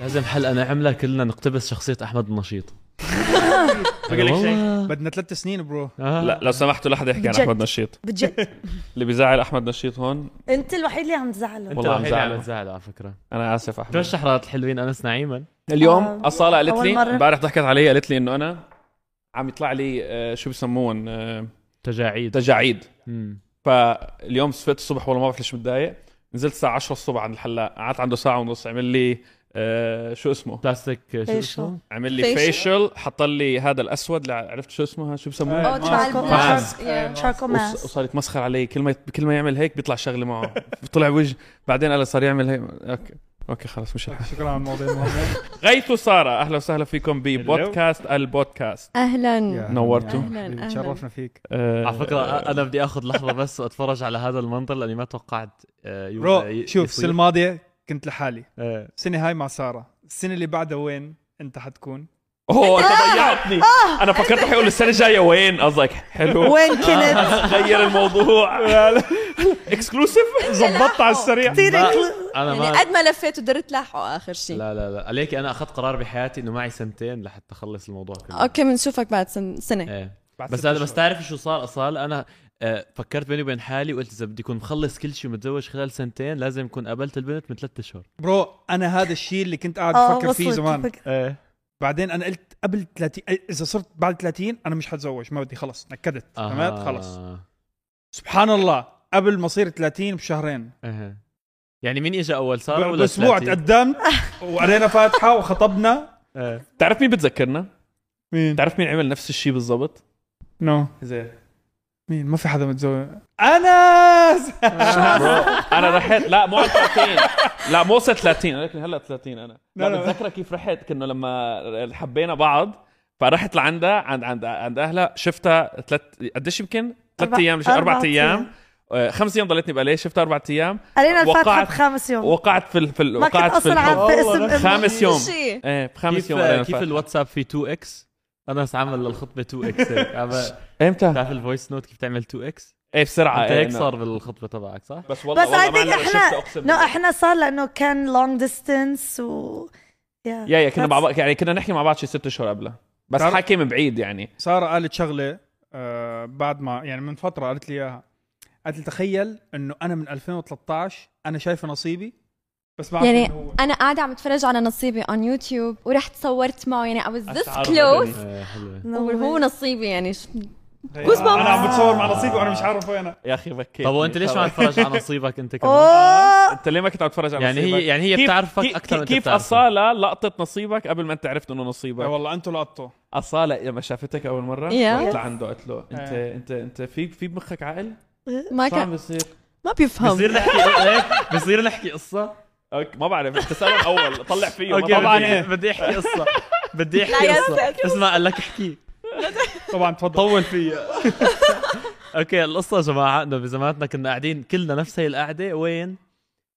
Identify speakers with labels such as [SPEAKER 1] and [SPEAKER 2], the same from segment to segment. [SPEAKER 1] لازم حلقه نعملها كلنا نقتبس شخصيه احمد النشيط
[SPEAKER 2] بقول لك شيء
[SPEAKER 1] والله.
[SPEAKER 2] بدنا ثلاث سنين برو
[SPEAKER 1] آه.
[SPEAKER 3] لا لو سمحتوا لحدا يحكي عن
[SPEAKER 4] بجد.
[SPEAKER 3] احمد نشيط
[SPEAKER 4] بجد
[SPEAKER 3] اللي بيزعل احمد نشيط هون
[SPEAKER 4] انت الوحيد اللي عم تزعله
[SPEAKER 1] انت
[SPEAKER 3] والله عم
[SPEAKER 1] الوحيد اللي
[SPEAKER 3] زعله.
[SPEAKER 1] عم تزعل على فكره
[SPEAKER 3] انا اسف احمد
[SPEAKER 1] ترشح رات الحلوين انس نعيما
[SPEAKER 3] اليوم
[SPEAKER 4] آه،
[SPEAKER 3] اصاله قالت
[SPEAKER 4] أول
[SPEAKER 3] لي
[SPEAKER 4] مرة.
[SPEAKER 3] امبارح ضحكت علي قالت لي انه انا عم يطلع لي آه، شو بسموهم آه،
[SPEAKER 1] تجاعيد
[SPEAKER 3] تجاعيد
[SPEAKER 1] مم.
[SPEAKER 3] فاليوم صحيت الصبح والله ما بعرف ليش متضايق نزلت الساعه 10 الصبح عند الحلاق قعدت عنده ساعه ونص عمل لي آه، شو اسمه
[SPEAKER 1] بلاستيك شو
[SPEAKER 4] Facial.
[SPEAKER 1] اسمه؟
[SPEAKER 3] عمل لي
[SPEAKER 5] Facial.
[SPEAKER 3] فيشل حط لي هذا الاسود لع- عرفت شو اسمه شو بسموه
[SPEAKER 4] Oh,
[SPEAKER 2] آه،
[SPEAKER 5] أو تبع
[SPEAKER 4] ماسك.
[SPEAKER 5] البلاش.
[SPEAKER 3] ماسك.
[SPEAKER 5] Yeah.
[SPEAKER 4] تشاركو
[SPEAKER 3] آه، وص-
[SPEAKER 4] ماس
[SPEAKER 3] وصار يتمسخر علي كل ما يت... كل ما يعمل هيك بيطلع شغله معه طلع وجه بعدين قال صار يعمل هيك اوكي اوكي خلص مش الحال
[SPEAKER 2] شكرا على الموضوع المهم
[SPEAKER 3] غيث وساره اهلا وسهلا فيكم
[SPEAKER 2] Hello.
[SPEAKER 3] ببودكاست البودكاست
[SPEAKER 5] اهلا
[SPEAKER 3] نورتوا.
[SPEAKER 5] أهلاً، أهلاً.
[SPEAKER 2] تشرفنا فيك
[SPEAKER 3] آه،
[SPEAKER 1] على فكره انا بدي اخذ لحظه بس واتفرج على هذا المنظر لاني ما توقعت آه، يو- آه،
[SPEAKER 2] برو
[SPEAKER 1] ي-
[SPEAKER 2] شوف
[SPEAKER 1] يصير.
[SPEAKER 2] السنه الماضيه كنت لحالي
[SPEAKER 1] آه.
[SPEAKER 2] السنه هاي مع ساره السنه اللي بعدها وين انت حتكون
[SPEAKER 3] اوه انت ضيعتني انا فكرت رح يقول السنه الجايه وين قصدك حلو
[SPEAKER 4] وين كنت؟
[SPEAKER 3] غير الموضوع اكسكلوسيف
[SPEAKER 2] زبطت على السريع
[SPEAKER 4] كثير
[SPEAKER 1] ما-
[SPEAKER 4] inclu-
[SPEAKER 1] انا
[SPEAKER 5] يعني
[SPEAKER 1] ما
[SPEAKER 5] قد ما لفيت ودرت لاحقه اخر شيء
[SPEAKER 1] لا لا لا عليك انا اخذت قرار بحياتي انه معي سنتين لحتى اخلص الموضوع كله
[SPEAKER 5] اوكي بنشوفك بعد سن- سنه
[SPEAKER 1] ايه بس انا بس تعرف شو صار اصال انا آه، فكرت بيني وبين حالي وقلت اذا بدي اكون مخلص كل شيء ومتزوج خلال سنتين لازم اكون قابلت البنت من ثلاثة اشهر
[SPEAKER 2] برو انا هذا الشيء اللي كنت قاعد
[SPEAKER 4] آه،
[SPEAKER 2] بفكر فيه
[SPEAKER 4] وصلت
[SPEAKER 2] زمان
[SPEAKER 4] الفكرة.
[SPEAKER 3] إيه،
[SPEAKER 1] ايه
[SPEAKER 2] بعدين انا قلت قبل 30 اذا صرت بعد 30 انا مش حتزوج ما بدي خلص نكدت
[SPEAKER 1] آه.
[SPEAKER 2] فهمت خلص سبحان الله قبل ما اصير 30 بشهرين
[SPEAKER 1] ايه يعني مين اجى اول ساره ولا
[SPEAKER 2] باسبوع
[SPEAKER 1] 30؟
[SPEAKER 2] تقدمت وعلينا فاتحه وخطبنا
[SPEAKER 1] إيه.
[SPEAKER 3] تعرف مين بتذكرنا؟
[SPEAKER 2] مين؟
[SPEAKER 3] تعرف مين عمل نفس الشيء بالضبط؟
[SPEAKER 2] نو
[SPEAKER 3] زين
[SPEAKER 2] مين ما في حدا متزوج انس
[SPEAKER 3] انا رحت لا مو على 30 لا مو وصلت 30 لكن هلا 30 انا لا
[SPEAKER 2] لا، لا.
[SPEAKER 3] متذكره كيف رحت كنا لما حبينا بعض فرحت لعندها عند عند عند اهلها شفتها ثلاث قديش يمكن؟ ثلاث
[SPEAKER 4] أربع-
[SPEAKER 3] ايام شي- اربع
[SPEAKER 4] أربع
[SPEAKER 3] ايام آه، خمس ايام ضليتني بالي شفتها اربع ايام
[SPEAKER 4] علينا الفاتحه
[SPEAKER 3] وقعت-
[SPEAKER 4] بخامس يوم
[SPEAKER 3] وقعت في ال- في ال-
[SPEAKER 4] ما كنت
[SPEAKER 3] وقعت في
[SPEAKER 4] اصلا
[SPEAKER 3] الحب
[SPEAKER 4] عارفه اسم إمي.
[SPEAKER 3] خامس يوم
[SPEAKER 5] شيء
[SPEAKER 3] ايه بخامس
[SPEAKER 1] كيف آه،
[SPEAKER 3] يوم علينا
[SPEAKER 1] كيف
[SPEAKER 3] الفاتحة.
[SPEAKER 1] الواتساب في 2 اكس انس عمل للخطبه 2 اكس هيك عمل-
[SPEAKER 3] امتى؟
[SPEAKER 1] بتعرف الفويس نوت كيف تعمل 2 اكس
[SPEAKER 3] ايه بسرعه
[SPEAKER 1] انت
[SPEAKER 3] إيه،
[SPEAKER 1] هيك
[SPEAKER 3] إنه-
[SPEAKER 1] صار بالخطبه تبعك صح؟
[SPEAKER 3] بس
[SPEAKER 4] بس
[SPEAKER 3] والله
[SPEAKER 4] اي
[SPEAKER 3] والله
[SPEAKER 4] ثينك
[SPEAKER 3] معلقة شفتها،
[SPEAKER 4] احنا
[SPEAKER 3] أقسم
[SPEAKER 4] نو
[SPEAKER 3] بالله.
[SPEAKER 4] احنا صار لانه كان لونج ديستنس و
[SPEAKER 3] يا يا كنا مع بعض يعني كنا نحكي مع بعض شي ست اشهر قبلها بس
[SPEAKER 2] تعرف-
[SPEAKER 3] حكي من بعيد يعني
[SPEAKER 2] ساره قالت شغله آه بعد ما يعني من فتره قالت لي اياها قالت لي تخيل انه انا من 2013 انا شايفه نصيبي بس بعرف
[SPEAKER 5] يعني
[SPEAKER 2] إنه هو-
[SPEAKER 5] انا قاعده عم اتفرج على نصيبي اون يوتيوب ورحت صورت معه يعني I was this
[SPEAKER 3] أشعر
[SPEAKER 5] close
[SPEAKER 3] بدني.
[SPEAKER 1] إيه، حلوة.
[SPEAKER 5] وهو نصيبي يعني ش-
[SPEAKER 2] انا عم بتصور مع نصيبي وانا مش عارف وين أنا.
[SPEAKER 3] يا اخي بكيت
[SPEAKER 1] طب وانت ليش ما عم تتفرج على نصيبك انت كمان؟
[SPEAKER 4] اوه
[SPEAKER 3] انت ليه ما كنت عم تتفرج على
[SPEAKER 1] يعني
[SPEAKER 3] نصيبك؟
[SPEAKER 1] هي يعني هي
[SPEAKER 3] كيف-
[SPEAKER 1] بتعرفك
[SPEAKER 3] كيف-
[SPEAKER 1] اكثر من أنت
[SPEAKER 3] كيف
[SPEAKER 1] بتعرفك.
[SPEAKER 3] اصاله لقطت نصيبك قبل ما انت عرفت انه
[SPEAKER 2] آه،
[SPEAKER 3] نصيبك
[SPEAKER 2] والله انتوا لقطتوا
[SPEAKER 3] اصاله لما شافتك اول مره
[SPEAKER 5] Yeah.
[SPEAKER 3] رحت لعنده قلت له انت
[SPEAKER 2] آه.
[SPEAKER 3] انت انت في في بمخك عقل؟
[SPEAKER 5] ما
[SPEAKER 3] شو عم
[SPEAKER 5] كان
[SPEAKER 3] بيصير؟
[SPEAKER 5] ما بيفهم
[SPEAKER 1] بصير نحكي هيك بصير نحكي قصه
[SPEAKER 3] أوكي، ما بعرف تساله الاول طلع فيه
[SPEAKER 1] اوكي
[SPEAKER 3] ما
[SPEAKER 2] إيه.
[SPEAKER 1] طبعا
[SPEAKER 3] بعرف
[SPEAKER 1] بدي احكي قصه بدي احكي
[SPEAKER 5] لا، يا
[SPEAKER 1] قصه
[SPEAKER 5] ساتر.
[SPEAKER 1] اسمع قال لك احكي
[SPEAKER 2] طبعا تفضل
[SPEAKER 1] طول فيي اوكي القصه يا جماعه انه بزمانتنا كنا قاعدين كلنا نفس هي القعده وين؟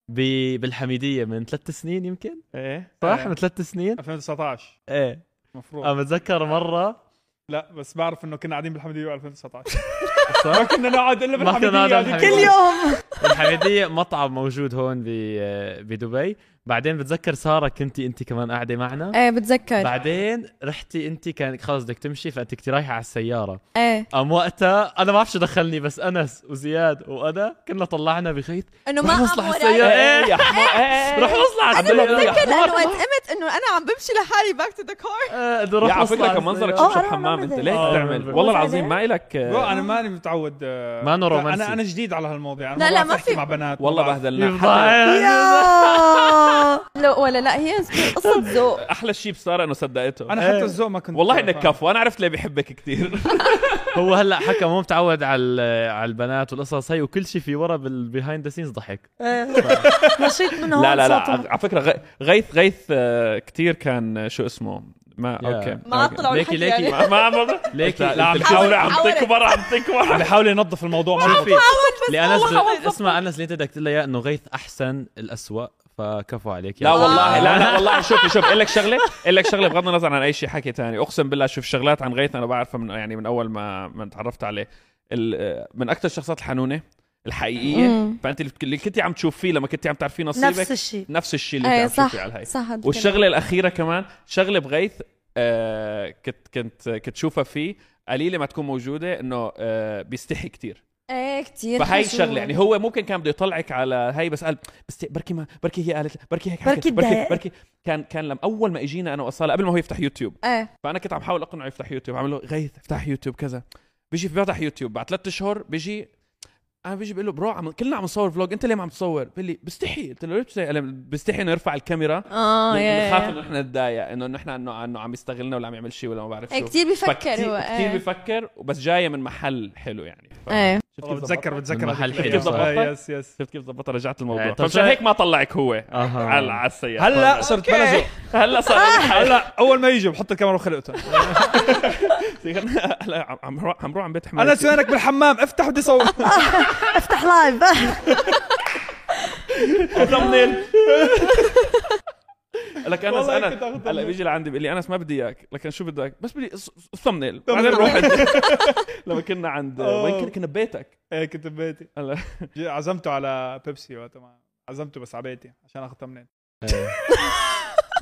[SPEAKER 1] ب... بالحميديه من ثلاث سنين يمكن
[SPEAKER 3] ايه
[SPEAKER 1] صح
[SPEAKER 2] إيه.
[SPEAKER 1] من ثلاث سنين
[SPEAKER 2] 2019
[SPEAKER 1] ايه
[SPEAKER 2] المفروض
[SPEAKER 1] أنا بتذكر مره
[SPEAKER 2] لا بس بعرف انه كنا قاعدين بالحمديه 2019
[SPEAKER 1] صح؟
[SPEAKER 2] كنا نقعد الا
[SPEAKER 1] ما كنا نقعد
[SPEAKER 2] بالحمديه هذيك
[SPEAKER 1] بالحمدية.
[SPEAKER 4] كل يوم
[SPEAKER 1] الحميديه مطعم موجود هون ب... بدبي بعدين بتذكر ساره كنتي انت كمان قاعده معنا
[SPEAKER 5] ايه بتذكر
[SPEAKER 1] بعدين رحتي انت كان خلص بدك تمشي فانت كنت رايحه على السياره
[SPEAKER 5] ايه
[SPEAKER 1] قام وقتها انا ما بعرف شو دخلني بس انس وزياد وانا كنا طلعنا بخيط
[SPEAKER 5] انه ما
[SPEAKER 1] رح
[SPEAKER 5] عم
[SPEAKER 1] نطلع على
[SPEAKER 5] وراي.
[SPEAKER 1] السياره
[SPEAKER 3] ايه
[SPEAKER 1] ايه
[SPEAKER 3] يا حمار ايه
[SPEAKER 1] رح نطلع على السياره
[SPEAKER 5] بتذكر لانه وقت قمت انه انا عم بمشي لحالي باك تو ذا كار
[SPEAKER 1] آه، بدي
[SPEAKER 3] يا
[SPEAKER 1] اروح
[SPEAKER 3] على
[SPEAKER 1] نطلع
[SPEAKER 3] فكره
[SPEAKER 1] على
[SPEAKER 3] كان منظرك
[SPEAKER 1] السيارة.
[SPEAKER 4] شو-
[SPEAKER 3] شبشب
[SPEAKER 4] آه،
[SPEAKER 3] حمام
[SPEAKER 4] أنا
[SPEAKER 3] انت
[SPEAKER 4] بعرف.
[SPEAKER 3] ليه
[SPEAKER 1] آه،
[SPEAKER 3] تعمل
[SPEAKER 1] بعرف.
[SPEAKER 3] والله
[SPEAKER 4] بس
[SPEAKER 3] العظيم
[SPEAKER 4] أنا-
[SPEAKER 3] ما إلك آه،
[SPEAKER 2] برو انا ماني متعود آه،
[SPEAKER 1] ما إيه. إنه رومانسي.
[SPEAKER 2] انا انا جديد على هالموضوع انا
[SPEAKER 5] لا،
[SPEAKER 2] ما
[SPEAKER 5] لا،
[SPEAKER 2] بعرف
[SPEAKER 5] ما
[SPEAKER 2] أحكي
[SPEAKER 5] في-
[SPEAKER 2] مع بنات
[SPEAKER 3] والله
[SPEAKER 2] ما بعرف.
[SPEAKER 3] بهدلنا حتى
[SPEAKER 4] يا
[SPEAKER 5] لا ولا لا هي قصه ذوق
[SPEAKER 3] احلى شيء بساره انه صدقته
[SPEAKER 2] انا
[SPEAKER 1] إيه.
[SPEAKER 2] حتى الذوق ما كنت
[SPEAKER 3] والله
[SPEAKER 2] فاهم.
[SPEAKER 3] انك كفو انا عرفت ليه بيحبك كثير
[SPEAKER 1] هو هلا حكى مو متعود على ال- على البنات والقصص هي وكل شيء في ورا بالبيهايند ذا سينز ضحك
[SPEAKER 4] نشيط من هون
[SPEAKER 3] يعني لا لا لا
[SPEAKER 4] صوته.
[SPEAKER 3] على فكره غ- غيث غيث آه، كتير كان آه، شو اسمه ما
[SPEAKER 1] يا.
[SPEAKER 3] اوكي
[SPEAKER 5] ما
[SPEAKER 3] أوكي.
[SPEAKER 5] طلعوا
[SPEAKER 1] ليكي-
[SPEAKER 5] الحكي
[SPEAKER 1] ليكي.
[SPEAKER 5] يعني
[SPEAKER 3] ما ما عم
[SPEAKER 1] ليكي-
[SPEAKER 3] لا عم
[SPEAKER 1] ليكي-
[SPEAKER 3] تحاول عم
[SPEAKER 5] حاولت.
[SPEAKER 3] تكبر عم
[SPEAKER 2] عم
[SPEAKER 3] تكبر
[SPEAKER 2] بحاول ينظف الموضوع ما
[SPEAKER 1] شوفي لانس اسمع انس اللي انت بدك تقول لي إياه انه غيث احسن الاسوء فكفو عليك آه، يا
[SPEAKER 3] لا
[SPEAKER 1] عم.
[SPEAKER 3] والله لا لا والله شوف شوف اقول لك شغله اقول لك شغله بغض النظر عن اي شيء حكي تاني اقسم بالله شوف شغلات عن غيث انا بعرفها من يعني من اول ما ما تعرفت عليه ال- آه، من اكثر الشخصيات الحنونه الحقيقيه
[SPEAKER 5] مم.
[SPEAKER 3] فانت اللي كنت عم تشوفيه لما كنت عم تعرفيه
[SPEAKER 4] نفس
[SPEAKER 3] نصيبك
[SPEAKER 4] الشيء
[SPEAKER 3] نفس الشيء إيه، اللي كنت
[SPEAKER 5] ايه
[SPEAKER 3] عم
[SPEAKER 5] صح
[SPEAKER 3] تشوفيه على الهي
[SPEAKER 5] صح هاد الكلام.
[SPEAKER 3] والشغله الاخيره كمان شغله بغيث آه كنت كنت كنت شوفها فيه قليله ما تكون موجوده انه آه بيستحي كتير
[SPEAKER 5] ايه كثير
[SPEAKER 3] فهي الشغله يعني هو ممكن كان بده يطلعك على هي بس قال بس بركي ما بركي هي قالت بركي هيك حكت،
[SPEAKER 4] بركي
[SPEAKER 3] بركي
[SPEAKER 4] اتضايقت.
[SPEAKER 3] بركي كان كان لما اول ما اجينا انا واصاله قبل ما هو يفتح يوتيوب
[SPEAKER 5] ايه
[SPEAKER 3] فانا كنت عم حاول اقنعه يفتح يوتيوب عم له غيث افتح يوتيوب كذا بيجي بيفتح يوتيوب بعد ثلاث اشهر بيجي انا بيجي بقول له برو عم كلنا عم نصور فلوج انت ليه ما عم تصور؟ بيقول لي بستحي قلت له ليش بتستحي؟ قال لي بستحي انه يرفع الكاميرا
[SPEAKER 5] اه يا-
[SPEAKER 3] خاف
[SPEAKER 5] يا
[SPEAKER 3] انه احنا نتضايق انه نحن انه انه عم يستغلنا ولا عم يعمل شيء ولا ما بعرف
[SPEAKER 5] ايه
[SPEAKER 3] شو
[SPEAKER 5] كثير بفكر
[SPEAKER 3] فكتير-
[SPEAKER 5] هو
[SPEAKER 3] كتير
[SPEAKER 5] ايه
[SPEAKER 3] بفكر وبس جايه من محل حلو يعني ف-
[SPEAKER 5] ايه
[SPEAKER 3] شفت
[SPEAKER 2] والله
[SPEAKER 3] كيف
[SPEAKER 2] بتذكر
[SPEAKER 3] زبطها؟
[SPEAKER 2] بتذكر
[SPEAKER 1] المحل
[SPEAKER 2] هذيك
[SPEAKER 1] حلو
[SPEAKER 2] الأيام.
[SPEAKER 3] صراحة.
[SPEAKER 2] آه، يس يس
[SPEAKER 3] شفت كيف ظبطها رجعت
[SPEAKER 1] إيه،
[SPEAKER 3] الموضوع
[SPEAKER 1] طب
[SPEAKER 3] فمشان
[SPEAKER 1] شايف-
[SPEAKER 3] هيك ما طلعك هو
[SPEAKER 1] أها.
[SPEAKER 3] على على السيارة
[SPEAKER 2] هلا صرت
[SPEAKER 3] أوكي.
[SPEAKER 2] بلزق
[SPEAKER 3] هلا صار هلا
[SPEAKER 2] هلا اول ما يجوا بحط الكاميرا وخلقته
[SPEAKER 3] هلا عم- عم روح عم روح عم بيت حمار
[SPEAKER 2] انا سوينك بالحمام افتح بدي اصور
[SPEAKER 4] افتح لايف
[SPEAKER 3] ثمنيل لك انس
[SPEAKER 2] والله كنت
[SPEAKER 3] انا
[SPEAKER 2] آخذ
[SPEAKER 3] هلا
[SPEAKER 2] thumbnail.
[SPEAKER 3] بيجي لعندي بيقول لي انس ما بدي اياك لكن شو بدك بس بدي الثمنيل
[SPEAKER 2] thumbnail. آه.
[SPEAKER 3] بعدين روح عند- لما كنا عند وين كنا كنا ببيتك
[SPEAKER 2] إيه، كنت ببيتي
[SPEAKER 3] هلا
[SPEAKER 2] جي- عزمته على بيبسي وقتها ما- عزمته بس على بيتي عشان اخذ تمنين
[SPEAKER 1] إيه.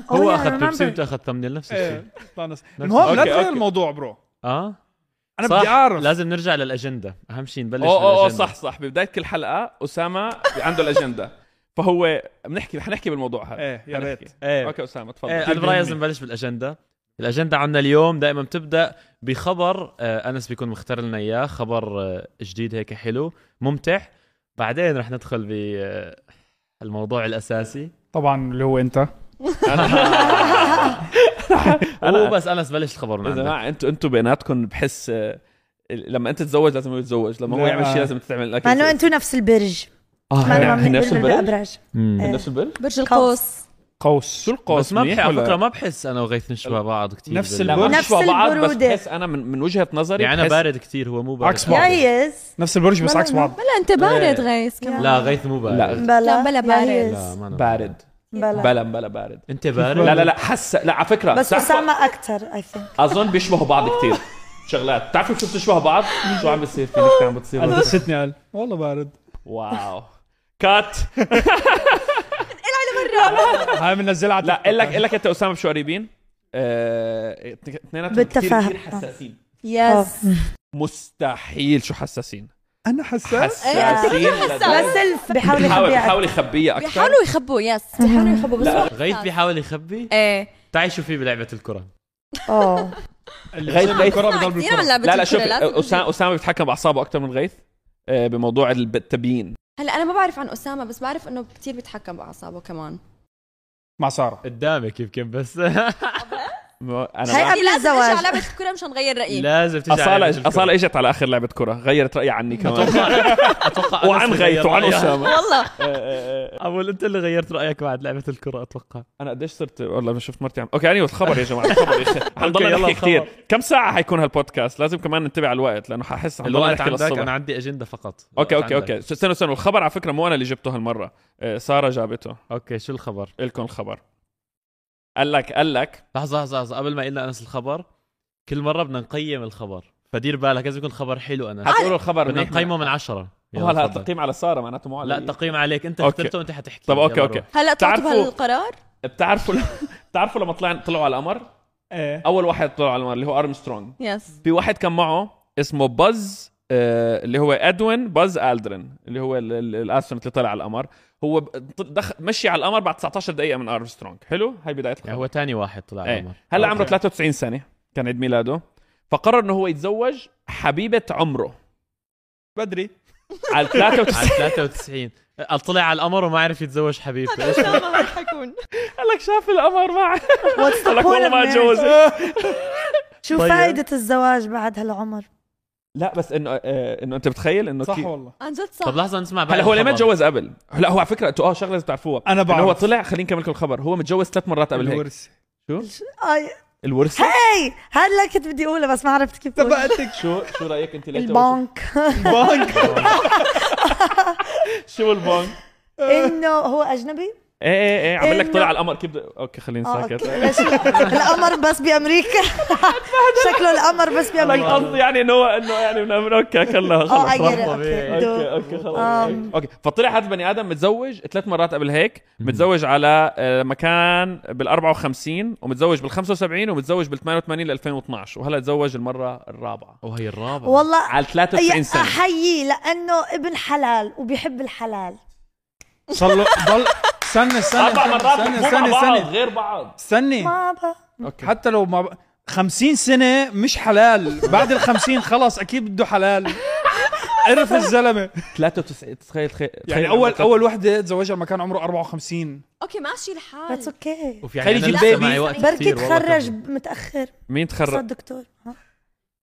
[SPEAKER 1] هو اخذ بيبسي وانت اخذت ثمنيل نفس الشيء
[SPEAKER 3] إيه.
[SPEAKER 2] ايه طلع نص المهم لا
[SPEAKER 3] أوكي،
[SPEAKER 2] تغير
[SPEAKER 3] أوكي.
[SPEAKER 2] الموضوع برو
[SPEAKER 1] اه
[SPEAKER 2] انا
[SPEAKER 1] صح،
[SPEAKER 2] بدي اعرف
[SPEAKER 1] لازم نرجع للاجنده اهم شيء نبلش
[SPEAKER 3] اوه اوه أوه،
[SPEAKER 1] بالأجندة.
[SPEAKER 3] صح صح ببدايه كل حلقه اسامه عنده الاجنده فهو بنحكي حنحكي بالموضوع
[SPEAKER 1] إيه.
[SPEAKER 3] هذا
[SPEAKER 2] ايه يا
[SPEAKER 3] حنحكي.
[SPEAKER 2] ريت
[SPEAKER 1] ايه
[SPEAKER 3] اوكي اسامه تفضل
[SPEAKER 1] ايه انا برايي لازم نبلش بالاجنده الاجنده عنا اليوم دائما بتبدا بخبر آه، انس بيكون مختار لنا اياه خبر آه، جديد هيك حلو ممتع بعدين رح ندخل آه، بالموضوع الاساسي
[SPEAKER 2] طبعا اللي هو انت
[SPEAKER 1] هو بس انس بلش الخبر من
[SPEAKER 3] يا
[SPEAKER 1] عندك
[SPEAKER 3] جماعه انتوا انتوا بيناتكم بحس آه، لما انت تتزوج لازم هو يتزوج لما هو
[SPEAKER 2] لا.
[SPEAKER 3] يعمل شيء لازم تتعمل لك
[SPEAKER 4] مع انه انتم نفس البرج مع انه
[SPEAKER 3] آه،
[SPEAKER 4] عم
[SPEAKER 3] نحن نفس
[SPEAKER 4] نقبل
[SPEAKER 3] البلد
[SPEAKER 4] بالابراج
[SPEAKER 1] مم.
[SPEAKER 4] إيه.
[SPEAKER 3] نفس البلد
[SPEAKER 5] برج القوس
[SPEAKER 2] قوس
[SPEAKER 3] شو القوس
[SPEAKER 1] بس ما بح-
[SPEAKER 3] منيح
[SPEAKER 1] على
[SPEAKER 3] ولا-
[SPEAKER 1] فكره ما بحس انا وغيث نشبه بعض كثير
[SPEAKER 2] نفس
[SPEAKER 1] بال-
[SPEAKER 3] لا
[SPEAKER 2] البرج.
[SPEAKER 3] ما
[SPEAKER 4] نفس
[SPEAKER 3] نشبه بعض بس
[SPEAKER 4] البرودة.
[SPEAKER 3] بحس انا من, من وجهه نظري
[SPEAKER 1] يعني انا
[SPEAKER 3] بحس-
[SPEAKER 1] بارد كثير هو مو بارد يعني-
[SPEAKER 2] عكس بعض.
[SPEAKER 4] يا يس
[SPEAKER 2] نفس البرج بس
[SPEAKER 4] بلا
[SPEAKER 2] عكس بعض
[SPEAKER 5] بلا انت بارد
[SPEAKER 3] إيه.
[SPEAKER 5] غيث كمان
[SPEAKER 1] لا غيث مو بارد
[SPEAKER 3] لا،
[SPEAKER 5] لا، بلا بارد.
[SPEAKER 1] لا
[SPEAKER 4] يس
[SPEAKER 1] ما أنا
[SPEAKER 3] بارد
[SPEAKER 4] بلا
[SPEAKER 3] بلا بلا بارد
[SPEAKER 1] انت بارد
[SPEAKER 3] لا لا لا حس لا على فكره
[SPEAKER 4] بس
[SPEAKER 3] بتعرفوا-
[SPEAKER 4] اسامه اكثر اي ثينك
[SPEAKER 3] اظن بيشبهوا بعض كثير شغلات بتعرفوا شو بتشبه بعض شو عم بتصير في نكته عم بتصير
[SPEAKER 2] انا دستني قال والله بارد
[SPEAKER 3] واو كات
[SPEAKER 2] هاي بننزلها على
[SPEAKER 3] لا
[SPEAKER 2] تيك توك.
[SPEAKER 3] قل لك قل لك انت واسامه شو قريبين؟ آه، اثنيناتهم
[SPEAKER 4] بالتفاهم.
[SPEAKER 3] كثير حساسين
[SPEAKER 5] يس
[SPEAKER 3] مستحيل شو حساسين
[SPEAKER 2] انا حساس
[SPEAKER 3] حساسين
[SPEAKER 4] بس يعني الف بحاول
[SPEAKER 3] بيحاول
[SPEAKER 4] يخبي
[SPEAKER 3] بيحاول يخبيها اكثر
[SPEAKER 5] بيحاولوا يخبوا يس بيحاولوا يخبوا بس هو
[SPEAKER 1] غيث بيحاول يخبي
[SPEAKER 5] ايه
[SPEAKER 1] تعي شو في بلعبه الكره
[SPEAKER 4] اه
[SPEAKER 2] اللي
[SPEAKER 3] غير-
[SPEAKER 2] بصير بالكرة
[SPEAKER 5] لا،
[SPEAKER 2] بضل
[SPEAKER 5] كثير عم
[SPEAKER 2] بالكرة
[SPEAKER 5] لعبة
[SPEAKER 3] لا لا شوف
[SPEAKER 5] الكرة، لازم
[SPEAKER 3] اسامه اسامه بيتحكم باعصابه اكثر من غيث آه، بموضوع الب- التبيين
[SPEAKER 5] هلا انا ما بعرف عن اسامه بس بعرف انه كثير بيتحكم باعصابه كمان
[SPEAKER 4] إيه،
[SPEAKER 2] مع ساره
[SPEAKER 1] قدامك يمكن بس
[SPEAKER 3] ما-
[SPEAKER 4] هاي
[SPEAKER 3] انا
[SPEAKER 4] قبل
[SPEAKER 5] لازم
[SPEAKER 4] الزواج.
[SPEAKER 5] ارجع لعبه الكره مشان غير رايي
[SPEAKER 1] لازم تجي
[SPEAKER 3] اصاله
[SPEAKER 1] على
[SPEAKER 3] اج-
[SPEAKER 1] الكرة.
[SPEAKER 3] اصاله اجت على اخر لعبه كره غيرت رايي عني كمان
[SPEAKER 1] اتوقع أنس
[SPEAKER 3] وعن
[SPEAKER 1] اللي
[SPEAKER 3] غيث
[SPEAKER 1] غير
[SPEAKER 3] وعن
[SPEAKER 1] رأيه.
[SPEAKER 3] اسامه
[SPEAKER 5] والله
[SPEAKER 1] اول انت اللي غيرت رايك بعد لعبه الكره اتوقع
[SPEAKER 3] انا قديش صرت والله ما شفت مرتي عم اوكي يعني الخبر يا جماعه الخبر يا أخي.
[SPEAKER 1] أوكي،
[SPEAKER 3] حنضل
[SPEAKER 1] يلا
[SPEAKER 3] نحكي
[SPEAKER 1] الخبر.
[SPEAKER 3] كثير كم ساعه حيكون هالبودكاست لازم كمان ننتبه على الوقت لانه ححس حنضل
[SPEAKER 1] الوقت
[SPEAKER 3] نحكي
[SPEAKER 1] عندك
[SPEAKER 3] للصبح
[SPEAKER 1] انا عندي اجنده فقط
[SPEAKER 3] اوكي
[SPEAKER 1] الوقت
[SPEAKER 3] اوكي
[SPEAKER 1] عندك.
[SPEAKER 3] اوكي استنوا استنوا الخبر على فكره مو انا اللي جبته هالمره آه، ساره جابته
[SPEAKER 1] اوكي شو الخبر
[SPEAKER 3] الكم الخبر قال لك قال لك
[SPEAKER 1] لحظه لحظه لحظه قبل ما قلنا انس الخبر كل مره بدنا نقيم الخبر فدير بالك لازم يكون خبر حلو انس
[SPEAKER 3] حتقولوا الخبر
[SPEAKER 1] بدنا
[SPEAKER 3] منيح
[SPEAKER 1] نقيمه من عشرة يلا
[SPEAKER 3] هلا
[SPEAKER 1] تفضل.
[SPEAKER 3] تقييم على ساره معناته مو على
[SPEAKER 1] لا
[SPEAKER 3] إيه.
[SPEAKER 1] تقييم عليك انت
[SPEAKER 3] أوكي.
[SPEAKER 1] اخترته وانت حتحكي
[SPEAKER 3] طب أوكي،
[SPEAKER 1] يلا
[SPEAKER 3] أوك.
[SPEAKER 1] روح.
[SPEAKER 5] هلا طلعتوا
[SPEAKER 3] بتعرفوا-
[SPEAKER 5] بهالقرار
[SPEAKER 3] بتعرفوا بتعرفوا لما طلعنا طلعوا على القمر
[SPEAKER 2] ايه
[SPEAKER 3] اول واحد طلع على القمر اللي هو ارمسترونج
[SPEAKER 5] يس
[SPEAKER 3] في واحد كان معه اسمه باز آه، اللي هو ادوين باز الدرن اللي هو ال- ال- الاسترونت اللي طلع على القمر هو ب- ط- دخل مشي على القمر بعد 19 دقيقه من ارمسترونج حلو هاي بدايه
[SPEAKER 1] يعني
[SPEAKER 3] الخبر
[SPEAKER 1] هو تاني واحد طلع على
[SPEAKER 3] إيه.
[SPEAKER 1] القمر
[SPEAKER 3] هلا
[SPEAKER 2] أوكي.
[SPEAKER 3] عمره 93 سنه كان عيد ميلاده فقرر انه هو يتزوج حبيبه عمره
[SPEAKER 2] بدري
[SPEAKER 3] على 93
[SPEAKER 1] على 93 طلع على القمر وما عرف يتزوج حبيبته ايش
[SPEAKER 5] اسامه هيك حيكون
[SPEAKER 3] قال لك شاف القمر معه
[SPEAKER 4] واتس
[SPEAKER 3] قال
[SPEAKER 4] ذا
[SPEAKER 3] لك والله
[SPEAKER 4] بوينت
[SPEAKER 3] ما اتجوزت
[SPEAKER 4] شو
[SPEAKER 1] طيب.
[SPEAKER 4] فائده الزواج بعد هالعمر
[SPEAKER 3] لا بس انه آه، انه انت بتخيل انه
[SPEAKER 2] صح
[SPEAKER 3] كي-
[SPEAKER 2] والله
[SPEAKER 5] عن جد صح
[SPEAKER 1] طب لحظه نسمع بقى
[SPEAKER 3] هلا هو ليه ما
[SPEAKER 1] الخبر.
[SPEAKER 3] تجوز قبل لا هو على فكره انتوا اه شغله لازم تعرفوها
[SPEAKER 2] أنا
[SPEAKER 3] إنه هو
[SPEAKER 2] بعرف.
[SPEAKER 3] طلع خلينا نكمل لكم الخبر هو متجوز ثلاث مرات قبل هيك
[SPEAKER 2] الورث.
[SPEAKER 4] آي-
[SPEAKER 3] الورثه
[SPEAKER 4] هاي هلا كنت بدي اقوله بس ما عرفت كيف أقول.
[SPEAKER 2] تبقتك
[SPEAKER 3] شو شو رايك انت ليه تجوزت؟
[SPEAKER 4] البنك
[SPEAKER 2] بانك
[SPEAKER 3] شو البنك
[SPEAKER 4] انه هو اجنبي
[SPEAKER 3] ايه ايه ايه عمل لك
[SPEAKER 4] إنه-
[SPEAKER 3] طلع على القمر كيف بدي- اوكي خليني
[SPEAKER 4] آه،
[SPEAKER 3] ساكت
[SPEAKER 4] أوكي. ليش؟ القمر بس بامريكا شكله القمر بس
[SPEAKER 3] لك
[SPEAKER 4] بامريكا
[SPEAKER 3] قصدي يعني انه هو- انه يعني من امريكا كلها
[SPEAKER 4] اه
[SPEAKER 3] خلص
[SPEAKER 4] I get it.
[SPEAKER 1] ربنا بيه.
[SPEAKER 4] اوكي
[SPEAKER 3] اوكي
[SPEAKER 4] دو.
[SPEAKER 3] اوكي خلص
[SPEAKER 4] آم.
[SPEAKER 3] اوكي فطلع هذا البني ادم متزوج ثلاث مرات قبل هيك متزوج على آه، مكان بال 54 ومتزوج بال 75 ومتزوج بال 88 ل 2012 وهلا تزوج المره الرابعه
[SPEAKER 1] وهي الرابعه
[SPEAKER 4] والله
[SPEAKER 3] على 93
[SPEAKER 4] يا-
[SPEAKER 3] سنه
[SPEAKER 4] احييه لانه ابن حلال وبيحب الحلال
[SPEAKER 2] صار له ضل استنى استنى
[SPEAKER 3] اربع
[SPEAKER 2] استنى
[SPEAKER 3] مرات
[SPEAKER 2] استنى
[SPEAKER 3] بيفوتوا على بعض
[SPEAKER 2] استنى
[SPEAKER 3] غير بعض
[SPEAKER 1] إيه.
[SPEAKER 2] استنى
[SPEAKER 4] ما بقى.
[SPEAKER 3] اوكي
[SPEAKER 2] حتى لو ما ب- 50 سنة مش حلال بعد ال 50 خلص اكيد بده حلال عرف الزلمة
[SPEAKER 3] 93 تخيل تخيل
[SPEAKER 2] يعني
[SPEAKER 3] تخيل
[SPEAKER 2] اول
[SPEAKER 3] لما-
[SPEAKER 2] اول وحدة تزوجها لما كان عمره 54
[SPEAKER 5] اوكي ماشي الحال
[SPEAKER 4] That's okay
[SPEAKER 1] وفي يعني
[SPEAKER 3] خليجي
[SPEAKER 1] أنا لسه
[SPEAKER 3] البيبي.
[SPEAKER 1] معي وقت
[SPEAKER 4] بركي
[SPEAKER 1] كتير والله
[SPEAKER 4] تخرج
[SPEAKER 1] كمل.
[SPEAKER 4] متاخر
[SPEAKER 3] مين
[SPEAKER 4] صار
[SPEAKER 3] تخرج
[SPEAKER 4] دكتور ها؟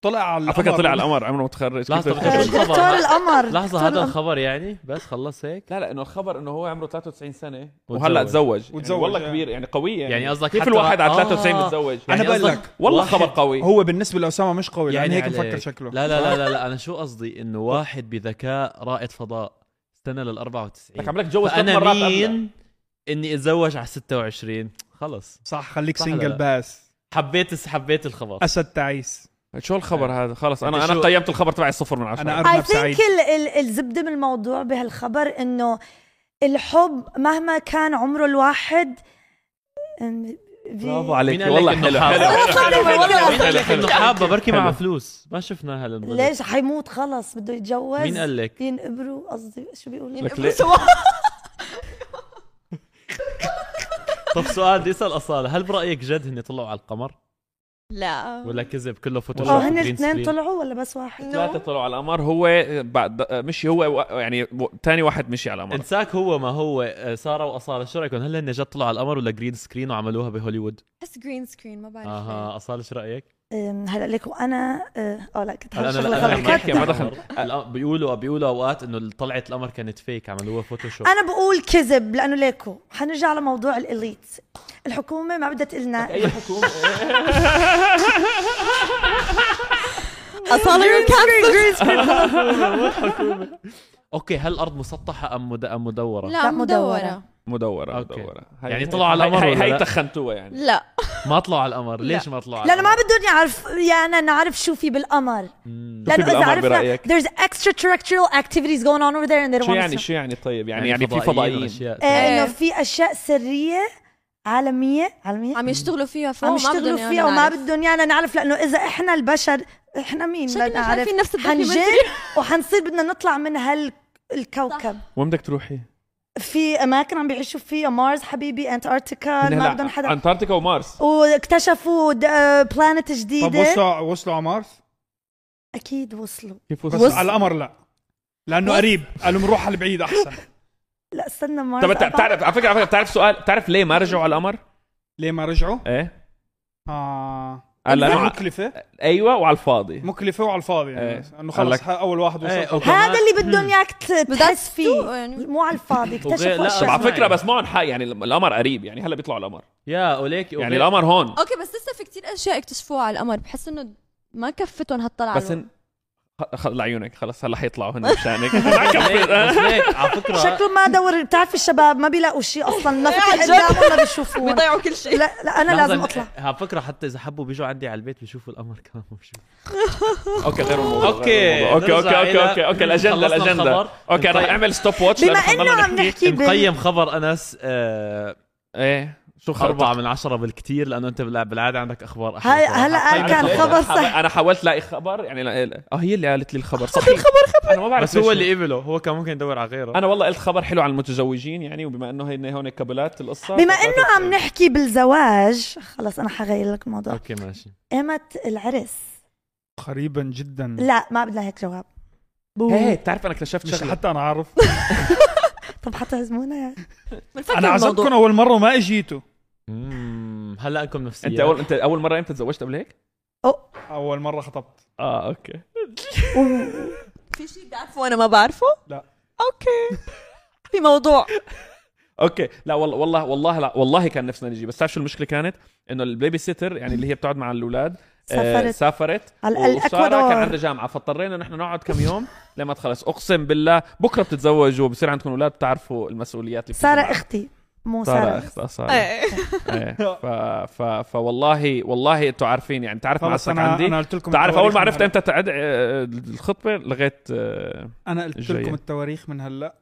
[SPEAKER 2] طلع على
[SPEAKER 3] على فكره
[SPEAKER 2] القمر.
[SPEAKER 3] طلع على القمر عمره ما تخرج
[SPEAKER 1] لحظة،
[SPEAKER 3] كيف
[SPEAKER 1] طب
[SPEAKER 4] آه،
[SPEAKER 3] تخرج؟
[SPEAKER 1] الخبر؟
[SPEAKER 4] دكتور القمر
[SPEAKER 1] لحظه
[SPEAKER 4] دكتور
[SPEAKER 1] هذا
[SPEAKER 4] القمر.
[SPEAKER 1] الخبر يعني بس خلص هيك
[SPEAKER 3] لا لا انه الخبر انه هو عمره 93 سنه
[SPEAKER 1] وتزوج.
[SPEAKER 3] وهلا تزوج
[SPEAKER 2] وتزوج،
[SPEAKER 3] يعني والله
[SPEAKER 2] آه.
[SPEAKER 3] كبير يعني قويه يعني,
[SPEAKER 1] يعني قصدك
[SPEAKER 3] كيف
[SPEAKER 1] حتى-
[SPEAKER 3] الواحد على
[SPEAKER 1] آه.
[SPEAKER 3] 93 متزوج
[SPEAKER 2] أنا
[SPEAKER 3] يعني
[SPEAKER 2] بقول
[SPEAKER 1] قصدك
[SPEAKER 2] لك،
[SPEAKER 3] والله
[SPEAKER 1] واحد-
[SPEAKER 3] خبر قوي
[SPEAKER 2] هو بالنسبة لأسامة مش قوي
[SPEAKER 1] يعني
[SPEAKER 2] يعني هيك
[SPEAKER 1] عليك.
[SPEAKER 2] مفكر شكله
[SPEAKER 1] لا لا لا لا لا انا شو قصدي انه واحد بذكاء رائد فضاء استنى لل 94
[SPEAKER 3] لك عم لك تجوز ثلاث مرات
[SPEAKER 1] فانا
[SPEAKER 3] قبلها.
[SPEAKER 1] مين اني اتزوج على 26 خلص
[SPEAKER 2] صح خليك
[SPEAKER 1] صح
[SPEAKER 2] سنجل
[SPEAKER 1] ولا
[SPEAKER 2] باس
[SPEAKER 1] حبيت حبيت الخبر
[SPEAKER 2] اسد تعيس
[SPEAKER 3] شو الخبر هذا خلص انا
[SPEAKER 1] أنت
[SPEAKER 3] انا
[SPEAKER 1] شو-
[SPEAKER 3] قيمت الخبر تبعي صفر من عشرة
[SPEAKER 2] أنا
[SPEAKER 3] انا
[SPEAKER 2] أرنب
[SPEAKER 4] I think
[SPEAKER 2] سعيد.
[SPEAKER 4] ال- ال- الزبدة من الموضوع بهالخبر انه الحب مهما كان عمره الواحد أم، بي-
[SPEAKER 3] برافو
[SPEAKER 1] مين
[SPEAKER 3] عليك
[SPEAKER 1] قال لك
[SPEAKER 3] والله
[SPEAKER 1] إنه
[SPEAKER 3] حلو
[SPEAKER 1] حلو؟
[SPEAKER 3] حلو
[SPEAKER 4] صار
[SPEAKER 1] مين قال لك انه حابه بركي معها
[SPEAKER 3] حلو.
[SPEAKER 1] فلوس ما شفنا هالانضباط
[SPEAKER 4] ليش حيموت خلص بده يتجوز
[SPEAKER 1] مين قال لك؟
[SPEAKER 4] ينقبروا قصدي شو بيقولوا
[SPEAKER 3] لك ليه؟
[SPEAKER 1] طب سؤال بدي اسال اصاله هل برايك جد هن طلعوا على القمر
[SPEAKER 5] لا
[SPEAKER 1] ولا كذب كله
[SPEAKER 4] اه
[SPEAKER 1] فوتوشوب
[SPEAKER 4] هن
[SPEAKER 1] green
[SPEAKER 4] الاثنين
[SPEAKER 1] screen؟
[SPEAKER 4] طلعوا ولا بس واحد؟
[SPEAKER 3] ثلاثة طلعوا على القمر هو بعد مشي هو يعني ثاني واحد مشي على القمر
[SPEAKER 1] انساك هو ما هو آه، ساره واصاله شو رايكم هل هن جد طلعوا على القمر ولا جرين سكرين وعملوها بهوليوود
[SPEAKER 5] بحس جرين سكرين ما بعرف
[SPEAKER 1] اها اصاله شو رايك
[SPEAKER 4] أم، هلا لك وانا اه آه، لا كنت
[SPEAKER 1] هلا
[SPEAKER 4] هلا
[SPEAKER 1] انا
[SPEAKER 4] شغله
[SPEAKER 1] لا أنا
[SPEAKER 4] غلط
[SPEAKER 1] عم بحكي ما
[SPEAKER 4] كنت-
[SPEAKER 1] دخل الأ- بيقولوا بيقولوا اوقات انه طلعت القمر كانت فيك عملوها فوتوشوب
[SPEAKER 4] انا بقول كذب لانه ليكو حنرجع على موضوع الاليت الحكومه ما بدها تقلنا
[SPEAKER 3] اي حكومة
[SPEAKER 5] اصلا
[SPEAKER 4] Green screen، green screen.
[SPEAKER 1] اوكي هل الارض مسطحه ام مد- أم مدوره
[SPEAKER 5] لا
[SPEAKER 4] مدورة.
[SPEAKER 5] مدورة
[SPEAKER 3] مدورة
[SPEAKER 1] أوكي.
[SPEAKER 3] مدورة
[SPEAKER 1] يعني طلعوا على القمر
[SPEAKER 3] هي,
[SPEAKER 1] ولا
[SPEAKER 3] هي
[SPEAKER 1] لا؟
[SPEAKER 3] تخنتوها يعني
[SPEAKER 5] لا
[SPEAKER 1] ما طلعوا على القمر ليش
[SPEAKER 5] لا.
[SPEAKER 1] ما طلعوا
[SPEAKER 4] لانه ما بدهم يعرف يعني نعرف شو في بالقمر
[SPEAKER 1] ما
[SPEAKER 4] لانه اذا
[SPEAKER 3] بالقمر
[SPEAKER 4] عرفنا
[SPEAKER 3] برأيك؟
[SPEAKER 4] there's extraterrestrial activities going on over there and they don't
[SPEAKER 3] شو
[SPEAKER 4] want
[SPEAKER 3] يعني
[SPEAKER 4] us to-
[SPEAKER 3] شو يعني طيب يعني يعني في فضائيين
[SPEAKER 4] آه،
[SPEAKER 1] اشياء
[SPEAKER 4] انه
[SPEAKER 5] إيه.
[SPEAKER 4] في اشياء سريه عالميه عالميه
[SPEAKER 5] عم يشتغلوا فيها فوق
[SPEAKER 4] عم
[SPEAKER 5] ما بدهم
[SPEAKER 4] يشتغلوا
[SPEAKER 5] إيانا
[SPEAKER 4] فيها وما
[SPEAKER 5] نعرف.
[SPEAKER 4] بدهم يانا نعرف لانه اذا احنا البشر احنا مين
[SPEAKER 5] شكلنا
[SPEAKER 4] بدنا
[SPEAKER 5] مش
[SPEAKER 4] نعرف
[SPEAKER 5] عارفين نفس الدوكيومنتري.
[SPEAKER 4] حنجن وحنصير بدنا نطلع من هال الكوكب
[SPEAKER 3] وين بدك تروحي؟
[SPEAKER 4] في اماكن عم بيعيشوا فيها مارس حبيبي انتاركتيكا
[SPEAKER 3] من
[SPEAKER 4] ما
[SPEAKER 3] هلا
[SPEAKER 4] بدهم حدا
[SPEAKER 3] انتاركتيكا ومارس
[SPEAKER 4] واكتشفوا آه، بلانت
[SPEAKER 2] طب
[SPEAKER 4] جديده
[SPEAKER 2] وصلوا وصلوا على مارس
[SPEAKER 4] اكيد وصلوا
[SPEAKER 3] كيف
[SPEAKER 2] بس
[SPEAKER 3] وصل؟
[SPEAKER 2] على القمر لا لانه قريب قالوا بنروح على البعيد احسن
[SPEAKER 4] لا استنى مارس
[SPEAKER 3] طب بتع-
[SPEAKER 4] أبعد.
[SPEAKER 3] بتعرف على فكره على فكره بتعرف سؤال بتعرف ليه ما رجعوا على القمر؟
[SPEAKER 2] ليه ما رجعوا؟
[SPEAKER 3] ايه
[SPEAKER 2] اه
[SPEAKER 3] قال لأنه ع-
[SPEAKER 2] مكلفه
[SPEAKER 3] ايوه وعلى الفاضي
[SPEAKER 2] مكلفه وعلى الفاضي يعني
[SPEAKER 3] إيه.
[SPEAKER 2] انه
[SPEAKER 3] قال لك-
[SPEAKER 2] خلص ح- اول واحد
[SPEAKER 1] إيه،
[SPEAKER 2] وصل
[SPEAKER 1] أوكي.
[SPEAKER 4] هذا اللي بدهم اياك ت- تحس
[SPEAKER 5] سوق
[SPEAKER 4] فيه
[SPEAKER 5] يعني.
[SPEAKER 4] مو على الفاضي
[SPEAKER 1] وغير- لا،
[SPEAKER 4] اكتشفوا
[SPEAKER 1] طب
[SPEAKER 4] اشياء
[SPEAKER 3] على
[SPEAKER 1] اسمعي.
[SPEAKER 3] فكره بس معهم حق يعني القمر قريب يعني هلا بيطلعوا على القمر
[SPEAKER 1] يا اوليك
[SPEAKER 3] يعني القمر هون
[SPEAKER 5] اوكي بس لسه في كتير اشياء اكتشفوها على القمر بحس انه ما كفتهم هالطلعه
[SPEAKER 3] بس
[SPEAKER 5] الو-
[SPEAKER 3] إن... خ- خ- لعيونك خلص هلا حيطلعوا هن مشانك ما كفيت.
[SPEAKER 1] على فكره
[SPEAKER 4] شكله ما دور بتعرف الشباب ما بيلاقوا شيء اصلا لا
[SPEAKER 5] إيه، عن
[SPEAKER 4] في
[SPEAKER 5] جد.
[SPEAKER 4] قدامهم لا بيشوفون
[SPEAKER 5] بيضيعوا كل شيء
[SPEAKER 4] لا لا انا
[SPEAKER 1] لحظة،
[SPEAKER 4] لازم اطلع
[SPEAKER 1] على فكره حتى اذا حبوا بيجوا عندي على البيت بيشوفوا القمر كمان بشوف
[SPEAKER 3] اوكي غير الموضوع غير
[SPEAKER 1] أوكي،
[SPEAKER 3] الموضوع. اوكي
[SPEAKER 1] نرجع
[SPEAKER 3] اوكي اوكي
[SPEAKER 1] إلى-
[SPEAKER 3] اوكي اوكي الاجنده
[SPEAKER 1] خلصنا
[SPEAKER 3] الاجنده
[SPEAKER 1] الخبر.
[SPEAKER 3] اوكي رح
[SPEAKER 1] طيب.
[SPEAKER 3] اعمل ستوب واتش
[SPEAKER 4] بما انه عم نحكي بال-
[SPEAKER 1] مقيم خبر انس آه،
[SPEAKER 3] ايه شو خبر؟
[SPEAKER 1] أربعة من عشرة بالكتير لأنه أنت بالع- بالعادة عندك أخبار أحلى
[SPEAKER 4] هاي-
[SPEAKER 1] صراحة.
[SPEAKER 4] هلا
[SPEAKER 1] طيب،
[SPEAKER 4] قال كان
[SPEAKER 1] ليش؟
[SPEAKER 3] أنا
[SPEAKER 4] خبر
[SPEAKER 3] حاول-
[SPEAKER 4] صح.
[SPEAKER 3] انا حاولت لاقي خبر يعني لا- لا- اه هي اللي قالت لي الخبر صحيح الخبر خبر انا ما بعرف
[SPEAKER 1] بس هو
[SPEAKER 3] ليش.
[SPEAKER 1] اللي قبله هو كان ممكن يدور على غيره
[SPEAKER 3] انا والله قلت خبر حلو عن المتزوجين يعني وبما انه هن هون كابلات القصه
[SPEAKER 4] بما
[SPEAKER 3] فقررت-
[SPEAKER 4] انه عم نحكي بالزواج خلص انا حغير لك الموضوع
[SPEAKER 1] أوكي ماشي
[SPEAKER 4] ايمت العرس
[SPEAKER 2] قريبا جدا
[SPEAKER 4] لا ما بدنا هيك جواب
[SPEAKER 3] ايه بتعرف انا اكتشفت
[SPEAKER 2] مش
[SPEAKER 3] شغله
[SPEAKER 2] حتى انا عارف
[SPEAKER 4] طب حتهزمونا يعني
[SPEAKER 5] بنفكر
[SPEAKER 2] انا
[SPEAKER 5] بالموضوع.
[SPEAKER 2] عزمتكم اول مره وما اجيتوا
[SPEAKER 1] مم، هلا انكم نفسيا
[SPEAKER 3] انت اول انت اول مره امتى تزوجت قبل هيك؟
[SPEAKER 2] اول مره خطبت
[SPEAKER 3] اه اوكي
[SPEAKER 5] في شيء بتعرفه وانا ما بعرفه؟
[SPEAKER 2] لا.
[SPEAKER 5] اوكي في موضوع
[SPEAKER 3] اوكي لا والله والله والله لا والله كان نفسنا نجي بس تعرف شو المشكله كانت؟ انه البيبي سيتر يعني اللي هي بتقعد مع الاولاد آه،
[SPEAKER 4] سافرت
[SPEAKER 3] سافرت
[SPEAKER 4] على
[SPEAKER 3] وسارة
[SPEAKER 4] الإكوادور.
[SPEAKER 3] كان عندها جامعه فاضطرينا نحن نقعد كم يوم لما تخلص اقسم بالله بكره بتتزوجوا وبصير عندكم اولاد بتعرفوا المسؤوليات اللي
[SPEAKER 4] ساره
[SPEAKER 3] بتيجي معها.
[SPEAKER 4] اختي مو
[SPEAKER 3] ساره
[SPEAKER 4] سارة
[SPEAKER 3] اخت ساره
[SPEAKER 5] إيه.
[SPEAKER 3] إيه. ف... ف... فوالله والله انتم عارفين يعني تعرف
[SPEAKER 2] خلص
[SPEAKER 3] معصك
[SPEAKER 2] انا
[SPEAKER 3] عندي
[SPEAKER 2] انا قلت لكم
[SPEAKER 3] تعرف
[SPEAKER 2] التواريخ
[SPEAKER 3] اول ما
[SPEAKER 2] من
[SPEAKER 3] عرفت
[SPEAKER 2] هلا.
[SPEAKER 3] امتى تعد آه، الخطبه لغيت آه،
[SPEAKER 2] انا قلت
[SPEAKER 3] الجاية.
[SPEAKER 2] لكم التواريخ من هلا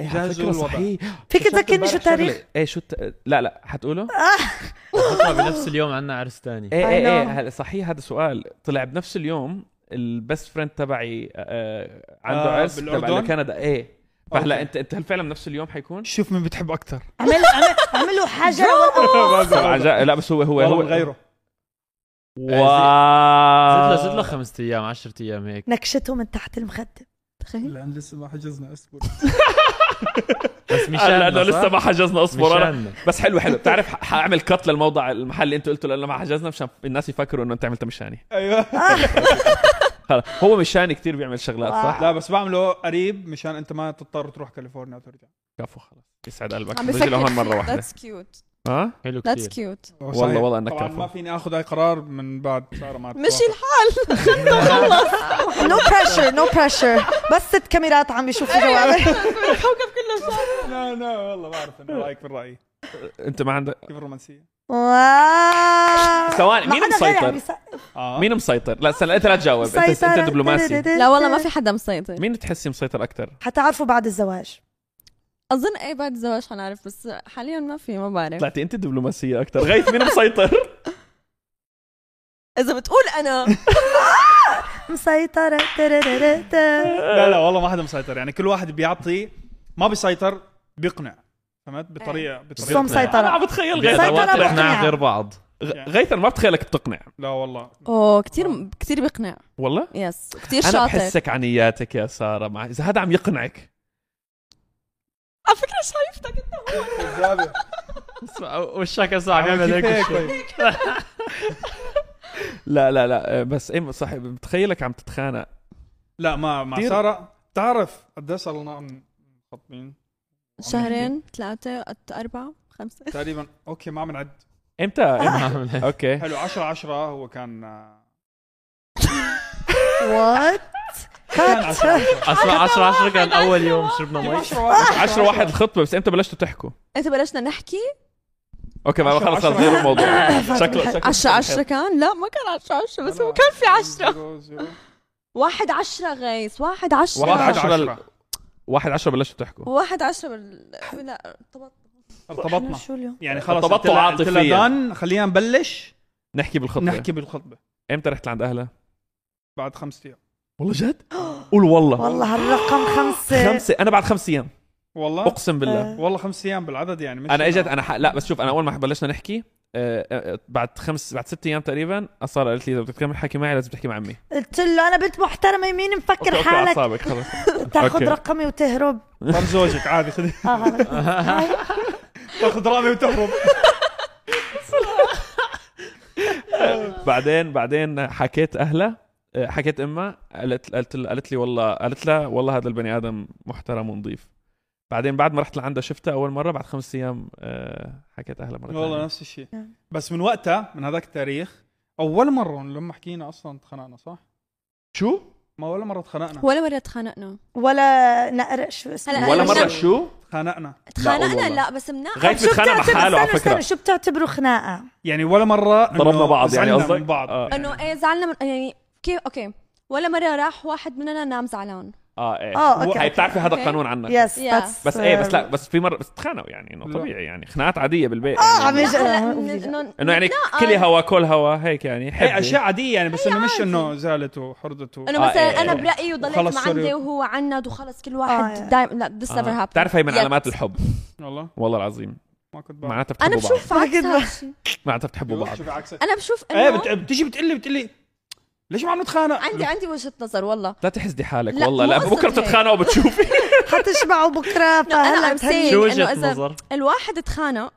[SPEAKER 3] إيه، على
[SPEAKER 2] جازوا
[SPEAKER 3] فكرة
[SPEAKER 2] الوضع.
[SPEAKER 3] صحيح.
[SPEAKER 4] فيك
[SPEAKER 3] اكتشفت
[SPEAKER 4] تذكرني شو
[SPEAKER 3] امبارح
[SPEAKER 4] التاريخ؟
[SPEAKER 3] شغلة. ايه شو الت... لا لا حتقوله؟
[SPEAKER 4] آه،
[SPEAKER 1] بطلع بنفس اليوم عندنا عرس ثاني
[SPEAKER 3] ايه
[SPEAKER 4] I
[SPEAKER 3] ايه ايه
[SPEAKER 4] know.
[SPEAKER 3] هلا صحيح هذا سؤال طلع بنفس اليوم البست فريند تبعي آه، عنده
[SPEAKER 2] آه،
[SPEAKER 3] عرس تبع
[SPEAKER 2] بالأردن؟
[SPEAKER 3] لكندا ايه فهلا
[SPEAKER 2] أوكي.
[SPEAKER 3] انت انت هل فعلا بنفس اليوم حيكون؟
[SPEAKER 2] شوف مين بتحب اكثر
[SPEAKER 4] عمل عمل عملوا حجر والقمر
[SPEAKER 3] طبعاً جا- لا بس هو هو
[SPEAKER 2] والله
[SPEAKER 3] هو
[SPEAKER 2] من غيره
[SPEAKER 1] زدت
[SPEAKER 3] واو
[SPEAKER 1] إيه، له زدت له خمس ايام 10 ايام هيك
[SPEAKER 4] نكشته من تحت المخدة
[SPEAKER 5] تخيل
[SPEAKER 2] لان لسه ما حجزنا اصبر
[SPEAKER 1] بس مشان
[SPEAKER 3] لانه لسه ما حجزنا اصبر انا
[SPEAKER 1] مشان
[SPEAKER 3] بس حلو حلو بتعرف ح- حاعمل كت للموضع المحل اللي انت قلته لانه ما حجزنا مشان الناس يفكروا انه انت عملتها مشاني
[SPEAKER 2] ايوه
[SPEAKER 4] آه.
[SPEAKER 3] خلص هو مشاني كتير بيعمل شغلات صح؟
[SPEAKER 2] لا بس بعمله قريب مشان انت ما تضطر تروح كاليفورنيا وترجع
[SPEAKER 3] كفو خلص يسعد قلبك
[SPEAKER 5] عم
[SPEAKER 3] رجع
[SPEAKER 5] بفكر
[SPEAKER 3] لهون مره واحده
[SPEAKER 5] ذاتس كيوت
[SPEAKER 3] ها؟
[SPEAKER 1] حلو
[SPEAKER 5] ذاتس
[SPEAKER 1] كثير
[SPEAKER 5] كيوت
[SPEAKER 2] صحيح.
[SPEAKER 3] والله انك
[SPEAKER 2] طبعا
[SPEAKER 3] كفو.
[SPEAKER 2] ما فيني اخذ اي قرار من بعد ساره ما
[SPEAKER 5] مشي
[SPEAKER 2] تتوافق.
[SPEAKER 5] الحال
[SPEAKER 4] نو بريشر نو بريشر بس ست كاميرات عم يشوفوا جوابك
[SPEAKER 5] الكوكب كله صار
[SPEAKER 2] لا لا والله بعرف انه رايك بالراي
[SPEAKER 3] انت ما عندك
[SPEAKER 2] كيف الرومانسيه
[SPEAKER 4] واو
[SPEAKER 3] ثواني،
[SPEAKER 4] ما
[SPEAKER 3] مين
[SPEAKER 4] حدا غير عم
[SPEAKER 3] مسيطر؟
[SPEAKER 4] يس-
[SPEAKER 2] اه
[SPEAKER 3] مين مسيطر؟ لا استنى انت لا تجاوب انت
[SPEAKER 4] مسيطرة.
[SPEAKER 3] انت دبلوماسي
[SPEAKER 5] لا والله ما في حدا مسيطر
[SPEAKER 3] مين تحسي مسيطر اكثر؟
[SPEAKER 4] حتعرفوا بعد الزواج
[SPEAKER 5] اظن اي بعد الزواج حنعرف بس حاليا ما في ما بعرف
[SPEAKER 3] طلعتي انت دبلوماسيه اكثر غيث مين مسيطر؟
[SPEAKER 5] اذا بتقول انا
[SPEAKER 4] مسيطرة تررررر.
[SPEAKER 2] لا لا والله ما حدا مسيطر يعني كل واحد بيعطي ما بيسيطر بيقنع فهمت
[SPEAKER 5] إيه.
[SPEAKER 2] بطريقه
[SPEAKER 4] بس هو
[SPEAKER 2] بطريقه
[SPEAKER 3] انا
[SPEAKER 4] مسيطرة
[SPEAKER 3] عم بتخيل غيث
[SPEAKER 1] بيقدر
[SPEAKER 4] مسيطرة
[SPEAKER 1] وقت احنا
[SPEAKER 4] مقنعة.
[SPEAKER 1] غير بعض
[SPEAKER 3] غ- غيث انا ما بتخيلك بتقنع
[SPEAKER 2] لا والله
[SPEAKER 5] اوه كثير كثير بقنع
[SPEAKER 3] والله
[SPEAKER 5] يس كثير
[SPEAKER 3] انا
[SPEAKER 5] شاطر
[SPEAKER 3] بحسك عنياتك يا ساره مع اذا هذا عم يقنعك
[SPEAKER 5] على فكره شايفتك انت هون
[SPEAKER 1] وشك هسه عم يعمل
[SPEAKER 2] كيف هيك
[SPEAKER 1] هيك
[SPEAKER 2] طيب؟
[SPEAKER 3] لا لا لا بس ايه صح بتخيلك عم تتخانق
[SPEAKER 2] لا ما مع
[SPEAKER 3] كتير.
[SPEAKER 2] ساره تعرف قد ايش صار لنا مخطبين
[SPEAKER 5] شهرين ثلاثه أت- اربعه خمسه
[SPEAKER 2] تقريبا اوكي ما عم نعد
[SPEAKER 3] امتى
[SPEAKER 1] آه.
[SPEAKER 3] امتى؟ اوكي
[SPEAKER 2] حلو 10 10 هو كان
[SPEAKER 4] وات
[SPEAKER 2] كان 10
[SPEAKER 1] اصلا 10 10 كان اول يوم شربنا مي
[SPEAKER 3] 10 واحد الخطبه بس امتى بلشتوا تحكوا؟
[SPEAKER 5] انت بلشنا نحكي
[SPEAKER 3] اوكي ما
[SPEAKER 2] عشرة-
[SPEAKER 3] خلص
[SPEAKER 2] عشرة.
[SPEAKER 3] خلص غير الموضوع شكله شكله
[SPEAKER 5] 10 10 كان لا ما كان 10 10 بس هو كان في 10 واحد 10 غيث واحد 10
[SPEAKER 3] واحد
[SPEAKER 2] واحد
[SPEAKER 3] 10
[SPEAKER 2] 10
[SPEAKER 3] ال- واحد 10 بلشتوا تحكوا
[SPEAKER 5] واحد 10 بال... لا طبعا
[SPEAKER 2] ارتبطنا
[SPEAKER 4] شو اليوم
[SPEAKER 2] يعني خلص
[SPEAKER 3] ارتبطوا
[SPEAKER 2] قلت لها- قلت لها
[SPEAKER 3] عاطفياً.
[SPEAKER 2] done، خلينا نبلش
[SPEAKER 3] نحكي بالخطبه
[SPEAKER 2] نحكي بالخطبه
[SPEAKER 3] امتى رحت لعند اهلها؟
[SPEAKER 2] بعد خمس ايام
[SPEAKER 3] والله جد؟ قول والله
[SPEAKER 4] والله هالرقم خمسة
[SPEAKER 3] خمسة انا بعد خمس ايام
[SPEAKER 2] والله
[SPEAKER 3] اقسم بالله
[SPEAKER 4] آه.
[SPEAKER 2] والله خمس ايام بالعدد يعني مش
[SPEAKER 3] انا اجت انا ح... لا بس شوف انا اول ما بلشنا نحكي آه، آه، بعد خمس بعد ست ايام تقريبا صار قالت لي اذا بدك تكمل حكي معي لازم تحكي مع امي
[SPEAKER 4] قلت له انا بنت محترمة مين
[SPEAKER 3] اوكي
[SPEAKER 4] مفكر
[SPEAKER 3] اوكي
[SPEAKER 4] حالك
[SPEAKER 3] اعصابك خلص
[SPEAKER 4] تاخذ
[SPEAKER 3] أوكي.
[SPEAKER 4] رقمي وتهرب
[SPEAKER 2] طب زوجك عادي خذ
[SPEAKER 4] آه.
[SPEAKER 2] تاخذ رامي وتهرب
[SPEAKER 3] بعدين بعدين حكيت اهلها آه، حكيت امها قالت قالت قالت لي والله قالت لها والله هذا البني ادم محترم ونظيف بعدين بعد ما رحت لعندها شفتها اول مره بعد خمس ايام آه، حكيت اهلها مره
[SPEAKER 2] والله
[SPEAKER 3] ثانية.
[SPEAKER 2] نفس الشيء
[SPEAKER 4] نعم.
[SPEAKER 2] بس من وقتها من هذاك التاريخ اول مره لما حكينا اصلا اتخانقنا صح؟
[SPEAKER 3] شو
[SPEAKER 2] ما ولا مره اتخانقنا
[SPEAKER 5] ولا مرة تخانقنا
[SPEAKER 4] ولا نقرق شو اسمه
[SPEAKER 5] هلا
[SPEAKER 3] ولا
[SPEAKER 5] أنا
[SPEAKER 3] مره
[SPEAKER 5] مش-
[SPEAKER 3] شو
[SPEAKER 2] اتخانقنا
[SPEAKER 5] تخانقنا
[SPEAKER 3] والله.
[SPEAKER 5] لا, بس منع
[SPEAKER 3] غير-
[SPEAKER 4] شو
[SPEAKER 3] بتخانق مع
[SPEAKER 4] بتعتبر-
[SPEAKER 3] حاله على
[SPEAKER 4] استنوا-
[SPEAKER 3] فكرة.
[SPEAKER 4] استنوا، شو بتعتبروا خناقة؟
[SPEAKER 2] يعني ولا مره إنه
[SPEAKER 3] ضربنا بعض يعني
[SPEAKER 2] زعلنا من
[SPEAKER 3] قصدك؟
[SPEAKER 2] بعض
[SPEAKER 3] آه.
[SPEAKER 2] يعني.
[SPEAKER 5] انه ايه زعلنا من يعني كيف اوكي ولا مرة راح واحد مننا نام زعلان
[SPEAKER 3] اه ايه
[SPEAKER 4] اه اوكي
[SPEAKER 3] هي بتعرفي هذا
[SPEAKER 5] أوكي.
[SPEAKER 3] قانون عنك
[SPEAKER 4] يس
[SPEAKER 5] Yeah.
[SPEAKER 4] that's-
[SPEAKER 3] بس ايه بس لا بس في مره بس تخانقوا يعني انه
[SPEAKER 2] لا.
[SPEAKER 3] طبيعي يعني خناقات عاديه بالبيت
[SPEAKER 4] اه عم
[SPEAKER 3] يعني
[SPEAKER 4] يجي
[SPEAKER 5] هلا
[SPEAKER 4] آه،
[SPEAKER 5] إنه-
[SPEAKER 3] انه يعني
[SPEAKER 5] لا،
[SPEAKER 3] كلي
[SPEAKER 5] آه،
[SPEAKER 3] هوا كل هوا هيك يعني
[SPEAKER 2] هي
[SPEAKER 3] حبي
[SPEAKER 2] اشياء عاديه يعني بس انه مش انه زعلت وحرضت و...
[SPEAKER 5] انه
[SPEAKER 3] آه،
[SPEAKER 5] مثلا
[SPEAKER 3] إيه،
[SPEAKER 5] انا
[SPEAKER 3] إيه.
[SPEAKER 5] برايي وضليت
[SPEAKER 2] وخلص
[SPEAKER 5] مع
[SPEAKER 2] صار-
[SPEAKER 5] عندي وهو عند وخلص كل واحد
[SPEAKER 4] آه.
[SPEAKER 5] دايم لا ذس نيفر هابن
[SPEAKER 3] بتعرف هي من علامات الحب
[SPEAKER 2] والله
[SPEAKER 3] والله العظيم
[SPEAKER 2] ما كنت بعرف
[SPEAKER 3] معناتها
[SPEAKER 5] انا
[SPEAKER 3] بتحبوا بعض إيه،
[SPEAKER 5] بشوف عكس
[SPEAKER 4] ما كنت
[SPEAKER 5] هذا الشيء
[SPEAKER 3] معناتها بتحبوا بعض
[SPEAKER 2] شوف عكسك
[SPEAKER 5] انا بشوف
[SPEAKER 2] ايه
[SPEAKER 5] انه
[SPEAKER 2] بت... بتجي بتقلي بتقلي ليش ما عم نتخانق؟
[SPEAKER 5] عندي عندي وجهة نظر والله
[SPEAKER 3] لا تحسدي حالك
[SPEAKER 5] لا،
[SPEAKER 3] والله
[SPEAKER 5] مو
[SPEAKER 3] لا
[SPEAKER 5] قصدي
[SPEAKER 3] بكره
[SPEAKER 5] هيك.
[SPEAKER 3] بتتخانقوا وبتشوفي
[SPEAKER 4] حتشبعوا بكره
[SPEAKER 5] انا
[SPEAKER 4] فهلا
[SPEAKER 5] ام
[SPEAKER 4] بتهني.
[SPEAKER 1] شو
[SPEAKER 5] سينج انه
[SPEAKER 1] وجهه
[SPEAKER 5] اذا
[SPEAKER 1] نظر؟
[SPEAKER 5] الواحد تخانق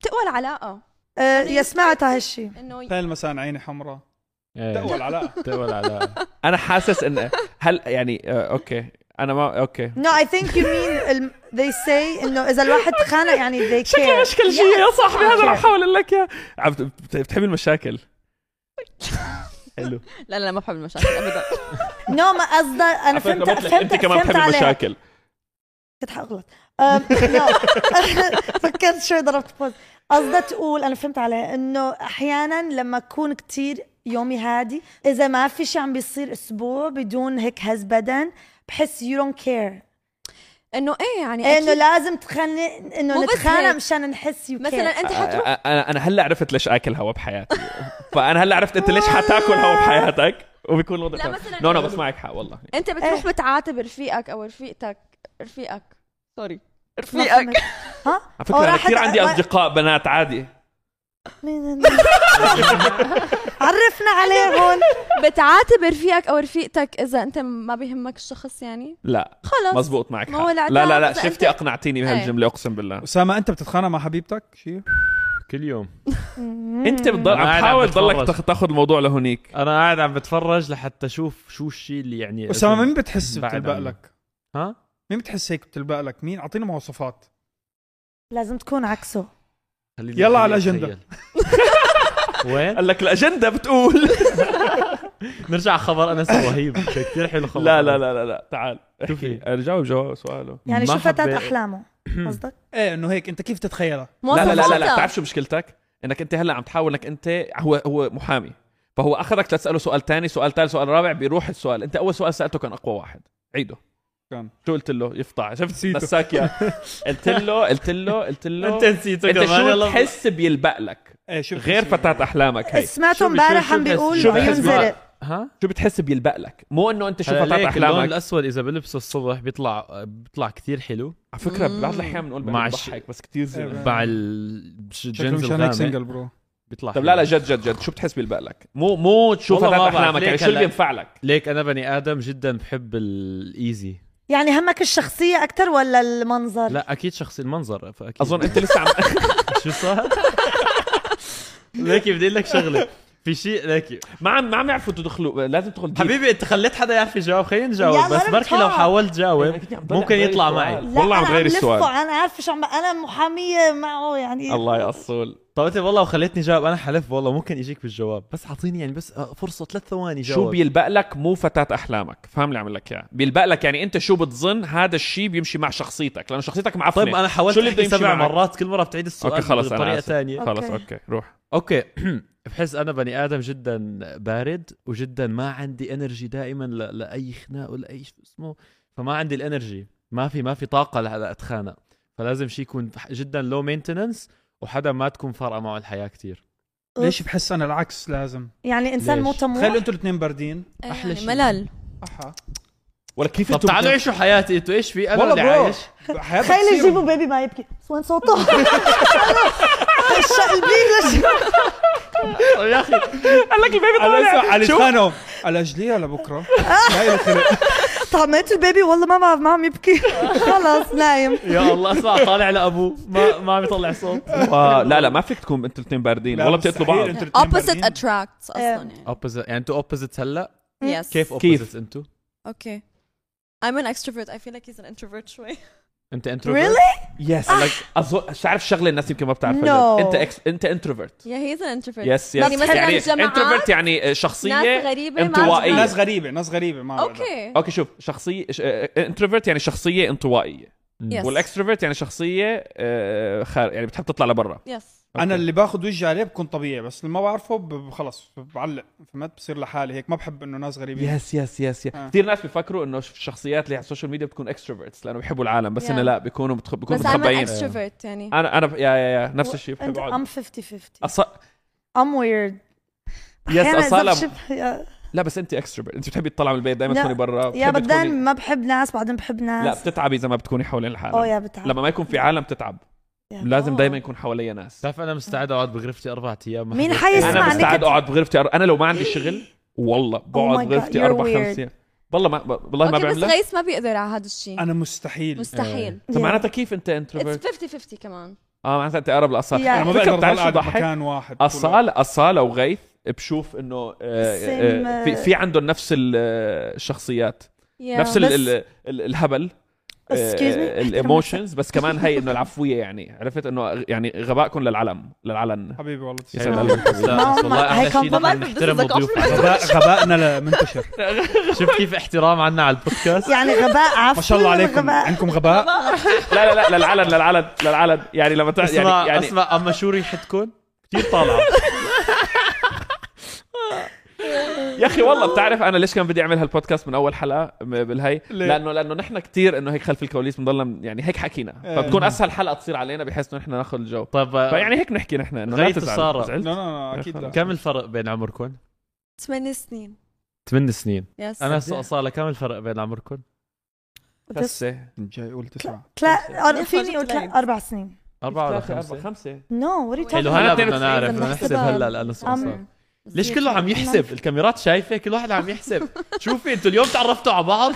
[SPEAKER 5] تقوى العلاقة
[SPEAKER 4] آه، يا سمعت هالشي
[SPEAKER 5] انه
[SPEAKER 2] تخيل مساء عيني حمراء تقوى
[SPEAKER 1] ايه
[SPEAKER 2] العلاقه
[SPEAKER 1] تقوى العلاقه
[SPEAKER 3] انا حاسس ان هل يعني آه، اوكي انا ما اوكي
[SPEAKER 4] No I think you mean ال- they say انه اذا الواحد تخانق يعني they care
[SPEAKER 3] اشكال شيء يا صاحبي هذا رح احاول لك يا عم بت- بت- بتحبي المشاكل حلو
[SPEAKER 5] لا لا ما بحب المشاكل ابدا
[SPEAKER 4] no ما قصدي انا
[SPEAKER 3] على فكرة
[SPEAKER 4] فهمت
[SPEAKER 3] مثلك،
[SPEAKER 4] فهمت
[SPEAKER 3] انت كمان
[SPEAKER 4] فهمت
[SPEAKER 3] بتحبي
[SPEAKER 4] عليك
[SPEAKER 3] المشاكل
[SPEAKER 4] كنت حاغلط أم، لا فكرت شوي ضربت بوز قصدها تقول انا فهمت عليه انه احيانا لما اكون كتير يومي هادي اذا ما في شيء عم بيصير اسبوع بدون هيك هزبدن بحس يو دونت كير
[SPEAKER 5] انه ايه يعني
[SPEAKER 4] انه
[SPEAKER 5] أكيد
[SPEAKER 4] لازم تخني انه
[SPEAKER 5] مو بس
[SPEAKER 4] نتخانق
[SPEAKER 5] هيك.
[SPEAKER 4] مشان نحس يو
[SPEAKER 5] مثلا انت حتروح
[SPEAKER 3] انا انا هلا عرفت ليش اكل هوا بحياتي فانا هلا عرفت انت ليش حتاكل هوا بحياتك وبيكون الوضع
[SPEAKER 5] لا،
[SPEAKER 3] تمام.
[SPEAKER 5] مثلاً
[SPEAKER 3] نو نو
[SPEAKER 5] إنه-
[SPEAKER 3] بس معك حق والله يعني
[SPEAKER 5] انت
[SPEAKER 4] إيه.
[SPEAKER 5] بتروح بتعاتب رفيقك او رفيقتك رفيقك سوري رفيقك
[SPEAKER 4] فيك ها
[SPEAKER 3] على
[SPEAKER 4] أو
[SPEAKER 3] فكره أنا
[SPEAKER 4] راحت-
[SPEAKER 3] كثير عندي
[SPEAKER 4] و-
[SPEAKER 3] اصدقاء بنات عادي
[SPEAKER 4] مين عرفنا عليه هون
[SPEAKER 5] بتعاتب رفيقك او رفيقتك اذا انت ما بيهمك الشخص يعني
[SPEAKER 3] لا
[SPEAKER 5] خلص
[SPEAKER 3] مزبوط معك
[SPEAKER 5] ما
[SPEAKER 3] حق.
[SPEAKER 5] هو
[SPEAKER 3] لا
[SPEAKER 5] العتاب
[SPEAKER 3] لا لا
[SPEAKER 5] إذا
[SPEAKER 3] شفتي
[SPEAKER 5] أنت-
[SPEAKER 3] اقنعتيني
[SPEAKER 5] إيه.
[SPEAKER 3] بهالجمله اقسم بالله
[SPEAKER 2] اسامه انت بتتخانق مع حبيبتك شيء
[SPEAKER 1] كل يوم
[SPEAKER 3] انت بتضل
[SPEAKER 1] أنا
[SPEAKER 3] عم
[SPEAKER 1] قاعد
[SPEAKER 3] تحاول
[SPEAKER 1] عم بتفرج.
[SPEAKER 3] تضلك تاخ- تاخذ الموضوع لهونيك
[SPEAKER 1] انا قاعد عم بتفرج لحتى اشوف شو الشيء اللي يعني
[SPEAKER 2] اسامه مين بتحس
[SPEAKER 1] بعد
[SPEAKER 2] بتلبق
[SPEAKER 1] عنه.
[SPEAKER 2] لك؟
[SPEAKER 1] ها؟
[SPEAKER 2] مين بتحس هيك بتلبق لك؟ مين؟ اعطينا مواصفات
[SPEAKER 4] لازم تكون عكسه
[SPEAKER 1] خليني
[SPEAKER 2] يلا على
[SPEAKER 1] خليني
[SPEAKER 2] الأجندة.
[SPEAKER 1] أتخيل. وين؟
[SPEAKER 3] قال لك الاجنده بتقول
[SPEAKER 1] نرجع على خبر انس الرهيب كثير حلو خبر
[SPEAKER 3] لا لا لا لا لا تعال
[SPEAKER 1] شو
[SPEAKER 3] احكي
[SPEAKER 1] في؟
[SPEAKER 3] أنا جاوب جواب سؤاله
[SPEAKER 4] يعني
[SPEAKER 1] ما
[SPEAKER 4] شو فتاة
[SPEAKER 1] حبيت-
[SPEAKER 4] احلامه قصدك؟
[SPEAKER 2] ايه انه هيك انت كيف تتخيلها؟
[SPEAKER 3] لا لا لا لا, لا.
[SPEAKER 5] موظفاتها.
[SPEAKER 3] بتعرف شو مشكلتك؟ انك انت هلا عم تحاول انك انت هو هو محامي فهو اخذك تساله سؤال تاني سؤال ثالث سؤال رابع بيروح السؤال انت اول سؤال سالته كان اقوى واحد عيده
[SPEAKER 2] كان.
[SPEAKER 3] شو قلت له يفطع شفت
[SPEAKER 2] نسيته.
[SPEAKER 3] نساك إياه. قلت له قلت له قلت له
[SPEAKER 1] انت نسيته
[SPEAKER 3] انت شو
[SPEAKER 1] كمان
[SPEAKER 3] بتحس بيلبق لك
[SPEAKER 2] ايه شو
[SPEAKER 3] غير
[SPEAKER 2] بتصير؟
[SPEAKER 3] فتاة احلامك هي
[SPEAKER 4] سمعته
[SPEAKER 1] شو- شو-
[SPEAKER 4] امبارح
[SPEAKER 1] شو
[SPEAKER 4] عم
[SPEAKER 1] بتحس-
[SPEAKER 4] بيقول
[SPEAKER 1] شو
[SPEAKER 4] عيون
[SPEAKER 1] بتحس
[SPEAKER 3] بقى؟
[SPEAKER 4] زرق
[SPEAKER 1] ها؟
[SPEAKER 3] شو بتحس بيلبق لك مو انه انت شو
[SPEAKER 1] هلا
[SPEAKER 3] فتاة
[SPEAKER 1] ليك اللون
[SPEAKER 3] احلامك
[SPEAKER 1] الاسود اذا بلبسه الصبح بيطلع بيطلع كثير حلو
[SPEAKER 3] على فكره
[SPEAKER 5] مم.
[SPEAKER 3] بعض الاحيان بنقول
[SPEAKER 1] مع
[SPEAKER 3] مع
[SPEAKER 1] الش-
[SPEAKER 3] بضحك بس كثير
[SPEAKER 2] إيه
[SPEAKER 3] زين
[SPEAKER 2] بقى.
[SPEAKER 1] مع ال-
[SPEAKER 2] شكله
[SPEAKER 1] الجنز
[SPEAKER 2] مشان هيك
[SPEAKER 1] الغامق
[SPEAKER 2] سنجل برو
[SPEAKER 1] بيطلع
[SPEAKER 3] طب
[SPEAKER 1] حلو.
[SPEAKER 3] لا لا جد جد جد شو بتحس بيلبق لك مو مو شو
[SPEAKER 1] والله ما
[SPEAKER 3] فتاة
[SPEAKER 1] بعرف.
[SPEAKER 3] احلامك
[SPEAKER 1] ليك
[SPEAKER 3] يعني شو اللي
[SPEAKER 1] هلا-
[SPEAKER 3] بينفع لك
[SPEAKER 1] ليك انا بني ادم جدا بحب الايزي
[SPEAKER 4] يعني همك الشخصية أكثر ولا المنظر؟
[SPEAKER 1] لا اكيد شخص المنظر فاكيد
[SPEAKER 3] اظن انت لسه عم
[SPEAKER 1] شو صار؟ ليكي بدي أقول لك شغله في شيء ليكي
[SPEAKER 3] ما عم ما عم يعرفوا تدخلوا لازم تدخل deep.
[SPEAKER 1] حبيبي انت خليت حدا يعرف يجاوب خلينا
[SPEAKER 4] يا
[SPEAKER 1] نجاوب بس
[SPEAKER 4] زلمة
[SPEAKER 1] بركي لو
[SPEAKER 4] تعال.
[SPEAKER 1] حاولت جاوب
[SPEAKER 3] أكيد يعني عم ضلع
[SPEAKER 1] ممكن
[SPEAKER 3] بغير
[SPEAKER 1] يطلع
[SPEAKER 3] السؤال.
[SPEAKER 1] معي
[SPEAKER 4] لا،
[SPEAKER 3] والله عم غير
[SPEAKER 4] لفه،
[SPEAKER 3] السؤال.
[SPEAKER 4] أنا عارفة شو عم أنا محامية معه يعني
[SPEAKER 3] الله يا اصول
[SPEAKER 1] طب انت والله وخليتني جاوب انا حلف والله ممكن يجيك بالجواب بس اعطيني يعني بس آه، فرصه ثلاث ثواني جاوب
[SPEAKER 3] شو بيلبق لك مو فتاة احلامك فاهم اللي عم لك اياه بيلبق لك يعني انت شو بتظن هذا الشيء بيمشي مع شخصيتك لانه شخصيتك معفنه
[SPEAKER 1] طيب انا حاولت
[SPEAKER 3] شو اللي بده
[SPEAKER 1] أحكي
[SPEAKER 3] يمشي
[SPEAKER 1] سبع
[SPEAKER 3] معك؟
[SPEAKER 1] مرات كل مره بتعيد السؤال
[SPEAKER 3] أوكي، خلص، أنا
[SPEAKER 1] بطريقه
[SPEAKER 3] آسف.
[SPEAKER 1] ثانيه
[SPEAKER 3] خلص
[SPEAKER 4] أوكي.
[SPEAKER 3] اوكي روح
[SPEAKER 1] اوكي بحس انا بني ادم جدا بارد وجدا ما عندي انرجي دائما ل... لاي خناق ولا اي شو اسمه فما عندي الانرجي ما في ما في طاقه ل- لاتخانق فلازم شيء يكون ح- جدا لو مينتننس وحدا ما تكون فارقه معه الحياه كتير
[SPEAKER 4] أوف.
[SPEAKER 2] ليش بحس انا العكس لازم
[SPEAKER 4] يعني إنسان مو
[SPEAKER 1] ليش؟
[SPEAKER 4] طموح
[SPEAKER 2] تخيلوا انتوا الاثنين باردين
[SPEAKER 5] إيه
[SPEAKER 1] أحلى
[SPEAKER 5] يعني
[SPEAKER 1] شيء.
[SPEAKER 5] ملل
[SPEAKER 2] احا
[SPEAKER 3] ولا كيف
[SPEAKER 1] طب
[SPEAKER 3] انتم
[SPEAKER 1] تعالوا عيشوا حياتي انتوا ايش في انا
[SPEAKER 2] والله
[SPEAKER 1] اللي
[SPEAKER 2] برو.
[SPEAKER 1] عايش
[SPEAKER 2] حياتك
[SPEAKER 4] تخيل
[SPEAKER 2] بتصير-
[SPEAKER 4] يجيبوا بيبي ما يبكي بس وين صوته؟ قلبي
[SPEAKER 1] طب طيب يا اخي
[SPEAKER 3] قال لك البيبي
[SPEAKER 2] على
[SPEAKER 3] طالع
[SPEAKER 2] على
[SPEAKER 3] شو
[SPEAKER 2] لسانهم على اجليه لبكره لا إله خلق.
[SPEAKER 4] طعمت البيبي والله ما بعرف ما عم يبكي خلص نايم
[SPEAKER 1] يا الله اسمع طالع لابوه ما ما عم يطلع صوت
[SPEAKER 3] آه، لا لا ما فيك تكون انتوا الاثنين باردين
[SPEAKER 2] لا،
[SPEAKER 3] يعني والله بتقتلوا
[SPEAKER 2] مستحيل
[SPEAKER 3] بعض
[SPEAKER 2] أنتوا الاتنين
[SPEAKER 5] opposite
[SPEAKER 2] باردين.
[SPEAKER 5] attracts اصلا يعني
[SPEAKER 1] اوبوزيت يعني انتوا اوبوزيت هلا
[SPEAKER 5] يس
[SPEAKER 1] كيف
[SPEAKER 3] كيف؟
[SPEAKER 1] اوبوزيت انتوا
[SPEAKER 5] اوكي I'm an extrovert I feel like he's an introvert شوي
[SPEAKER 1] انت انتروفيرت
[SPEAKER 4] really
[SPEAKER 3] يس لك اظن تعرف شغله الناس يمكن ما بتعرفها
[SPEAKER 4] No.
[SPEAKER 3] انت ex- انت انتروفيرت
[SPEAKER 5] yeah he is an introvert
[SPEAKER 3] يس يس
[SPEAKER 5] يعني مثلاً جماعات،
[SPEAKER 3] انتروفيرت يعني آه،
[SPEAKER 5] ناس
[SPEAKER 3] شخصيه
[SPEAKER 5] غريبة ما
[SPEAKER 3] انطوائية.
[SPEAKER 5] عندهم-
[SPEAKER 2] ناس غريبه ناس غريبه ما
[SPEAKER 5] اوكي
[SPEAKER 3] اوكي شوف شخصيه انتروفيرت يعني شخصيه انطوائيه
[SPEAKER 5] Yes.
[SPEAKER 3] والاكستروفيرت يعني شخصيه آه، خارج يعني بتحب تطلع لبرا
[SPEAKER 5] يس
[SPEAKER 2] انا اللي باخذ وجهي عليه بكون طبيعي بس اللي ما بعرفه ب- ب- خلص بعلق فهمت بصير لحالي هيك ما بحب انه ناس غريبين
[SPEAKER 3] يس يس يس يس
[SPEAKER 2] آه.
[SPEAKER 3] كثير ناس بيفكروا انه الشخصيات اللي على السوشيال ميديا بتكون اكستروفيرتس لانه بيحبوا العالم بس
[SPEAKER 5] Yeah.
[SPEAKER 3] انه لا بيكونوا بتخ... بيكونوا
[SPEAKER 5] بس I'm an
[SPEAKER 3] متخبيين
[SPEAKER 5] extrovert يعني
[SPEAKER 3] انا انا ب- يا يا يا نفس الشيء
[SPEAKER 4] أنت
[SPEAKER 3] بحب
[SPEAKER 4] I'm
[SPEAKER 3] اقعد
[SPEAKER 4] 50 50
[SPEAKER 3] أص...
[SPEAKER 4] I'm weird
[SPEAKER 3] يس
[SPEAKER 4] أحياناً إذا
[SPEAKER 3] اصاله
[SPEAKER 4] بشب- يا-
[SPEAKER 3] لا بس انت اكستروفيرت انت بتحبي تطلع من البيت دائما
[SPEAKER 4] لا.
[SPEAKER 3] تكوني برا
[SPEAKER 4] يا
[SPEAKER 3] بتحبي
[SPEAKER 4] بدان
[SPEAKER 3] تكوني-
[SPEAKER 4] ما بحب ناس بعدين بحب
[SPEAKER 3] لا
[SPEAKER 4] ناس
[SPEAKER 3] بتتعبي اذا ما بتكوني حوالين العالم
[SPEAKER 4] أو يا بتعب
[SPEAKER 3] لما ما يكون في عالم بتتعب
[SPEAKER 4] يا
[SPEAKER 3] لازم
[SPEAKER 4] بابا.
[SPEAKER 3] دائما يكون حواليا ناس
[SPEAKER 1] بتعرف انا مستعد اقعد بغرفتي اربع ايام ما
[SPEAKER 4] مين
[SPEAKER 1] حدا-
[SPEAKER 4] حيسمع
[SPEAKER 3] انا
[SPEAKER 4] عنك
[SPEAKER 3] مستعد
[SPEAKER 4] أنت؟
[SPEAKER 3] اقعد بغرفتي أر... انا لو ما عندي شغل والله
[SPEAKER 4] my
[SPEAKER 3] بقعد
[SPEAKER 4] God,
[SPEAKER 3] بغرفتي
[SPEAKER 4] you're
[SPEAKER 3] اربع
[SPEAKER 4] weird.
[SPEAKER 3] خمس ايام والله ما والله ما
[SPEAKER 5] اوكي بس
[SPEAKER 3] بعملها
[SPEAKER 5] غيث ما بيقدر على هذا الشيء
[SPEAKER 2] انا مستحيل
[SPEAKER 5] إيه؟ مستحيل
[SPEAKER 3] طب
[SPEAKER 4] Yeah.
[SPEAKER 3] معناتها كيف انت
[SPEAKER 5] It's
[SPEAKER 3] انتروفيرت
[SPEAKER 5] 50 50 كمان
[SPEAKER 3] اه معناتها انت اقرب لاصاله
[SPEAKER 4] Yeah. أنا
[SPEAKER 2] انا ما
[SPEAKER 4] ما
[SPEAKER 3] فكرة
[SPEAKER 2] بقدر اضل
[SPEAKER 3] بتعرف شو
[SPEAKER 2] قاعد
[SPEAKER 3] بضحك
[SPEAKER 2] بمكان واحد طول الوقت.
[SPEAKER 3] اصاله اصاله وغيث بشوف انه آه، آه، آه،
[SPEAKER 4] Same-
[SPEAKER 3] في في عندهم نفس ال- آه، الشخصيات
[SPEAKER 5] yeah.
[SPEAKER 3] نفس ال-
[SPEAKER 4] بس-
[SPEAKER 3] آه، ال- ال- الهبل
[SPEAKER 4] Excuse me.
[SPEAKER 3] الايموشنز بس كمان هي انه العفويه يعني عرفت انه يعني غبائكم للعلم للعلن
[SPEAKER 2] حبيبي والله تسلم.
[SPEAKER 3] يسعد
[SPEAKER 1] هيدا
[SPEAKER 3] قلبك.
[SPEAKER 1] الأستاذ،
[SPEAKER 4] ما-
[SPEAKER 1] والله
[SPEAKER 4] ما- هيك
[SPEAKER 1] احلى شيء
[SPEAKER 4] هم
[SPEAKER 1] نحن
[SPEAKER 5] ما- this is
[SPEAKER 1] نحترم
[SPEAKER 5] a
[SPEAKER 1] ضيوفنا
[SPEAKER 2] غباء غبائنا لا منتشر
[SPEAKER 1] شوف كيف احترام عنا على البودكاست
[SPEAKER 4] يعني غباء عفوا
[SPEAKER 2] ما شاء الله
[SPEAKER 4] ولا
[SPEAKER 2] عليكم
[SPEAKER 4] غباء
[SPEAKER 2] عندكم غباء
[SPEAKER 3] لا لا لا للعلن للعلن للعلن يعني لما تع...
[SPEAKER 1] اسمع
[SPEAKER 3] يعني يعني
[SPEAKER 1] اسمع اما شو ريحتكم كثير طالعه
[SPEAKER 3] يا اخي والله بتعرف انا ليش كان بدي اعمل هالبودكاست من اول حلقه م- بالهي
[SPEAKER 2] ليه؟
[SPEAKER 3] لانه لانه نحن كتير انه هيك خلف الكواليس بنضلنا يعني هيك حكينا
[SPEAKER 2] إيه.
[SPEAKER 3] فبتكون اسهل حلقه تصير علينا بحيث انه نحن ناخذ الجو
[SPEAKER 1] طيب آه،
[SPEAKER 3] فيعني هيك نحكي نحن انه لا
[SPEAKER 1] غاية
[SPEAKER 3] تزعل
[SPEAKER 1] الثارة.
[SPEAKER 2] لا
[SPEAKER 3] زعلت؟
[SPEAKER 2] لا لا اكيد لا
[SPEAKER 1] كم الفرق بين عمركم؟
[SPEAKER 5] ثمان سنين
[SPEAKER 1] 8 سنين
[SPEAKER 5] يس
[SPEAKER 1] انا هسه اصاله كم الفرق بين عمركم؟
[SPEAKER 3] خمسة
[SPEAKER 2] جاي قول تسعه
[SPEAKER 4] تلا
[SPEAKER 5] ليه
[SPEAKER 4] فيني قلت
[SPEAKER 5] خرجت
[SPEAKER 4] لا اربع سنين
[SPEAKER 1] أربعة ولا
[SPEAKER 3] ثلاثة، أربعة،
[SPEAKER 1] خمسة؟
[SPEAKER 3] خمسة
[SPEAKER 4] نو وات
[SPEAKER 1] حلو
[SPEAKER 5] حلو،
[SPEAKER 1] هلا
[SPEAKER 3] أنا
[SPEAKER 1] بدنا
[SPEAKER 3] 92
[SPEAKER 1] نعرف
[SPEAKER 4] بدنا
[SPEAKER 1] بدنا نحسب
[SPEAKER 4] نحسبها.
[SPEAKER 1] هلا لأنه صار
[SPEAKER 4] عم-
[SPEAKER 1] صار ليش كله عم يحسب الكاميرات شايفة كل واحد عم يحسب شوفي انتوا اليوم تعرفتوا على بعض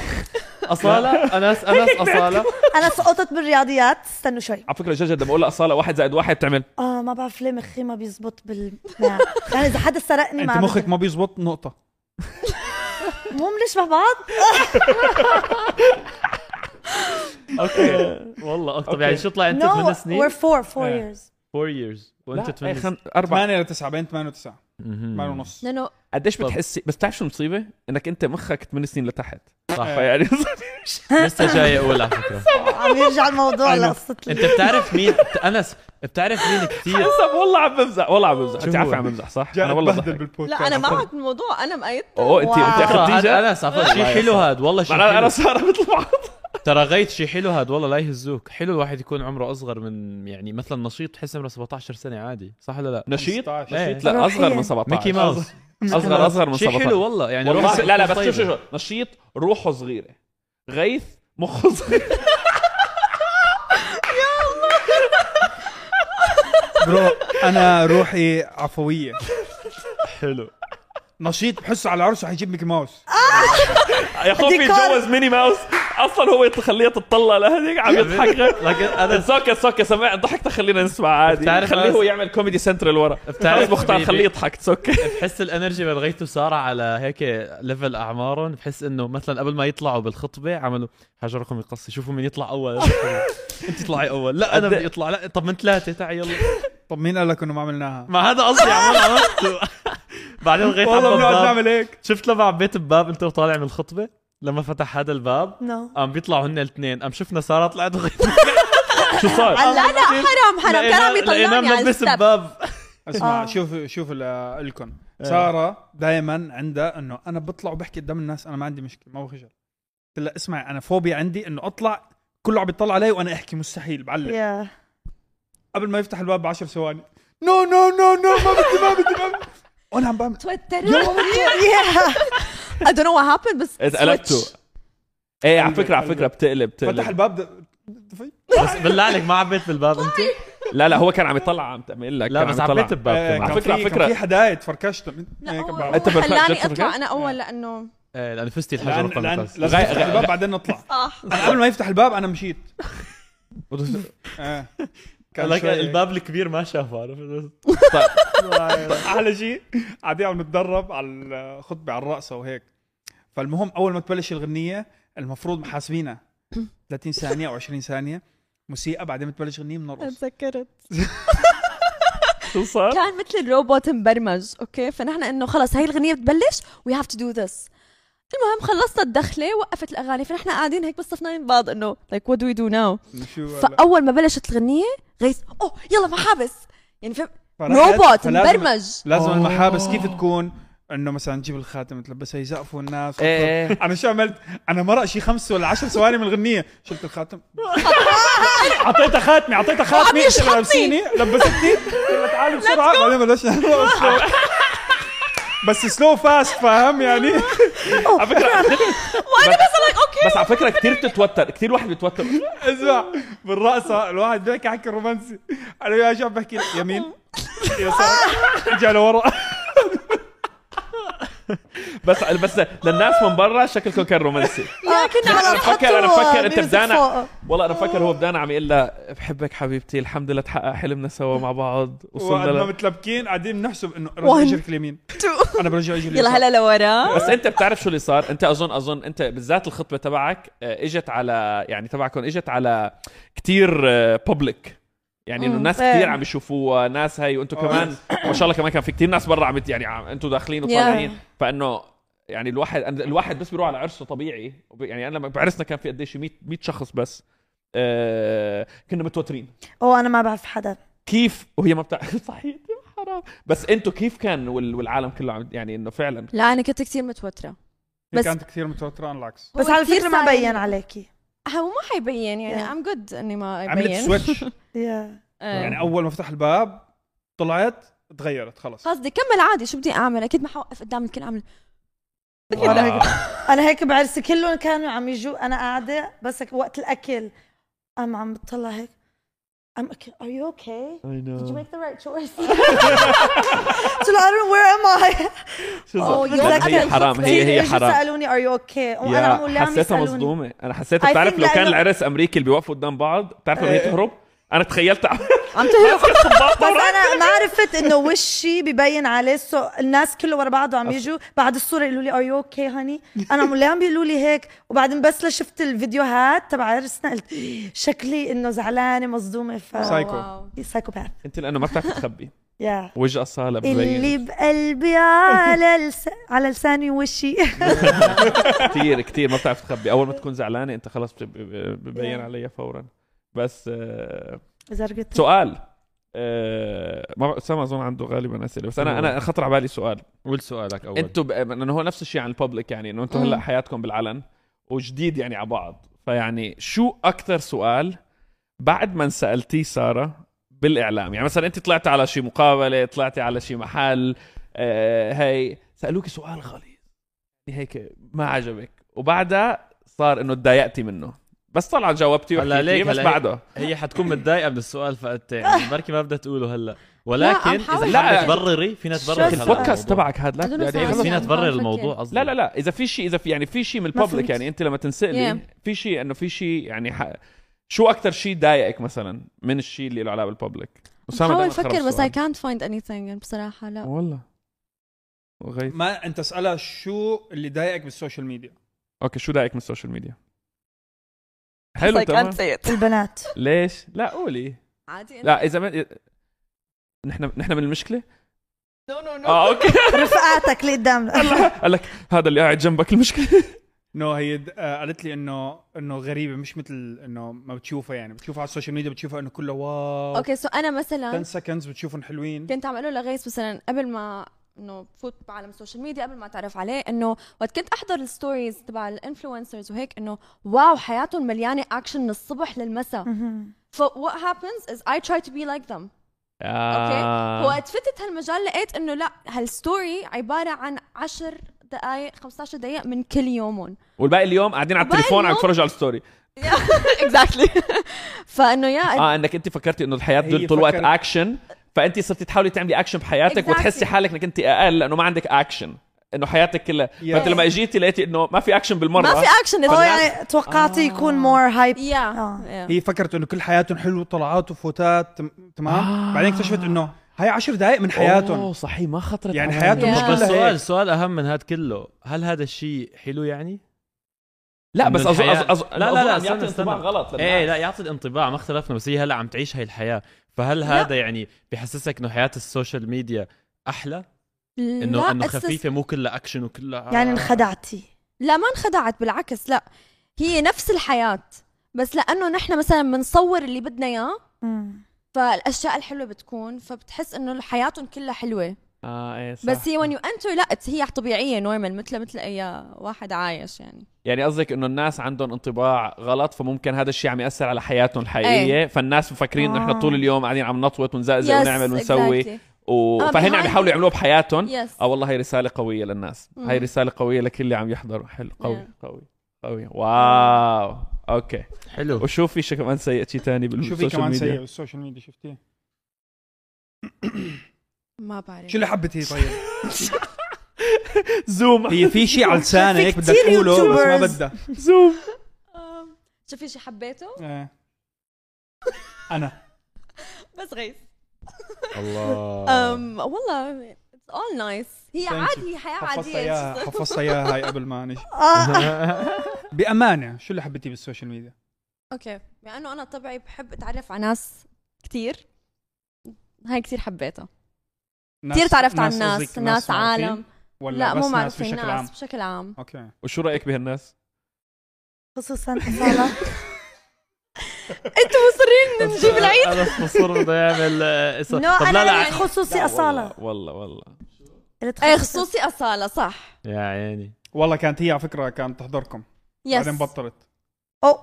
[SPEAKER 1] أصالة أنس أنس أصالة
[SPEAKER 4] انا سقطت بالرياضيات استنوا شوي
[SPEAKER 3] على فكره جد لما اقول اصاله واحد زائد واحد تعمل
[SPEAKER 4] اه ما بعرف ليه مخي ما بيزبط بال يعني اذا حدا سرقني
[SPEAKER 2] انت
[SPEAKER 4] ما عم
[SPEAKER 2] مخك ما بيزبط نقطه
[SPEAKER 4] مو بنشبه بعض
[SPEAKER 1] أوكي والله أوكي طب يعني شو طلع أنت 8
[SPEAKER 4] نو
[SPEAKER 1] سنين؟
[SPEAKER 4] we're four four
[SPEAKER 2] إيه.
[SPEAKER 4] years
[SPEAKER 1] 4 years وأنت
[SPEAKER 3] لا،
[SPEAKER 1] 8
[SPEAKER 3] إيه،
[SPEAKER 1] سنين
[SPEAKER 3] خم... أربعة
[SPEAKER 2] 8 ل 9 بين 8 و 9 8
[SPEAKER 1] مهم.
[SPEAKER 2] ونص
[SPEAKER 5] لانه
[SPEAKER 3] قديش
[SPEAKER 1] طب.
[SPEAKER 3] بتحسي بس بتعرف شو المصيبه؟ انك انت مخك 8 سنين لتحت يعني
[SPEAKER 1] صح
[SPEAKER 3] فيعني
[SPEAKER 1] لسه جاي أقول على فكرة
[SPEAKER 4] عم يرجع الموضوع
[SPEAKER 2] I know.
[SPEAKER 4] لقصتنا
[SPEAKER 1] أنت بتعرف مين أنس بتعرف مين كثير
[SPEAKER 3] حسب والله عم بمزح والله عم بمزح
[SPEAKER 1] شو
[SPEAKER 3] انت
[SPEAKER 1] هو؟
[SPEAKER 3] عارفه عم بمزح صح؟
[SPEAKER 2] جاي
[SPEAKER 3] انا والله
[SPEAKER 2] اتبهدل
[SPEAKER 3] بضحك.
[SPEAKER 2] بالبودكاست
[SPEAKER 5] لا انا معك بالموضوع انا مأيدتك
[SPEAKER 3] اوه انت انت
[SPEAKER 4] واو.
[SPEAKER 1] ترى
[SPEAKER 3] اخذتيها
[SPEAKER 1] أنس على فكرة شيء حلو هاد والله شيء
[SPEAKER 3] انا
[SPEAKER 1] حلو
[SPEAKER 3] انا صار مثل بعض
[SPEAKER 1] ترى غاية شي حلو هاد والله لا يهزوك حلو الواحد يكون عمره اصغر من يعني مثلا نشيط تحس عمره 17 سنه عادي صح ولا لا
[SPEAKER 3] نشيط؟
[SPEAKER 2] 15.
[SPEAKER 1] إيه.
[SPEAKER 3] نشيط لا اصغر من 17
[SPEAKER 1] ميكي ماوس
[SPEAKER 3] اصغر اصغر من
[SPEAKER 1] شي
[SPEAKER 3] 17
[SPEAKER 1] حلو طيب. والله يعني
[SPEAKER 3] والله
[SPEAKER 1] روح-
[SPEAKER 3] لا لا بس
[SPEAKER 1] طيبة.
[SPEAKER 3] شوف شوف شوف. نشيط روحه صغيره غيث مخه صغير
[SPEAKER 2] برو انا روحي عفويه
[SPEAKER 1] حلو
[SPEAKER 2] نشيط بحسه على عرسه حيجيب ميكي ماوس
[SPEAKER 3] يا خوفي
[SPEAKER 4] ديكور.
[SPEAKER 3] يتجوز ميني ماوس اصلا هو خليها تتطلع لهذيك عم يضحك غير
[SPEAKER 1] لكن انا
[SPEAKER 3] اتس اوكي اتس اوكي سمع ضحكته خلينا نسمع عادي
[SPEAKER 1] بتعرف
[SPEAKER 3] خليه
[SPEAKER 1] أنس-
[SPEAKER 3] هو يعمل كوميدي سنترال ورا
[SPEAKER 1] بتعرف
[SPEAKER 3] بتعرف مختار
[SPEAKER 1] حبيبي.
[SPEAKER 3] خليه يضحك اتس اوكي
[SPEAKER 1] بحس الانرجي من غيته صار على هيك ليفل اعمارهم بحس انه مثلا قبل ما يطلعوا بالخطبه عملوا حجركم يقصي شوفوا مين يطلع اول انت طلعي اول لا انا
[SPEAKER 3] قد-
[SPEAKER 1] بدي اطلع لا طب من ثلاثه تعي يلا
[SPEAKER 2] طب مين قال لك انه ما عملناها
[SPEAKER 1] ما هذا قصدي عمال عملته بعدين غيت
[SPEAKER 2] والله بنقعد
[SPEAKER 1] عم
[SPEAKER 2] نعمل هيك
[SPEAKER 1] شفت لما عبيت الباب انت وطالع من الخطبه لما فتح هذا الباب
[SPEAKER 4] نو
[SPEAKER 1] قام بيطلعوا هن الاثنين قام شفنا ساره طلعت غير
[SPEAKER 3] شو صار؟
[SPEAKER 5] هلا انا حرام حرام كان عم يطلعني على
[SPEAKER 1] ملبس
[SPEAKER 5] الستب
[SPEAKER 1] الباب
[SPEAKER 2] اسمع
[SPEAKER 4] آه.
[SPEAKER 2] شوف شوف ال- الكم ساره دائما عندها انه انا بطلع وبحكي قدام الناس انا ما عندي مشكله ما بخجل قلت لها اسمعي انا فوبيا عندي انه اطلع كله عم بيطلع علي وانا احكي مستحيل
[SPEAKER 5] إيه.
[SPEAKER 2] بعلق
[SPEAKER 4] يا
[SPEAKER 2] قبل ما يفتح الباب بعشر ثواني نو نو نو نو ما بدي ما بدي ما بدي وانا عم بعمل
[SPEAKER 5] توترت
[SPEAKER 4] يا
[SPEAKER 5] I don't know what happened بس
[SPEAKER 3] اتقلبته ايه على فكره على فكره بتقلب
[SPEAKER 2] فتح
[SPEAKER 3] بتقلب
[SPEAKER 2] الباب ده- ده-
[SPEAKER 1] بس بالله عليك ما عبيت بالباب انت
[SPEAKER 5] طيب.
[SPEAKER 3] لا لا هو كان عم يطلع عم تعمل لك
[SPEAKER 1] لا
[SPEAKER 3] كان
[SPEAKER 1] بس
[SPEAKER 3] عم يطلع.
[SPEAKER 1] عبيت
[SPEAKER 2] آه،
[SPEAKER 1] الباب
[SPEAKER 2] كان
[SPEAKER 1] كمان
[SPEAKER 3] على فكرة-
[SPEAKER 2] في-
[SPEAKER 3] على
[SPEAKER 2] كان
[SPEAKER 3] فكرة.
[SPEAKER 2] في حداية تفركشت إيه، من-
[SPEAKER 5] لا
[SPEAKER 2] هيك
[SPEAKER 5] هو-
[SPEAKER 2] بعرف.
[SPEAKER 5] هو
[SPEAKER 3] أنت بالفعل
[SPEAKER 5] خلاني
[SPEAKER 3] جبت
[SPEAKER 5] اطلع
[SPEAKER 3] الرجال؟
[SPEAKER 5] انا اول لانه
[SPEAKER 1] إيه، لان فستي الحجر
[SPEAKER 2] لأن- لأن-
[SPEAKER 1] القناص
[SPEAKER 2] لازم
[SPEAKER 3] غاية-
[SPEAKER 2] يفتح الباب بعدين نطلع
[SPEAKER 5] صح
[SPEAKER 2] أنا قبل ما يفتح الباب انا مشيت آه. كان
[SPEAKER 1] لك
[SPEAKER 2] شوي-
[SPEAKER 1] الباب الكبير ما شافه عرفت
[SPEAKER 2] احلى شيء قاعدين عم نتدرب على الخطبه على الرقصه وهيك فالمهم اول ما تبلش الغنيه المفروض محاسبينها 30 ثانيه او 20 ثانيه موسيقى بعدين بتبلش غنيه بنرقص
[SPEAKER 5] تذكرت
[SPEAKER 3] شو صار؟
[SPEAKER 5] كان مثل الروبوت مبرمج اوكي فنحن انه خلص هاي الغنيه بتبلش وي هاف تو دو ذس المهم خلصنا الدخله وقفت الاغاني فنحن قاعدين هيك بس صفنا من بعض انه لايك وات دو وي دو ناو
[SPEAKER 2] شو هلا؟
[SPEAKER 5] فاول ما بلشت الغنيه غيث اوه يلا محابس يعني فهم
[SPEAKER 2] فرحت،
[SPEAKER 5] روبوت
[SPEAKER 2] فلازم-
[SPEAKER 5] مبرمج
[SPEAKER 2] لازم المحابس كيف تكون انه مثلا تجيب الخاتم تلبسها يزقفوا الناس
[SPEAKER 3] إيه.
[SPEAKER 2] وتطلع. انا شو عملت؟ انا مرق شي خمس ولا عشر ثواني من الغنيه شلت الخاتم اعطيتها خاتمي اعطيتها خاتمي
[SPEAKER 5] وعم يشحطني.
[SPEAKER 2] لبسيني لبستني قلت تعالي بسرعه بعدين بلشنا نرقص سلو. بس سلو فاست فاهم يعني
[SPEAKER 3] على فكره
[SPEAKER 5] وانا بس لايك اوكي
[SPEAKER 3] بس على فكره كثير بتتوتر كثير واحد بيتوتر
[SPEAKER 2] اسمع بالرقصه الواحد بيحكي حكي رومانسي انا وياه شاب بحكي له يمين يسار رجع لورا
[SPEAKER 3] بس بس للناس من برا شكلكم كان رومانسي
[SPEAKER 4] يا كنا
[SPEAKER 3] آه، أنا بفكر- أنا بفكر أنت بدانا.
[SPEAKER 4] بدانا
[SPEAKER 3] والله انا فكر هو بدانا عم يقول لها بحبك حبيبتي الحمد لله تحقق حلمنا سوا مع بعض وصلنا
[SPEAKER 2] وقت ما
[SPEAKER 3] ل...
[SPEAKER 2] متلبكين قاعدين بنحسب انه
[SPEAKER 5] وهن.
[SPEAKER 2] رجع اجرك اليمين انا برجع اجري
[SPEAKER 5] يلا هلا لورا
[SPEAKER 3] بس انت بتعرف شو اللي صار انت اظن اظن انت بالذات الخطبه تبعك آه، اجت على يعني تبعكم اجت على كتير بابليك يعني انه
[SPEAKER 5] مم،
[SPEAKER 3] ناس
[SPEAKER 5] فاهم.
[SPEAKER 3] كتير عم يشوفوها ناس هي وانتم
[SPEAKER 2] آه.
[SPEAKER 3] كمان ما شاء الله كمان كان في كتير ناس برا عم يت- يعني عم- انتم داخلين وطالعين فانه يعني الواحد أنا- الواحد بس بيروح على عرسه طبيعي وب- يعني انا لما بعرسنا كان في قديش 100 100 شخص بس آه كنا متوترين
[SPEAKER 4] اوه انا ما بعرف حدا
[SPEAKER 3] كيف وهي ما بتعرف صحيح حرام بس انتوا كيف كان وال- والعالم كله عم- يعني انه فعلا
[SPEAKER 5] لا انا كنت كثير متوتره
[SPEAKER 2] بس
[SPEAKER 5] بس-
[SPEAKER 2] كانت كثير متوتره عن العكس
[SPEAKER 4] بس
[SPEAKER 5] هو
[SPEAKER 4] على
[SPEAKER 5] كتير
[SPEAKER 4] فكره ما
[SPEAKER 5] صعب.
[SPEAKER 4] بين عليكي
[SPEAKER 5] ها، هو ما حيبين يعني
[SPEAKER 4] Yeah.
[SPEAKER 5] ام جود اني ما
[SPEAKER 2] عملت
[SPEAKER 5] ابين
[SPEAKER 2] سويتش
[SPEAKER 4] يا
[SPEAKER 5] إيه.
[SPEAKER 2] يعني اول ما فتح الباب طلعت تغيرت خلص
[SPEAKER 5] خلص بدي كمل عادي شو بدي اعمل اكيد ما حوقف قدام الكل اعمل
[SPEAKER 4] أنا
[SPEAKER 3] واو.
[SPEAKER 4] انا هيك بعرسي كلهم كانوا عم يجوا انا قاعده بس هيك وقت الاكل قام عم بتطلع هيك I'm okay. Are you okay? Did you make the right choice? قلت له I don't know where am I?
[SPEAKER 3] شو
[SPEAKER 4] يوم
[SPEAKER 3] لا، هي
[SPEAKER 4] أكل
[SPEAKER 3] حرام، هي-
[SPEAKER 4] كتير
[SPEAKER 3] هي
[SPEAKER 4] إجوا
[SPEAKER 3] حرام.
[SPEAKER 4] سالوني are you okay? وانا عم اقول
[SPEAKER 3] يا
[SPEAKER 4] لهم
[SPEAKER 3] حسيتها
[SPEAKER 4] يسألوني.
[SPEAKER 3] مظلومه انا
[SPEAKER 4] I
[SPEAKER 3] حسيتها
[SPEAKER 4] think
[SPEAKER 3] بتعرف لو كان
[SPEAKER 4] لأنه-
[SPEAKER 3] العرس امريكي اللي بيوقفوا قدام بعض بتعرف لما هي
[SPEAKER 2] إيه.
[SPEAKER 3] تهرب انا تخيلت
[SPEAKER 5] عم تهرب
[SPEAKER 4] بس انا طيب، ما عرفت انه وشي ببين عليه سو الناس كله ورا بعضه عم يجوا بعد الصوره يقولوا لي ار يو اوكي هاني انا عم ليه عم بيقولوا لي هيك وبعدين بس لشفت الفيديوهات تبع عرسنا قلت شكلي انه زعلانه مصدومه ف
[SPEAKER 2] سايكو.
[SPEAKER 5] واو.
[SPEAKER 4] سايكوباث
[SPEAKER 3] انت لانه ما بتعرف تخبي
[SPEAKER 4] يا
[SPEAKER 3] وجه صاله
[SPEAKER 4] اللي
[SPEAKER 3] مبين
[SPEAKER 4] بقلبي على لس... على لساني ووشي
[SPEAKER 3] كثير كثير ما بتعرف تخبي اول ما تكون زعلانه انت خلص بت- ببين
[SPEAKER 4] Yeah.
[SPEAKER 3] عليها فورا بس آه،
[SPEAKER 4] اذا رقدت
[SPEAKER 3] سؤال آه، ما سما اظن عنده غالبا اسئله بس انا انا خطر على بالي سؤال
[SPEAKER 1] قول سؤالك اول
[SPEAKER 3] انتوا ب- لانه هو نفس الشيء عن الببليك يعني انه انتوا
[SPEAKER 5] مم.
[SPEAKER 3] هلا حياتكم بالعلن وجديد يعني على بعض فيعني شو اكثر سؤال بعد ما سالتيه ساره بالاعلام يعني مثلا انت طلعت على شي مقابله طلعتي على شي محل آه هي سالوك سؤال غليظ يعني هيك ما عجبك وبعدها صار انه تضايقتي منه بس طلع جاوبتي
[SPEAKER 1] هلا
[SPEAKER 3] وحكيتي
[SPEAKER 1] ليك،
[SPEAKER 3] بس
[SPEAKER 1] هلا هيك.
[SPEAKER 3] بعده
[SPEAKER 1] هي حتكون متضايقه من السؤال فقلت يعني بركي ما بدها تقوله هلا
[SPEAKER 5] لا،
[SPEAKER 1] ولكن
[SPEAKER 5] عم
[SPEAKER 1] اذا
[SPEAKER 5] حاول.
[SPEAKER 1] بدك
[SPEAKER 3] لا.
[SPEAKER 1] تبرري فينا
[SPEAKER 4] شو
[SPEAKER 1] تبرر هلا
[SPEAKER 3] البودكاست
[SPEAKER 1] الموضوع.
[SPEAKER 3] تبعك هذا لا
[SPEAKER 5] أظن
[SPEAKER 3] يعني
[SPEAKER 5] صار
[SPEAKER 1] بس
[SPEAKER 3] خلص.
[SPEAKER 1] فينا
[SPEAKER 5] عم
[SPEAKER 1] تبرر
[SPEAKER 5] نفكر.
[SPEAKER 1] الموضوع قصدي
[SPEAKER 3] لا لا لا اذا في شيء اذا في يعني في شيء من
[SPEAKER 4] ما
[SPEAKER 3] الببليك
[SPEAKER 4] فهمت.
[SPEAKER 3] يعني انت لما تنسالي
[SPEAKER 5] Yeah.
[SPEAKER 3] في شيء انه في شيء يعني ح... شو اكثر شيء ضايقك مثلا من الشيء اللي له علاقه بالببليك
[SPEAKER 5] بحاول
[SPEAKER 3] دايماً خرب
[SPEAKER 5] افكر بس اي
[SPEAKER 3] السؤال.
[SPEAKER 5] كانت فايند اني ثينج بصراحه لا
[SPEAKER 3] والله وغيث
[SPEAKER 2] ما انت اسالها شو اللي ضايقك بالسوشيال ميديا
[SPEAKER 3] اوكي شو ضايقك من السوشيال ميديا حلو تمام
[SPEAKER 4] البنات
[SPEAKER 3] ليش لا قولي
[SPEAKER 5] عادي أنا-
[SPEAKER 3] لا اذا ما... نحن نحن من المشكله
[SPEAKER 5] No, no, no.
[SPEAKER 3] اه اوكي
[SPEAKER 4] رفقاتك اللي قدام
[SPEAKER 3] قال لك هذا اللي قاعد جنبك المشكله
[SPEAKER 2] نو هي د- آه، قالت لي انه انه غريبه مش مثل انه ما بتشوفها يعني بتشوفها على السوشيال ميديا بتشوفها انه كله واو
[SPEAKER 5] اوكي سو انا
[SPEAKER 2] 10
[SPEAKER 5] مثلا
[SPEAKER 2] سكندز بتشوفهم حلوين
[SPEAKER 5] كنت عم اقول له لغيث مثلا قبل ما انه فوت بعالم السوشيال ميديا قبل ما تعرف عليه انه وقت كنت احضر الستوريز تبع الانفلونسرز وهيك انه واو حياتهم مليانه اكشن من الصبح للمساء ف what happens is I try to be like them
[SPEAKER 3] آه.
[SPEAKER 5] وقت فتت هالمجال لقيت انه لا هالستوري عباره عن 10 دقائق 15 دقيقه من كل يومهم
[SPEAKER 3] والباقي اليوم قاعدين على
[SPEAKER 5] وباقي
[SPEAKER 3] التليفون عم
[SPEAKER 5] اليوم-
[SPEAKER 3] تفرجوا على الستوري
[SPEAKER 5] اكزاكتلي فانه يا
[SPEAKER 3] اه انك انت فكرتي انه الحياه
[SPEAKER 2] هي
[SPEAKER 3] دول طول الوقت
[SPEAKER 2] فكرت-
[SPEAKER 3] اكشن فانت صرتي تحاولي تعملي اكشن بحياتك
[SPEAKER 5] Exactly.
[SPEAKER 3] وتحسي حالك انك انت اقل لانه ما عندك اكشن انه حياتك كلها
[SPEAKER 2] Yeah.
[SPEAKER 3] فانت لما اجيتي لقيتي انه ما في اكشن بالمره
[SPEAKER 5] ما في اكشن
[SPEAKER 4] اه يعني توقعت يكون مور هايب آه.
[SPEAKER 5] يا
[SPEAKER 2] هي فكرت انه كل حياتهم حلو طلعات وفوتات تم- تمام آه. بعدين اكتشفت انه هي عشر دقائق من
[SPEAKER 3] اوه
[SPEAKER 2] حياتهم
[SPEAKER 3] صحيح ما خطرت
[SPEAKER 2] يعني
[SPEAKER 3] على
[SPEAKER 2] حياتهم
[SPEAKER 5] Yeah.
[SPEAKER 2] مش
[SPEAKER 5] بس
[SPEAKER 1] بس
[SPEAKER 2] كلها
[SPEAKER 1] سؤال
[SPEAKER 2] هيك
[SPEAKER 1] سؤال اهم من هذا كله هل هذا الشيء حلو يعني
[SPEAKER 3] لا بس
[SPEAKER 1] إنه
[SPEAKER 3] اظن
[SPEAKER 1] الحياة-
[SPEAKER 3] أظن- اظن
[SPEAKER 1] لا لا لا استنى
[SPEAKER 3] استنى
[SPEAKER 1] استنى
[SPEAKER 3] غلط
[SPEAKER 1] ايه إيه، لا يعطي الانطباع ما اختلفنا بس هي هلا عم تعيش هاي الحياه فهل هذا يعني بحسسك انه حياه السوشيال ميديا احلى انه انه خفيفه مو كلها اكشن وكلها
[SPEAKER 4] يعني انخدعتي
[SPEAKER 5] لا ما انخدعت بالعكس لا هي نفس الحياة بس لأنه نحن مثلا بنصور اللي بدنا إياه
[SPEAKER 4] مم.
[SPEAKER 5] فالأشياء الحلوة بتكون فبتحس إنه حياتهم كلها حلوة
[SPEAKER 3] اه ايه صح
[SPEAKER 5] بس هي when you enter لا هي طبيعية نورمال مثل مثل أي واحد عايش يعني
[SPEAKER 3] يعني قصدك انه الناس عندهم انطباع غلط فممكن هذا الشيء عم ياثر على حياتهم الحقيقيه
[SPEAKER 5] إيه.
[SPEAKER 3] ايه. فالناس مفكرين انه احنا
[SPEAKER 4] آه.
[SPEAKER 3] طول اليوم قاعدين عم نطوت ونزقزق ونعمل ونسوي و...
[SPEAKER 5] آه،
[SPEAKER 3] فهن عم
[SPEAKER 5] behind-
[SPEAKER 3] يحاولوا يعملوها بحياتهم
[SPEAKER 5] يس
[SPEAKER 3] اه والله هي رسالة قوية للناس،
[SPEAKER 5] مم.
[SPEAKER 3] هي رسالة قوية لكل اللي عم يحضروا، حلو قوي
[SPEAKER 5] Yeah.
[SPEAKER 3] قوي قوي واو اوكي
[SPEAKER 1] حلو
[SPEAKER 3] وشو في شيء كمان سيء شيء ثاني
[SPEAKER 2] شو في
[SPEAKER 3] بالسوشيال
[SPEAKER 2] كمان سيء
[SPEAKER 3] ميديا؟
[SPEAKER 2] بالسوشيال ميديا شفتيه
[SPEAKER 5] ما بعرف
[SPEAKER 2] شو اللي حبت هي طيب
[SPEAKER 3] زوم
[SPEAKER 2] هي في شيء على لسانك
[SPEAKER 4] في
[SPEAKER 2] بدك
[SPEAKER 4] كتير
[SPEAKER 2] تقوله بس ما
[SPEAKER 4] يوتيوبرز.
[SPEAKER 2] بدها
[SPEAKER 3] زوم
[SPEAKER 5] آم، شو في شي حبيته
[SPEAKER 2] إيه. انا
[SPEAKER 5] بس غيث
[SPEAKER 1] الله
[SPEAKER 5] أم والله اتس اول نايس هي
[SPEAKER 2] آه. Thank you.
[SPEAKER 5] عادي هي حياه
[SPEAKER 2] حفظتها
[SPEAKER 5] عاديه
[SPEAKER 2] اياها حفظتها اياها هاي قبل ما نجي
[SPEAKER 4] آه.
[SPEAKER 2] بامانه شو اللي حبيتيه بالسوشيال ميديا؟
[SPEAKER 5] اوكي مع انه انا طبعي بحب اتعرف على ناس كثير هاي كثير حبيتها كثير تعرفت على الناس
[SPEAKER 2] قصدك
[SPEAKER 5] ناس
[SPEAKER 2] معروفين؟
[SPEAKER 5] عالم
[SPEAKER 2] ولا
[SPEAKER 5] لا
[SPEAKER 2] بس
[SPEAKER 5] مو
[SPEAKER 2] ناس
[SPEAKER 5] معروفين
[SPEAKER 2] بشكل عام
[SPEAKER 5] ناس بشكل عام
[SPEAKER 2] اوكي
[SPEAKER 3] وشو رايك بهالناس؟
[SPEAKER 4] خصوصا اصاله
[SPEAKER 5] انتوا مصرين نجيب العيد
[SPEAKER 1] انس مصر بده يعمل آه، إص-
[SPEAKER 4] نو
[SPEAKER 1] طب
[SPEAKER 4] انا
[SPEAKER 1] لا لا
[SPEAKER 4] يعني
[SPEAKER 1] عن-
[SPEAKER 4] خصوصي اصاله
[SPEAKER 1] والله والله
[SPEAKER 4] اللي
[SPEAKER 5] ايه
[SPEAKER 4] تخصص-
[SPEAKER 5] خصوصي اصاله صح
[SPEAKER 1] يا عيني
[SPEAKER 2] والله كانت هي على فكره كانت تحضركم
[SPEAKER 5] يس
[SPEAKER 2] بعدين بطلت
[SPEAKER 4] أو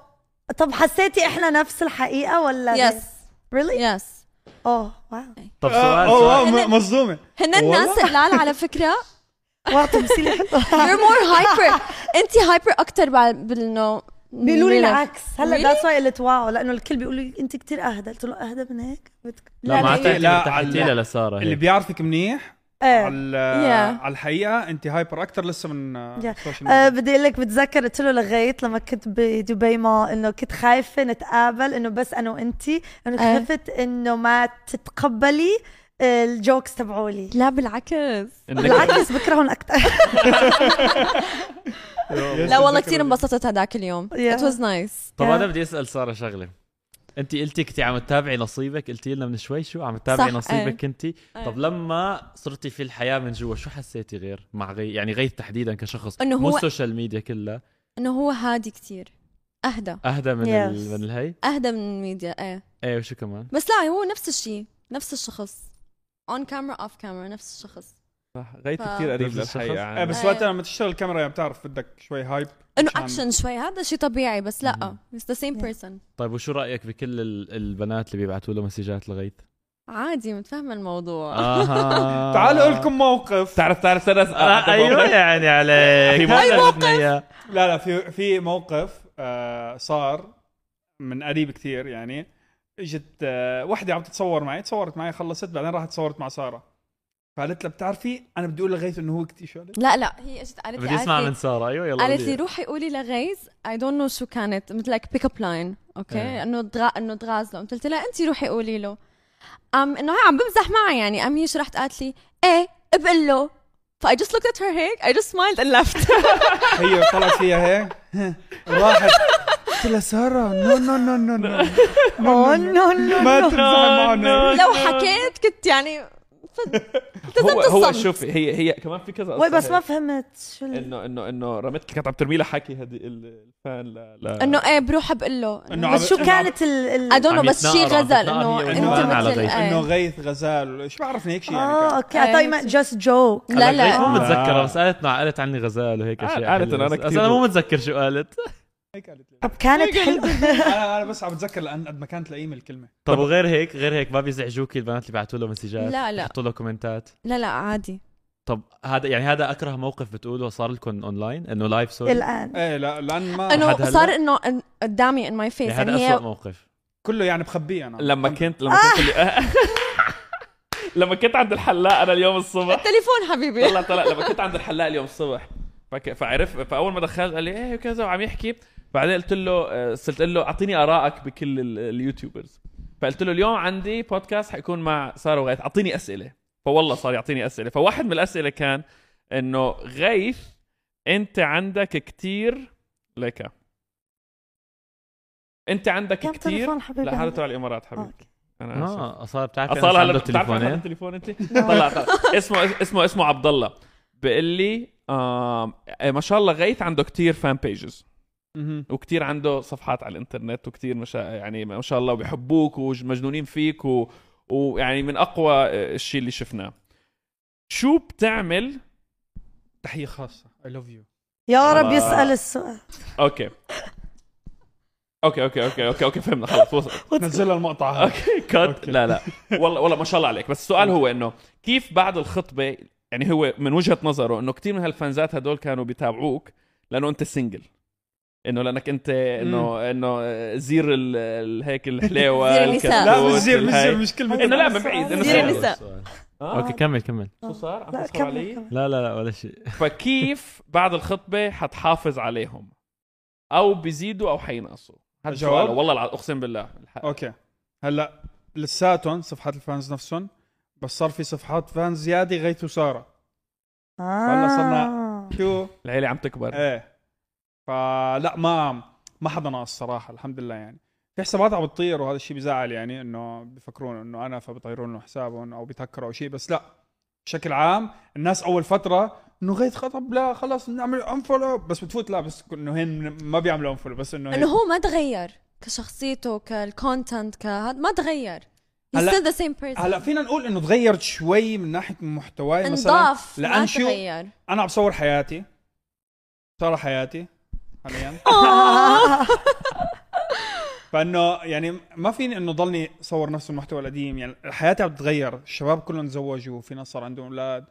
[SPEAKER 4] طب حسيتي احنا نفس الحقيقه ولا
[SPEAKER 5] يس
[SPEAKER 4] ريلي
[SPEAKER 5] يس
[SPEAKER 4] اوه واو
[SPEAKER 1] طب
[SPEAKER 2] آه،
[SPEAKER 1] سؤال
[SPEAKER 2] أوه،
[SPEAKER 1] سؤال
[SPEAKER 2] أوه، م- مصدومه
[SPEAKER 5] هن الناس قلال على فكره
[SPEAKER 4] واو تمثيلي حلو
[SPEAKER 5] you're more hyper انت هايبر اكثر بالنو
[SPEAKER 4] بيقولوا لي العكس هلا
[SPEAKER 5] Really؟
[SPEAKER 4] ذاتس واي قلت واو لانه الكل بيقول لي انت كتير اهدى قلت له اهدى من هيك بدك
[SPEAKER 1] لا ما
[SPEAKER 2] لا،
[SPEAKER 1] عاد
[SPEAKER 2] لا،
[SPEAKER 1] تحكي
[SPEAKER 2] على-
[SPEAKER 1] لها لساره
[SPEAKER 2] اللي
[SPEAKER 1] هيك.
[SPEAKER 2] بيعرفك منيح
[SPEAKER 5] آه.
[SPEAKER 4] ايه
[SPEAKER 2] على
[SPEAKER 5] Yeah.
[SPEAKER 2] على الحقيقه انت هايبر اكثر لسه من آه،
[SPEAKER 4] Yeah.
[SPEAKER 2] السوشيال
[SPEAKER 4] أه
[SPEAKER 2] ميديا
[SPEAKER 4] بدي اقول لك بتذكر قلت له لغيت لما كنت بدبي ما انه كنت خايفه نتقابل انه بس انا وانتي انه
[SPEAKER 5] إيه.
[SPEAKER 4] خفت انه ما تتقبلي الجوكس تبعولي
[SPEAKER 5] لا بالعكس
[SPEAKER 3] انك
[SPEAKER 4] بالعكس بكرههم اكثر
[SPEAKER 2] Yes,
[SPEAKER 5] لا والله
[SPEAKER 2] بتذكر
[SPEAKER 5] كثير انبسطت هذاك اليوم
[SPEAKER 4] Yeah.
[SPEAKER 5] ات واز نايس
[SPEAKER 1] طب انا بدي اسال ساره شغله انت قلتي كنتي عم تتابعي نصيبك قلتي لنا من شوي شو عم تتابعي
[SPEAKER 5] صح،
[SPEAKER 1] نصيبك انت
[SPEAKER 5] إيه.
[SPEAKER 1] طب لما صرتي في الحياه من جوا شو حسيتي غير مع غي يعني غيث تحديدا كشخص
[SPEAKER 5] إنه
[SPEAKER 1] مو
[SPEAKER 5] هو-
[SPEAKER 1] السوشيال ميديا كلها
[SPEAKER 5] انه هو هادي كثير اهدى
[SPEAKER 1] اهدى من
[SPEAKER 4] Yes.
[SPEAKER 1] ال... من الهي
[SPEAKER 5] اهدى من الميديا ايه
[SPEAKER 1] ايه وشو كمان
[SPEAKER 5] بس لا هو نفس الشيء نفس الشخص اون كاميرا اوف كاميرا نفس الشخص
[SPEAKER 3] غيث
[SPEAKER 5] ف-
[SPEAKER 3] كثير قريب
[SPEAKER 1] نفس الشخص.
[SPEAKER 3] للحقيقه
[SPEAKER 2] آه،
[SPEAKER 3] يعني.
[SPEAKER 2] بس وقتها لما تشتغل الكاميرا يعني بتعرف بدك شوي هايب
[SPEAKER 5] انه
[SPEAKER 2] مشان-
[SPEAKER 5] اكشن شوي هذا شيء طبيعي بس لا اتس ذا سيم
[SPEAKER 4] Yeah.
[SPEAKER 5] بيرسون
[SPEAKER 1] طيب وشو رايك بكل ال- البنات اللي بيبعتوا له مسجات لغيث
[SPEAKER 5] عادي متفاهمه
[SPEAKER 1] آه.
[SPEAKER 5] الموضوع
[SPEAKER 1] اها
[SPEAKER 2] تعالوا اقول لكم موقف
[SPEAKER 3] تعرف تعرف سنة
[SPEAKER 1] آه ايوه يعني عليك هذا اللي بدنا اياه
[SPEAKER 2] لا لا في في موقف آه صار من قريب كثير يعني اجت آه وحده عم تتصور معي تصورت معي خلصت بعدين راحت تصورت مع ساره فقالت لها بتعرفي انا بدي اقول لغيث انه هو كتير شو قالت؟
[SPEAKER 5] لا لا هي اجت قالت لي
[SPEAKER 1] بدي
[SPEAKER 5] قالت
[SPEAKER 1] اسمع
[SPEAKER 5] لي-
[SPEAKER 1] من ساره ايوه يلا
[SPEAKER 5] قالت
[SPEAKER 1] قولي.
[SPEAKER 5] لي روحي قولي لغيث اي دونت نو شو كانت مثل لايك بيك اب لاين اوكي
[SPEAKER 1] إيه.
[SPEAKER 5] انه دغا انه دغاز له قلت لها انت روحي قولي له ام انه هي عم بمزح معها يعني ام هي شرحت قالت لي ايه بقول له ف I just looked at her هيك I just smiled and left
[SPEAKER 2] هي طلعت فيها هيك راحت قلت لها ساره نو نو نو نو نو
[SPEAKER 4] اوه نو نو
[SPEAKER 2] ما تمزح معنا
[SPEAKER 5] لو حكيت كنت يعني
[SPEAKER 3] هو هو
[SPEAKER 5] الصمت.
[SPEAKER 3] شوفي هي هي كمان في كذا
[SPEAKER 4] وي
[SPEAKER 3] قصة
[SPEAKER 4] بس ما
[SPEAKER 3] هيك.
[SPEAKER 4] فهمت شو ال-
[SPEAKER 3] انه انه انه رمتك كانت عم ترمي لها حكي هدي ال- الفان لا لا
[SPEAKER 5] انه ايه بروح بقول له
[SPEAKER 2] إنه
[SPEAKER 5] إنه
[SPEAKER 2] عم-
[SPEAKER 4] بس شو كانت ال
[SPEAKER 5] I
[SPEAKER 4] ال
[SPEAKER 5] don't know
[SPEAKER 1] عم
[SPEAKER 5] بس شي
[SPEAKER 1] يتناقض- عم
[SPEAKER 5] غزل
[SPEAKER 1] يتناقض
[SPEAKER 5] انه
[SPEAKER 1] هي
[SPEAKER 5] انت
[SPEAKER 2] إنه أنا على
[SPEAKER 5] مثل
[SPEAKER 1] غيث.
[SPEAKER 5] إيه.
[SPEAKER 2] انه غيث غزال شو بعرفني هيك شيء يعني
[SPEAKER 4] اه
[SPEAKER 2] كان.
[SPEAKER 4] اوكي طيب ما جاست جوك
[SPEAKER 5] لا
[SPEAKER 1] هلا غيث مو
[SPEAKER 5] لا
[SPEAKER 2] آه.
[SPEAKER 1] متذكرها بس قالت نوع- قالت عني غزال وهيك
[SPEAKER 3] قال-
[SPEAKER 1] اشياء
[SPEAKER 3] قالت
[SPEAKER 1] حلوة.
[SPEAKER 3] إنه أنا
[SPEAKER 1] بس- بس
[SPEAKER 3] كتير
[SPEAKER 1] انا مو
[SPEAKER 3] بقول.
[SPEAKER 1] متذكر شو قالت
[SPEAKER 2] هيك قالت لي
[SPEAKER 4] طب كانت حلوه
[SPEAKER 2] انا انا بس عم بتذكر لان قد ما كانت لئيمه الكلمه
[SPEAKER 1] طب وغير هيك غير هيك ما بيزعجوكي البنات اللي بعتوا له مسجات
[SPEAKER 5] لا لا
[SPEAKER 1] بيحطوا له كومنتات
[SPEAKER 5] لا لا عادي
[SPEAKER 1] طب هذا يعني هذا اكره موقف بتقوله صار لكم اونلاين انه لايف سوري
[SPEAKER 3] آه،
[SPEAKER 4] الان
[SPEAKER 2] ايه لا لان ما
[SPEAKER 5] انه
[SPEAKER 1] حد هلا؟
[SPEAKER 5] صار انه إن- قدامي ان ماي فيس
[SPEAKER 1] يعني
[SPEAKER 5] يعني
[SPEAKER 1] هذا
[SPEAKER 5] هي
[SPEAKER 1] اسوء موقف
[SPEAKER 2] كله يعني بخبيه انا
[SPEAKER 3] لما كنت لما كنت لما كنت عند الحلاق انا اليوم الصبح
[SPEAKER 5] التليفون حبيبي
[SPEAKER 3] طلع طلع لما كنت عند الحلاق اليوم الصبح فك- فعرف فاول ما دخلت قال لي ايه وكذا وعم يحكي بعدين قلت له آه، صرت قلت له اعطيني ارائك بكل ال- اليوتيوبرز فقلت له اليوم عندي بودكاست حيكون مع ساره وغيث اعطيني اسئله فوالله صار يعطيني اسئله فواحد من الاسئله كان انه غيث انت عندك كتير ليك انت عندك
[SPEAKER 4] كم
[SPEAKER 3] كتير
[SPEAKER 4] تليفون آه. حبيبي
[SPEAKER 3] لا هذا
[SPEAKER 4] عندك؟
[SPEAKER 3] تبع الامارات حبيبي
[SPEAKER 4] أوكي.
[SPEAKER 3] انا آسف.
[SPEAKER 1] اه صار بتعرفي أنس
[SPEAKER 3] اصلا هلا
[SPEAKER 1] عنده
[SPEAKER 3] بتعرف عن هذا
[SPEAKER 1] تليفونين
[SPEAKER 3] التليفون انت طلع طلع اسمه اسمه اسمه عبد الله بيقول لي آم، إيه، ما شاء الله غيث عنده كتير فان بيجز
[SPEAKER 2] مهم.
[SPEAKER 3] وكتير عنده صفحات على الانترنت وكتير مشا... يعني ما شاء الله وبيحبوك ومجنونين فيك و... ويعني من اقوى آه، الشيء اللي شفناه شو بتعمل
[SPEAKER 2] تحيه خاصه اي لاف يو
[SPEAKER 4] يا رب
[SPEAKER 3] الله.
[SPEAKER 4] يسال السؤال
[SPEAKER 3] اوكي اوكي اوكي اوكي اوكي اوكي فهمنا خلص وصل
[SPEAKER 2] نزلها المقطع هذا
[SPEAKER 3] اوكي كات
[SPEAKER 2] أوكي.
[SPEAKER 3] لا لا والله والله ما شاء الله عليك بس السؤال هو انه كيف بعد الخطبه يعني هو من وجهه نظره انه كثير من هالفانزات هدول كانوا بيتابعوك لانه انت سنجل انه لانك انت انه انه زير ال- ال- هيك الحلاوه
[SPEAKER 5] زير النساء.
[SPEAKER 2] لا
[SPEAKER 3] الكتكوت،
[SPEAKER 2] مش زير آه، مش
[SPEAKER 3] الهي.
[SPEAKER 2] زير مش كلمه
[SPEAKER 3] انه لا من بعيد
[SPEAKER 4] زير
[SPEAKER 3] انه
[SPEAKER 5] النساء.
[SPEAKER 1] سؤال. اوكي كمل كمل
[SPEAKER 3] شو صار؟ عم
[SPEAKER 4] لا
[SPEAKER 3] تسخروا
[SPEAKER 4] كمل
[SPEAKER 3] علي؟
[SPEAKER 4] كمل.
[SPEAKER 1] لا لا لا ولا شيء
[SPEAKER 3] فكيف بعد الخطبه حتحافظ عليهم؟ او بيزيدوا او حينقصوا؟ هذا
[SPEAKER 2] الجواب؟
[SPEAKER 3] سؤال والله الع- اقسم بالله الحق.
[SPEAKER 2] اوكي هلا لساتهم صفحات الفانز نفسهم بس صار في صفحات فانز زياده غيث وساره والله
[SPEAKER 4] آه.
[SPEAKER 2] صرنا- شو
[SPEAKER 3] العيله عم تكبر
[SPEAKER 2] ايه فلا ما ما حدا ناقص صراحه الحمد لله يعني في حسابات عم بتطير وهذا الشيء بزعل يعني انه بفكرون انه انا فبطيروا لهم حسابهم او بيتهكروا او شيء بس لا بشكل عام الناس اول فتره انه غيث خطب لا خلص نعمل انفولو بس بتفوت لا بس انه هن ما بيعملوا انفولو بس انه
[SPEAKER 5] انه
[SPEAKER 2] هيك.
[SPEAKER 5] هو ما تغير كشخصيته كالكونتنت كهذا ما تغير He's
[SPEAKER 2] هلا-
[SPEAKER 5] still the same person
[SPEAKER 2] هلا فينا نقول انه تغيرت شوي من ناحيه محتواي مثلا
[SPEAKER 5] انضاف
[SPEAKER 2] لأن
[SPEAKER 5] ما
[SPEAKER 2] شو-
[SPEAKER 5] تغير
[SPEAKER 2] انا عم صور حياتي صار حياتي حاليا
[SPEAKER 5] آه.
[SPEAKER 2] فانه يعني ما فيني انه ضلني صور نفس المحتوى القديم يعني حياتي عم تتغير الشباب كلهم تزوجوا في ناس صار عندهم اولاد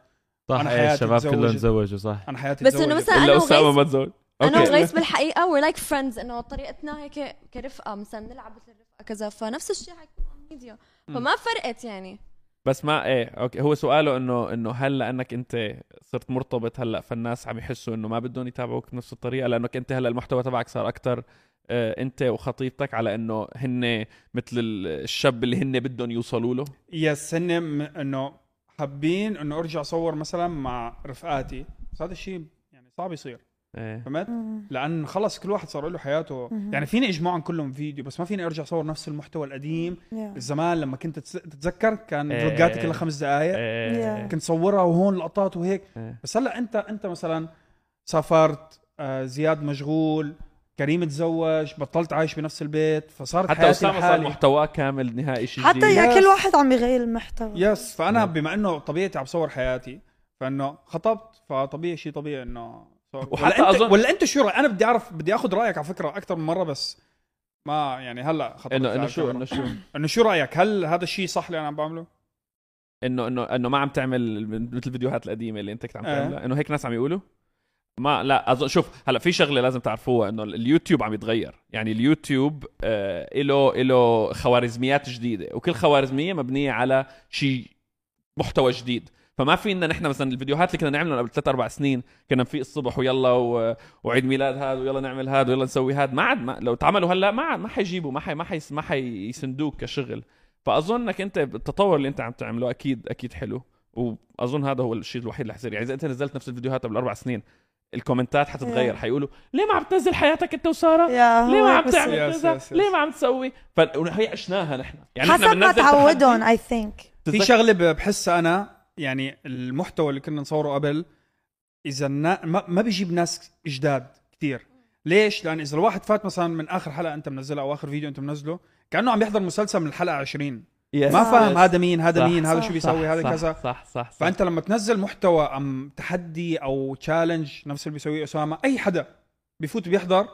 [SPEAKER 1] صح
[SPEAKER 2] أنا
[SPEAKER 1] ايه
[SPEAKER 2] حياتي
[SPEAKER 1] الشباب كلهم
[SPEAKER 2] تزوجت.
[SPEAKER 1] تزوجوا صح
[SPEAKER 2] انا حياتي
[SPEAKER 5] بس إنه
[SPEAKER 2] تزوجت.
[SPEAKER 5] مثلاً أنا
[SPEAKER 3] الا اسامه
[SPEAKER 5] وغيث-
[SPEAKER 3] ما تزوج
[SPEAKER 5] انا
[SPEAKER 3] اوكي
[SPEAKER 5] وغيث بالحقيقه وير لايك فريندز انه طريقتنا هيك كرفقه مثلا بنلعب مثل الرفقه كذا فنفس الشيء حيكون على الميديا فما فرقت يعني
[SPEAKER 3] بس ما ايه اوكي هو سؤاله انه انه هل لانك انت صرت مرتبط هلا فالناس عم يحسوا انه ما بدهم يتابعوك بنفس الطريقه لانك انت هلا المحتوى تبعك صار اكثر انت وخطيبتك على انه هن مثل ال- الشاب اللي هن بدهم يوصلوا له
[SPEAKER 2] يس هن م- انه حابين انه ارجع صور مثلا مع رفقاتي بس هذا الشيء يعني صعب يصير
[SPEAKER 3] ايه
[SPEAKER 2] فهمت؟ لان خلص كل واحد صار له حياته
[SPEAKER 4] مهم.
[SPEAKER 2] يعني فيني اجمعهم كلهم فيديو بس ما فيني ارجع صور نفس المحتوى القديم زمان لما كنت تس- تتذكر كان
[SPEAKER 3] إيه.
[SPEAKER 2] فلوجاتي كلها خمس دقائق
[SPEAKER 3] ايه
[SPEAKER 4] Yeah.
[SPEAKER 2] كنت صورها وهون لقطات وهيك
[SPEAKER 3] إيه.
[SPEAKER 2] بس هلا انت انت مثلا سافرت آه، زياد مشغول كريم تزوج بطلت عايش بنفس البيت فصارت
[SPEAKER 3] حتى
[SPEAKER 2] حياتي
[SPEAKER 3] اسامه صار
[SPEAKER 2] لحالي.
[SPEAKER 3] محتواه كامل نهائي شيء
[SPEAKER 4] حتى
[SPEAKER 3] جديد.
[SPEAKER 4] يا
[SPEAKER 2] يس.
[SPEAKER 4] كل واحد عم يغير المحتوى
[SPEAKER 2] يس فانا
[SPEAKER 3] نعم.
[SPEAKER 2] بما انه طبيعتي عم صور حياتي فانه خطبت فطبيعي شيء طبيعي انه صور.
[SPEAKER 3] وحتى
[SPEAKER 2] ولا انت
[SPEAKER 3] أظن-
[SPEAKER 2] ولا انت شو رأي- انا بدي اعرف بدي اخذ رايك على فكره اكثر من مره بس ما يعني هلا خطبت
[SPEAKER 3] انه انه
[SPEAKER 2] على
[SPEAKER 3] شو
[SPEAKER 2] الكاميرا.
[SPEAKER 3] انه شو
[SPEAKER 2] انه شو رايك هل هذا الشيء صح اللي انا عم بعمله
[SPEAKER 3] انه انه انه ما عم تعمل مثل الفيديوهات القديمه اللي انت كنت عم
[SPEAKER 2] آه.
[SPEAKER 3] تعملها انه هيك ناس عم يقولوا ما لا أظن شوف هلا في شغله لازم تعرفوها انه اليوتيوب عم يتغير يعني اليوتيوب آه له له خوارزميات جديده وكل خوارزميه مبنيه على شيء محتوى جديد فما فينا نحن مثلا الفيديوهات اللي كنا نعملها قبل ثلاث اربع سنين كنا في الصبح ويلا و... وعيد ميلاد هذا ويلا نعمل هذا ويلا نسوي هذا ما عاد ما... لو تعملوا هلا ما عاد ما حيجيبوا ما حي ما حي ما حيسندوك كشغل فاظنك انت التطور اللي انت عم تعمله اكيد اكيد حلو واظن هذا هو الشيء الوحيد اللي حيصير يعني اذا انت نزلت نفس الفيديوهات قبل اربع سنين الكومنتات حتتغير
[SPEAKER 4] Yeah.
[SPEAKER 3] حيقولوا ليه ما عم تنزل حياتك انت وساره
[SPEAKER 4] يا
[SPEAKER 3] ليه
[SPEAKER 4] هو
[SPEAKER 3] ما عم
[SPEAKER 4] بس-
[SPEAKER 3] تعمل يعني
[SPEAKER 2] يس-
[SPEAKER 3] كذا
[SPEAKER 2] يس- يس.
[SPEAKER 3] ليه ما عم تسوي فهي عشناها نحن يعني نحن
[SPEAKER 4] حسب ما
[SPEAKER 3] بننزل
[SPEAKER 4] تعودهم اي ثينك
[SPEAKER 2] في شغله ب- بحسها انا يعني المحتوى اللي كنا نصوره قبل اذا النا... ما, ما بيجيب ناس جداد كثير ليش؟ لان اذا الواحد فات مثلا من اخر حلقه انت منزلها او اخر فيديو انت منزله كانه عم يحضر مسلسل من الحلقه 20
[SPEAKER 3] Yes.
[SPEAKER 2] ما
[SPEAKER 4] صح.
[SPEAKER 2] فاهم هذا مين هذا
[SPEAKER 3] صح.
[SPEAKER 2] مين هذا
[SPEAKER 4] صح.
[SPEAKER 2] شو بيسوي
[SPEAKER 3] صح،
[SPEAKER 2] هذا
[SPEAKER 3] صح،
[SPEAKER 2] كذا
[SPEAKER 3] صح صح صح
[SPEAKER 2] فانت لما تنزل محتوى ام تحدي او تشالنج نفس اللي بيسويه اسامه اي حدا بفوت بيحضر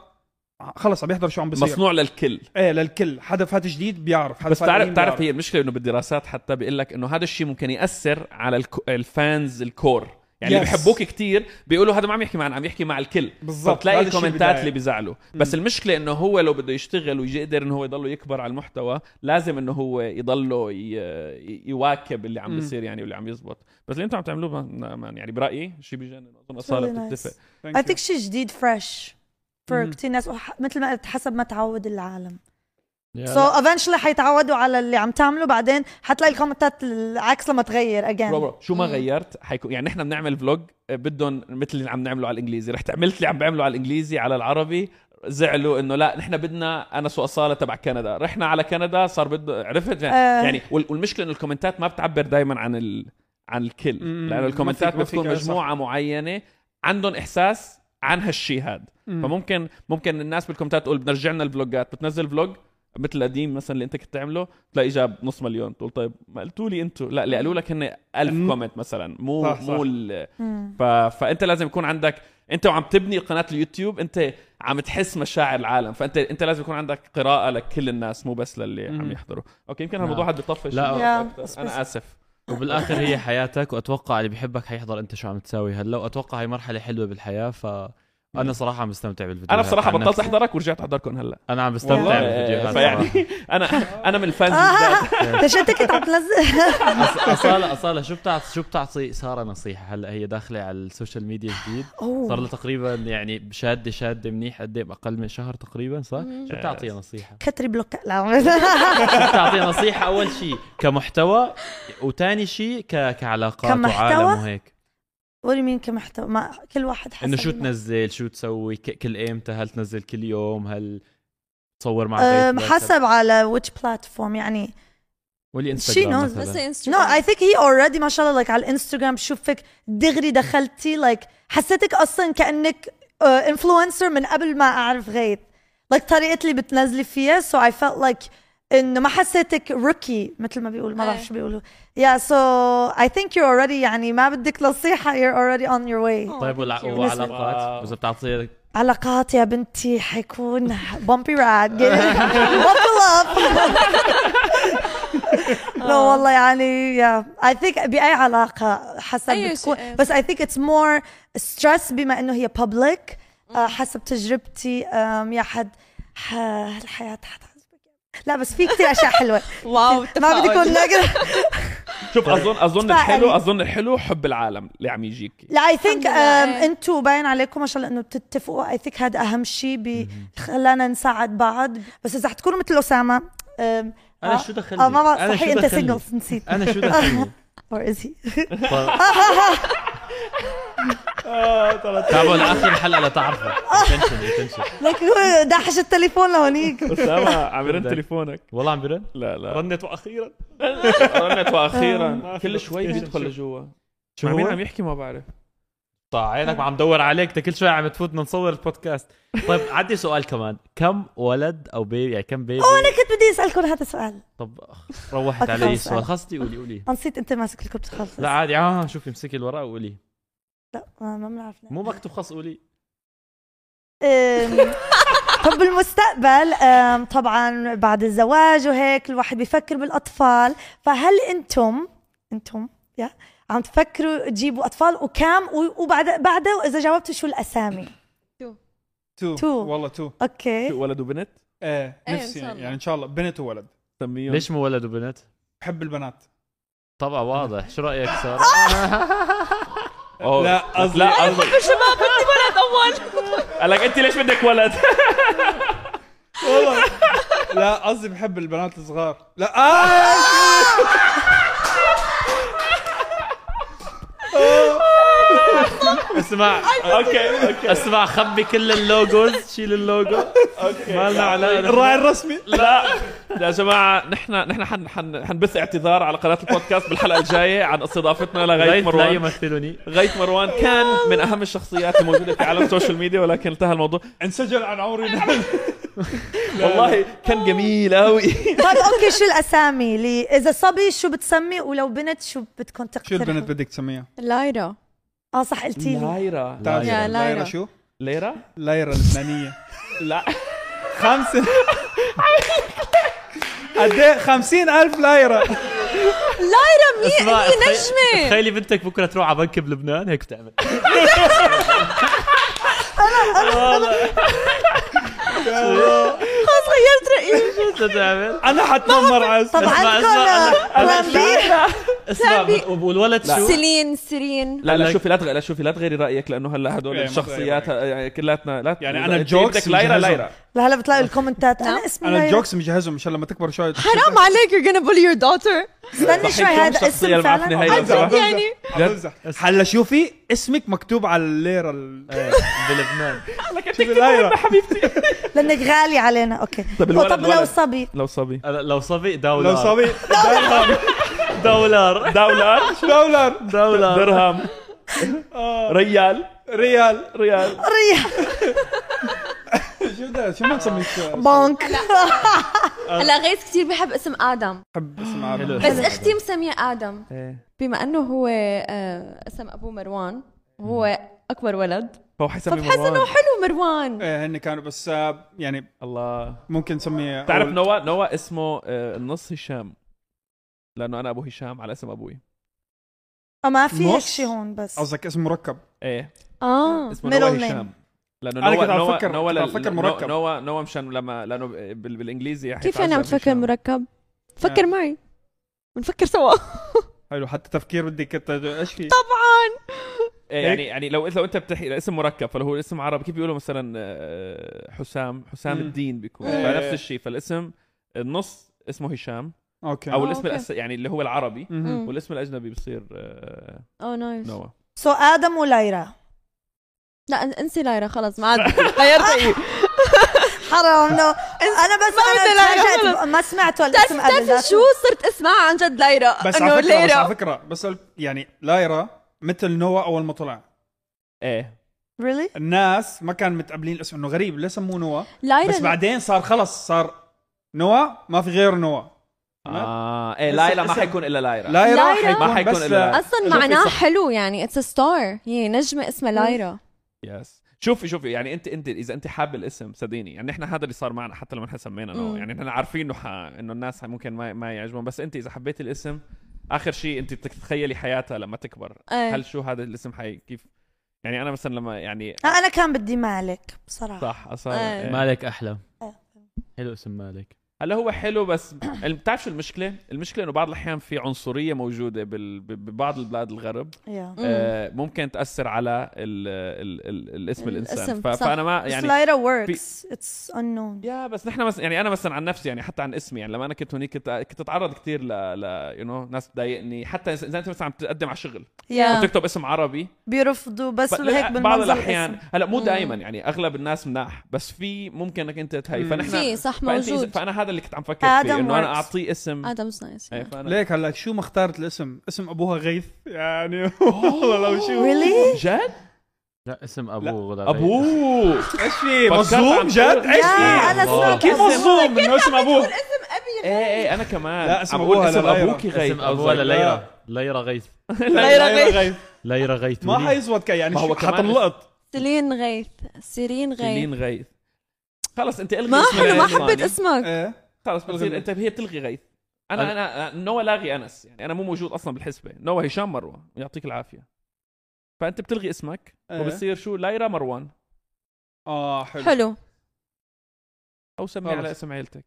[SPEAKER 2] خلص عم يحضر شو عم بيصير
[SPEAKER 3] مصنوع للكل
[SPEAKER 2] ايه للكل حدا فات جديد بيعرف حدا
[SPEAKER 3] بس
[SPEAKER 2] فات
[SPEAKER 3] تعرف
[SPEAKER 2] قديم
[SPEAKER 3] تعرف
[SPEAKER 2] بيعرف.
[SPEAKER 3] هي المشكله انه بالدراسات حتى بيقول لك انه هذا الشيء ممكن ياثر على الك- الفانز الكور يعني اللي
[SPEAKER 2] Yes.
[SPEAKER 3] بحبوك كثير بيقولوا هذا ما عم يحكي معنا عم يحكي مع الكل
[SPEAKER 2] بالضبط،
[SPEAKER 3] بتلاقي
[SPEAKER 2] هذا الشيء
[SPEAKER 3] الكومنتات
[SPEAKER 2] بداية.
[SPEAKER 3] اللي بيزعلوا بس المشكله انه هو لو بده يشتغل ويقدر انه هو يضله يكبر على المحتوى لازم انه هو يضله ي- ي- يواكب اللي عم
[SPEAKER 2] مم.
[SPEAKER 3] بيصير يعني واللي عم يزبط بس اللي انتم عم تعملوه ما- ما- يعني برايي شيء بيجنن اظن اصاله
[SPEAKER 4] really nice.
[SPEAKER 3] بتتفق
[SPEAKER 2] Thank
[SPEAKER 4] اي
[SPEAKER 2] you.
[SPEAKER 4] ثينك شيء جديد فريش فور
[SPEAKER 2] مم.
[SPEAKER 4] كثير ناس وح- مثل ما قلت حسب ما تعود العالم
[SPEAKER 1] يا
[SPEAKER 4] سو ايفنشلي حيتعودوا على اللي عم تعمله بعدين حتلاقي الكومنتات العكس لما تغير
[SPEAKER 3] برو
[SPEAKER 4] اجين
[SPEAKER 3] برو شو ما
[SPEAKER 5] مم.
[SPEAKER 3] غيرت حيكون يعني نحن بنعمل فلوج بدهم مثل اللي عم نعمله على الانجليزي رحت عملت اللي عم بعمله على الانجليزي على العربي زعلوا انه لا نحن بدنا انس واصاله تبع كندا رحنا على كندا صار بده عرفت
[SPEAKER 4] آه.
[SPEAKER 3] يعني وال- والمشكله انه الكومنتات ما بتعبر دائما عن ال... عن الكل
[SPEAKER 2] مم.
[SPEAKER 3] لانه
[SPEAKER 2] ما
[SPEAKER 3] الكومنتات
[SPEAKER 2] فيك- ما فيك
[SPEAKER 3] بتكون
[SPEAKER 2] أي صح.
[SPEAKER 3] مجموعه معينه عندهم احساس عن هالشيء هذا
[SPEAKER 2] مم.
[SPEAKER 3] فممكن ممكن الناس بالكومنتات تقول بدنا نرجع لنا الفلوجات بتنزل فلوج مثل القديم مثلا اللي انت كنت تعمله تلاقي جاب نص مليون تقول طيب ما قلتوا لي انتوا لا اللي قالوا لك هن 1000
[SPEAKER 2] مم.
[SPEAKER 3] كومنت مثلا مو
[SPEAKER 2] صح، صح.
[SPEAKER 3] مو ال... ف... فانت لازم يكون عندك انت وعم تبني قناه اليوتيوب انت عم تحس مشاعر العالم فانت انت لازم يكون عندك قراءه لكل الناس مو بس للي
[SPEAKER 2] مم.
[SPEAKER 3] عم يحضروا اوكي يمكن
[SPEAKER 1] نعم.
[SPEAKER 3] هالموضوع هذا بيطفش
[SPEAKER 1] لا،
[SPEAKER 3] الموضوع
[SPEAKER 4] Yeah.
[SPEAKER 3] أكتر.
[SPEAKER 4] بس- بس-
[SPEAKER 3] انا اسف
[SPEAKER 1] وبالاخر هي حياتك واتوقع اللي بيحبك حيحضر انت شو عم تساوي هلا واتوقع هي مرحله حلوه بالحياه ف انا صراحه عم بستمتع بالفيديوهات
[SPEAKER 3] انا بصراحه
[SPEAKER 1] عن
[SPEAKER 3] بطلت
[SPEAKER 1] نفسي.
[SPEAKER 3] احضرك ورجعت احضركم هلا
[SPEAKER 1] انا عم بستمتع
[SPEAKER 4] والله.
[SPEAKER 1] بالفيديوهات
[SPEAKER 3] فيعني انا انا من الفانز الجداد.
[SPEAKER 4] انت شو أنت كنت عم تنزل
[SPEAKER 1] صراحة. اصاله اصاله شو بتعطي شو بتعطي ساره نصيحه هلا هي داخله على السوشيال ميديا جديد صار لها تقريبا يعني شاده شاده منيح قد ايه اقل من شهر تقريبا صح؟ شو بتعطيها نصيحه؟
[SPEAKER 4] كتري بلوك لا
[SPEAKER 1] شو بتعطيها نصيحه اول شيء كمحتوى وثاني شيء ك... كعلاقات
[SPEAKER 4] كمحتوى؟
[SPEAKER 1] وعالم وهيك
[SPEAKER 4] قولي مين كمحتوى ما كل واحد حسب
[SPEAKER 1] انه شو
[SPEAKER 4] ما-
[SPEAKER 1] تنزل شو تسوي ك... كل ايمتى هل تنزل كل يوم هل تصور مع
[SPEAKER 4] أم،
[SPEAKER 1] بيت
[SPEAKER 4] حسب على which platform يعني She
[SPEAKER 1] والانستغرام
[SPEAKER 4] knows.
[SPEAKER 1] مثلا
[SPEAKER 5] لسه
[SPEAKER 4] نو
[SPEAKER 5] انستغرام
[SPEAKER 4] اي ثينك هي اوريدي ما شاء الله like على الانستغرام بشوفك دغري دخلتي لايك like حسيتك اصلا كانك انفلونسر من قبل ما اعرف غير لايك like طريقه اللي بتنزلي فيها سو اي فيلت لايك انه ما حسيتك روكي مثل ما بيقولوا ما
[SPEAKER 5] إيه.
[SPEAKER 4] بعرف شو بيقولوا يا سو اي ثينك يو اوريدي يعني ما بدك نصيحه يو اوريدي اون يور واي
[SPEAKER 2] Oh.
[SPEAKER 1] طيب والع... وعلاقات واذا بتعطي
[SPEAKER 4] علاقات يا بنتي حيكون يعني بامبي راد بامبل اب لا والله يعني يا اي ثينك باي علاقه حسب
[SPEAKER 5] أي
[SPEAKER 4] بتكون
[SPEAKER 5] شيء.
[SPEAKER 4] بس اي ثينك اتس مور ستريس بما انه هي بابليك حسب تجربتي آم، يا حد ح- الحياه تحت لا بس في كثير اشياء حلوه
[SPEAKER 5] واو
[SPEAKER 4] ما بدي
[SPEAKER 5] تفاؤل.
[SPEAKER 4] اكون نقل
[SPEAKER 3] شوف اظن اظن
[SPEAKER 4] تفائلي.
[SPEAKER 3] الحلو اظن الحلو حب العالم اللي عم يجيك
[SPEAKER 4] لا اي ثينك
[SPEAKER 5] الحمد لله، إيه.
[SPEAKER 4] انتم باين عليكم ما شاء الله انه بتتفقوا اي ثينك هذا اهم شيء بي- خلانا نساعد بعض بس اذا حتكونوا مثل اسامه أم،
[SPEAKER 1] انا
[SPEAKER 4] آه،
[SPEAKER 1] شو دخلني؟
[SPEAKER 4] اه ما بعرف
[SPEAKER 1] أنا شو
[SPEAKER 4] صحيح انت
[SPEAKER 1] دخلني؟
[SPEAKER 4] سنجلز نسيت
[SPEAKER 1] انا شو دخلني؟
[SPEAKER 4] اور از هي
[SPEAKER 1] تعبوا لاخر الحلقه لتعرفوا تنشن تنشن
[SPEAKER 4] لك داحش التليفون لهونيك
[SPEAKER 1] إيه.
[SPEAKER 3] اسامه عم يرن
[SPEAKER 1] بدك.
[SPEAKER 3] تليفونك
[SPEAKER 1] والله عم برن؟
[SPEAKER 3] لا لا
[SPEAKER 1] رنت واخيرا
[SPEAKER 3] رنت واخيرا
[SPEAKER 2] ما
[SPEAKER 3] كل
[SPEAKER 2] آه. في
[SPEAKER 3] شوي
[SPEAKER 2] notification.
[SPEAKER 3] بيدخل لجوا
[SPEAKER 1] شو
[SPEAKER 3] مع مين
[SPEAKER 1] هو؟
[SPEAKER 3] عم يحكي ما بعرف
[SPEAKER 1] طع طيب، عينك ما عم دور عليك انت كل شوي عم تفوتنا نصور البودكاست طيب عندي سؤال كمان كم ولد او بيبي يعني كم بيبي
[SPEAKER 4] وانا كنت بدي اسالكم هذا السؤال
[SPEAKER 1] طب أخ، روحت
[SPEAKER 4] أوكي،
[SPEAKER 1] علي
[SPEAKER 4] خلص
[SPEAKER 1] السؤال
[SPEAKER 4] سؤال.
[SPEAKER 1] خلصتي قولي قولي
[SPEAKER 4] نسيت انت ماسك الكبت خلص
[SPEAKER 1] لا عادي اه شوفي امسكي الورقه وقولي
[SPEAKER 4] لا ما ما بنعرف
[SPEAKER 1] مو مكتوب خلص قولي
[SPEAKER 4] أم، طب بالمستقبل أم، طبعا بعد الزواج وهيك الواحد بيفكر بالاطفال فهل انتم انتم يا عم تفكروا تجيبوا اطفال وكام و- وبعد بعده اذا جاوبتوا شو الاسامي
[SPEAKER 2] تو
[SPEAKER 4] تو.
[SPEAKER 2] والله تو
[SPEAKER 3] شو،
[SPEAKER 4] اوكي
[SPEAKER 3] ولد وبنت
[SPEAKER 2] ايه
[SPEAKER 5] إيه، إن
[SPEAKER 2] نفسي
[SPEAKER 5] شاء الله.
[SPEAKER 2] يعني ان شاء الله بنت وولد
[SPEAKER 3] سميهم
[SPEAKER 1] ليش مو ولد وبنت؟
[SPEAKER 2] بحب البنات
[SPEAKER 1] طبعا واضح شو رايك ساره؟
[SPEAKER 3] أوه.
[SPEAKER 2] لا، قصدي-
[SPEAKER 3] لا قصدي
[SPEAKER 5] شباب بدي ولد اول
[SPEAKER 3] قال لك انت ليش بدك ولد
[SPEAKER 2] والله لا قصدي بحب البنات الصغار لا آه
[SPEAKER 1] اسمع
[SPEAKER 3] اوكي اوكي
[SPEAKER 1] اسمع خبي كل اللوجوز شيل اللوجو اوكي ما لنا علاقه
[SPEAKER 2] الراعي الرسمي
[SPEAKER 3] لا يا جماعه نحن نحن حن حن حنبث اعتذار على قناه البودكاست بالحلقه الجايه عن استضافتنا لغايه
[SPEAKER 1] لا لا
[SPEAKER 3] مروان
[SPEAKER 1] يمثلوني
[SPEAKER 3] غيث مروان كان من اهم الشخصيات الموجوده في عالم السوشيال ميديا ولكن انتهى الموضوع
[SPEAKER 2] انسجل عن عمري
[SPEAKER 3] والله كان جميل قوي
[SPEAKER 4] طيب اوكي شو الاسامي لي اذا صبي شو بتسمي ولو بنت شو بدكم
[SPEAKER 2] شو
[SPEAKER 4] تقترحوا
[SPEAKER 2] البنت بدك تسميها؟
[SPEAKER 5] لايرا
[SPEAKER 4] اه صح قلتي لي
[SPEAKER 3] ليرا
[SPEAKER 2] تعرف
[SPEAKER 5] يا لايرا.
[SPEAKER 2] لايرا شو؟
[SPEAKER 3] ليرا
[SPEAKER 2] لايرا اللبنانية
[SPEAKER 3] لا
[SPEAKER 2] خمسة قد ايه 50000 لايرة
[SPEAKER 5] لايرا مين
[SPEAKER 1] اسمع،
[SPEAKER 5] هي
[SPEAKER 1] تخي-
[SPEAKER 5] نجمه
[SPEAKER 1] تخيلي بنتك بكره تروح على بنك بلبنان هيك بتعمل
[SPEAKER 5] خلص غيرت رايي
[SPEAKER 1] شو تعمل؟
[SPEAKER 2] انا حتنمر عز
[SPEAKER 4] طب
[SPEAKER 1] اسمع،
[SPEAKER 4] عندكم
[SPEAKER 1] اسمع،
[SPEAKER 4] بلان بي
[SPEAKER 1] اسمع
[SPEAKER 5] بي-
[SPEAKER 1] وال- والولد شو؟
[SPEAKER 5] سيلين سيرين
[SPEAKER 3] لا لا
[SPEAKER 1] لك-
[SPEAKER 3] شوفي لا تغ- لا شوفي لا تغيري رايك لانه هلا هدول
[SPEAKER 2] إيه، ما
[SPEAKER 3] الشخصيات
[SPEAKER 2] بغير
[SPEAKER 3] يعني كلاتنا لا
[SPEAKER 2] يعني أنا
[SPEAKER 3] أنت
[SPEAKER 2] jokes
[SPEAKER 3] بدك ليرا
[SPEAKER 2] مجهزهم.
[SPEAKER 3] ليرا
[SPEAKER 4] لهلا بتلاقوا الكومنتات
[SPEAKER 5] نعم.
[SPEAKER 4] انا اسمي
[SPEAKER 2] انا
[SPEAKER 4] ليلى.
[SPEAKER 2] الجوكس مجهزهم ان شاء الله لما تكبر شوي
[SPEAKER 5] حرام عليك you're gonna bully your daughter
[SPEAKER 4] استني شوي
[SPEAKER 3] ضحكتهم
[SPEAKER 4] هذا
[SPEAKER 3] شخصية
[SPEAKER 4] اسم
[SPEAKER 3] اللي بعرفني
[SPEAKER 4] فعلا
[SPEAKER 3] هاي
[SPEAKER 5] عن جد
[SPEAKER 3] بصراحة.
[SPEAKER 5] يعني
[SPEAKER 2] عزة هلا شوفي اسمك مكتوب على الليرة ال-
[SPEAKER 1] إيه، بلبنان
[SPEAKER 2] شو اللايرة
[SPEAKER 4] لانك غالي علينا اوكي
[SPEAKER 3] طب
[SPEAKER 4] طب,
[SPEAKER 3] الولد-
[SPEAKER 4] طب لو
[SPEAKER 3] الولد.
[SPEAKER 4] صبي
[SPEAKER 3] لو صبي
[SPEAKER 1] أنا لو صبي دولار
[SPEAKER 2] لو صبي
[SPEAKER 1] دولار
[SPEAKER 3] دولار
[SPEAKER 2] دولار
[SPEAKER 1] دولار
[SPEAKER 3] درهم ريال
[SPEAKER 2] ريال
[SPEAKER 3] ريال
[SPEAKER 4] ريح
[SPEAKER 2] شو ده شو ما تسميك
[SPEAKER 4] بونك
[SPEAKER 5] هلا غيث كثير بحب اسم ادم
[SPEAKER 2] بحب اسم عربي
[SPEAKER 5] بس اختي مسميه ادم
[SPEAKER 3] إيه.
[SPEAKER 5] بما انه هو آه، اسم ابوه مروان وهو اكبر ولد
[SPEAKER 3] فهو حيسمي
[SPEAKER 5] فبحس انه
[SPEAKER 3] مروان
[SPEAKER 5] حلو مروان
[SPEAKER 2] ايه هن كانوا بس آه، يعني
[SPEAKER 3] الله
[SPEAKER 2] ممكن نسميه
[SPEAKER 3] تعرف
[SPEAKER 2] أول-
[SPEAKER 3] نوا نوا اسمه آه، النص هشام لانه انا ابو هشام على اسم ابوي
[SPEAKER 4] ما في هيك
[SPEAKER 2] نص؟
[SPEAKER 4] شيء هون بس
[SPEAKER 2] قصدك اسم مركب
[SPEAKER 3] ايه
[SPEAKER 5] اه
[SPEAKER 3] اسمه
[SPEAKER 4] Middle
[SPEAKER 5] آه.
[SPEAKER 2] إيه.
[SPEAKER 3] نوا
[SPEAKER 4] name.
[SPEAKER 3] هشام لانه
[SPEAKER 2] أنا
[SPEAKER 3] نوا
[SPEAKER 2] كنت عم
[SPEAKER 3] نوا
[SPEAKER 2] بفكر-
[SPEAKER 3] نوا
[SPEAKER 2] كنت عم بفكر
[SPEAKER 3] لل-
[SPEAKER 2] مركب.
[SPEAKER 3] نوا نوا مشان لما لانه بال- بالانجليزي حيت
[SPEAKER 5] كيف يعني عم
[SPEAKER 3] عزة
[SPEAKER 5] تفكر
[SPEAKER 3] مشان-
[SPEAKER 5] مركب؟
[SPEAKER 2] آه.
[SPEAKER 5] فكر معي بنفكر سوا
[SPEAKER 2] حلو حتى تفكير بدك أنت- ايش في
[SPEAKER 5] طبعا
[SPEAKER 3] إيه يعني يعني لو لو انت بتحكي لاسم مركب فلو هو اسم عربي كيف بيقولوا مثلا آه، حسام حسام
[SPEAKER 2] مم.
[SPEAKER 3] الدين بيكون
[SPEAKER 2] إيه.
[SPEAKER 3] فنفس الشيء فالاسم النص اسمه هشام
[SPEAKER 2] اوكي
[SPEAKER 3] او
[SPEAKER 5] آه،
[SPEAKER 3] الاسم
[SPEAKER 5] أوكي.
[SPEAKER 3] الأس... يعني اللي هو العربي
[SPEAKER 2] مهم.
[SPEAKER 5] مم.
[SPEAKER 3] والاسم الاجنبي بصير آه،
[SPEAKER 5] اوه نايس
[SPEAKER 3] نوا
[SPEAKER 4] سو ادم وليرى
[SPEAKER 5] لا انسي لايرا خلص ما عاد غيرت رايي
[SPEAKER 4] حرام نو انا بس
[SPEAKER 5] ما بدي
[SPEAKER 4] انا
[SPEAKER 5] لايرا
[SPEAKER 4] تفاجأت ما سمعته الاسم قبل
[SPEAKER 5] بتعرفي
[SPEAKER 4] ذاته.
[SPEAKER 5] شو صرت اسمعها عن جد ليرى
[SPEAKER 2] بس
[SPEAKER 5] إنه
[SPEAKER 2] على فكره بس
[SPEAKER 5] ليرى.
[SPEAKER 2] على فكره بس ال- يعني لايرا مثل نوا اول ما طلع
[SPEAKER 3] ايه
[SPEAKER 4] really
[SPEAKER 2] الناس ما كان متقبلين الاسم انه غريب ليه سموه نوا
[SPEAKER 5] لايرا
[SPEAKER 2] بس بعدين صار خلص صار نوا ما في غير نوا
[SPEAKER 3] اه ايه
[SPEAKER 2] اسم-
[SPEAKER 3] لايلا ما
[SPEAKER 2] اسم-
[SPEAKER 3] حيكون الا لايرا
[SPEAKER 2] لايرا
[SPEAKER 5] لايرا؟
[SPEAKER 2] حيكون
[SPEAKER 3] ما حيكون
[SPEAKER 2] بس
[SPEAKER 3] إلا لايرا.
[SPEAKER 5] اصلا
[SPEAKER 2] إضافي
[SPEAKER 5] معناها
[SPEAKER 2] صح.
[SPEAKER 5] حلو يعني اتس ستار هي نجمه اسمها لايرا
[SPEAKER 3] يس شوفي شوفي يعني انت انت اذا انت حاب الاسم صدقيني يعني نحن هذا اللي صار معنا حتى لما نحن سمينا نو
[SPEAKER 5] مم.
[SPEAKER 3] يعني نحن عارفين انه ح... انه الناس ممكن ما ما يعجبهم بس انت اذا حبيت الاسم اخر شيء انت بدك تتخيلي حياتها لما تكبر
[SPEAKER 5] إيه.
[SPEAKER 3] هل شو هذا الاسم حي كيف يعني انا مثلا لما يعني
[SPEAKER 4] آه، انا كان بدي مالك بصراحه
[SPEAKER 3] صح اصلا
[SPEAKER 5] إيه.
[SPEAKER 3] إيه.
[SPEAKER 1] مالك احلى
[SPEAKER 4] آه.
[SPEAKER 1] حلو اسم مالك
[SPEAKER 3] هلا هو حلو بس بتعرف شو المشكله؟ المشكله انه بعض الاحيان في عنصريه موجوده بال... ب- ببعض البلاد الغرب
[SPEAKER 4] يا
[SPEAKER 5] مم.
[SPEAKER 3] آه، ممكن تاثر على ال... ال... ال... الاسم الانسان
[SPEAKER 5] الاسم،
[SPEAKER 3] ف...
[SPEAKER 5] صح.
[SPEAKER 3] فانا ما
[SPEAKER 4] بس
[SPEAKER 3] يعني
[SPEAKER 4] لايرا works it's unknown
[SPEAKER 3] يا بس نحن مثلا يعني انا مثلا عن نفسي يعني حتى عن اسمي يعني لما انا كنت هناك كنت, كنت اتعرض كثير ل ل يو نو ناس تضايقني حتى اذا إذا انت مثلا عم تقدم على شغل
[SPEAKER 4] يا
[SPEAKER 3] بتكتب اسم عربي
[SPEAKER 4] بيرفضوا آه. بس
[SPEAKER 3] ب-
[SPEAKER 4] هيك
[SPEAKER 3] بعض
[SPEAKER 4] بالمنظر
[SPEAKER 3] الاحيان
[SPEAKER 4] الاسم.
[SPEAKER 3] هلا مو
[SPEAKER 5] مم.
[SPEAKER 3] دائما يعني اغلب الناس مناح بس في ممكن انك انت تهي
[SPEAKER 2] مم.
[SPEAKER 3] فنحن
[SPEAKER 5] في، صح،
[SPEAKER 3] فأنت إذا-
[SPEAKER 5] موجود.
[SPEAKER 3] فانا هذا اللي كنت عم فكر
[SPEAKER 4] آدم
[SPEAKER 3] فيه انه انا
[SPEAKER 4] works.
[SPEAKER 3] اعطيه اسم
[SPEAKER 5] ادم نايس
[SPEAKER 3] إيه، فأنا-
[SPEAKER 2] ليك هلا شو ما اختارت الاسم اسم ابوها غيث يعني والله لو شو
[SPEAKER 4] really
[SPEAKER 3] جد؟
[SPEAKER 1] لا اسم ابوه غدا
[SPEAKER 3] طيب. ابوه
[SPEAKER 2] ايش في
[SPEAKER 3] فكرت عم
[SPEAKER 2] مظلوم جد
[SPEAKER 3] تقول-
[SPEAKER 2] ايش
[SPEAKER 4] يا
[SPEAKER 2] في
[SPEAKER 4] انا سمعت
[SPEAKER 2] كيف
[SPEAKER 4] أبوها.
[SPEAKER 2] مظلوم انه اسم ابوه
[SPEAKER 3] ايه ايه انا كمان
[SPEAKER 2] لا، اسم
[SPEAKER 3] عم بقول
[SPEAKER 2] أبوها
[SPEAKER 3] اسم
[SPEAKER 2] للغيرة.
[SPEAKER 3] ابوكي غيث
[SPEAKER 1] اسم ابوه
[SPEAKER 3] قصدك.
[SPEAKER 1] لليرى ليرى غيث
[SPEAKER 5] ليرى غيث.
[SPEAKER 1] ليرى غيث
[SPEAKER 2] ما حيزود كي يعني
[SPEAKER 3] ما هو
[SPEAKER 2] شو-
[SPEAKER 3] كمان
[SPEAKER 2] حتنلقط
[SPEAKER 5] سيلين غيث سيرين غيث
[SPEAKER 3] سيلين غيث خلص انت الغي
[SPEAKER 5] ما
[SPEAKER 3] اسم
[SPEAKER 5] حلو ما
[SPEAKER 3] غيث يعني.
[SPEAKER 5] حبيت
[SPEAKER 3] ثاني.
[SPEAKER 5] اسمك
[SPEAKER 2] ايه
[SPEAKER 3] خلص بتصير
[SPEAKER 2] الغنى.
[SPEAKER 3] انت هي بتلغي غيث انا انا نوا لاغي انس يعني انا مو موجود اصلا بالحسبه نوا هشام مروه يعطيك العافيه فانت بتلغي اسمك
[SPEAKER 2] إيه.
[SPEAKER 3] وبصير شو ليرى مروان
[SPEAKER 2] اه حلو
[SPEAKER 5] حلو
[SPEAKER 3] او سمي
[SPEAKER 2] خلص.
[SPEAKER 3] على اسم عيلتك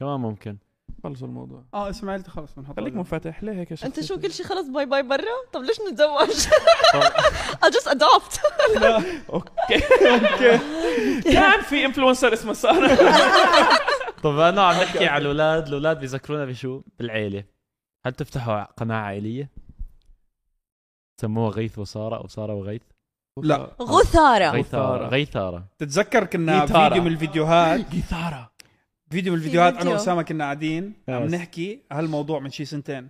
[SPEAKER 1] كمان ممكن
[SPEAKER 3] خلصوا الموضوع
[SPEAKER 2] اه اسم عيلتي خلص بنحط
[SPEAKER 3] خليك منفتح ليه هيك
[SPEAKER 5] انت شو كل شيء خلص باي باي برا طب ليش نتزوج I just adopt
[SPEAKER 3] اوكي اوكي كان في انفلونسر اسمه ساره
[SPEAKER 1] طب انا عم نحكي على الاولاد الاولاد بيذكرونا بشو بالعيله هل تفتحوا قناه عائليه سموها غيث وساره او ساره وغيث
[SPEAKER 2] لا.
[SPEAKER 5] غثارة
[SPEAKER 1] غيثاره غيثاره
[SPEAKER 2] تتذكر كنا
[SPEAKER 3] جيتارة.
[SPEAKER 2] فيديو من الفيديوهات
[SPEAKER 3] جيثاره
[SPEAKER 2] فيديو من الفيديوهات انا
[SPEAKER 5] فيديو.
[SPEAKER 2] واسامه كنا قاعدين عم
[SPEAKER 1] Yes.
[SPEAKER 2] نحكي هالموضوع من شي سنتين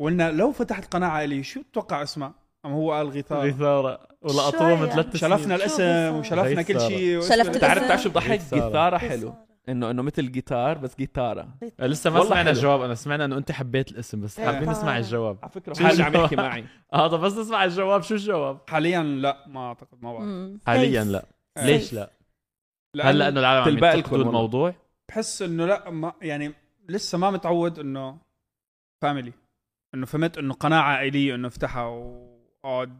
[SPEAKER 2] وقلنا لو فتحت قناه عائليه شو تتوقع اسمها؟ ام هو قال غيثار
[SPEAKER 1] غيثاره
[SPEAKER 4] شوية.
[SPEAKER 1] ولقطوها من ثلاث
[SPEAKER 2] شلفنا الاسم
[SPEAKER 4] غيثارة.
[SPEAKER 2] وشلفنا كل شيء
[SPEAKER 5] شلفت
[SPEAKER 2] واسمه-
[SPEAKER 5] الاسم.
[SPEAKER 3] تعرف تعرف شو بضحك
[SPEAKER 1] جيثارة.
[SPEAKER 3] جيثاره حلو انه انه مثل جيتار بس جيتاره
[SPEAKER 1] أه، لسه ما
[SPEAKER 3] والله
[SPEAKER 1] سمعنا
[SPEAKER 3] حلو.
[SPEAKER 1] الجواب انا سمعنا انه انت حبيت الاسم بس
[SPEAKER 2] إيه.
[SPEAKER 1] حابين نسمع الجواب
[SPEAKER 3] على فكره
[SPEAKER 1] شو
[SPEAKER 3] حاجه عم
[SPEAKER 1] جوا؟
[SPEAKER 3] يحكي معي
[SPEAKER 1] اه طب بس نسمع الجواب شو الجواب
[SPEAKER 2] حاليا لا ما اعتقد ما بعرف
[SPEAKER 5] مم.
[SPEAKER 1] حاليا لا
[SPEAKER 2] إيه.
[SPEAKER 1] ليش لا
[SPEAKER 2] لأن
[SPEAKER 1] هلا انه العالم عم
[SPEAKER 3] تلبق لكم
[SPEAKER 1] ينتقدوا
[SPEAKER 3] والله.
[SPEAKER 1] الموضوع
[SPEAKER 2] بحس انه لا ما يعني لسه ما متعود انه فاميلي انه فهمت انه قناه عائليه انه افتحها واقعد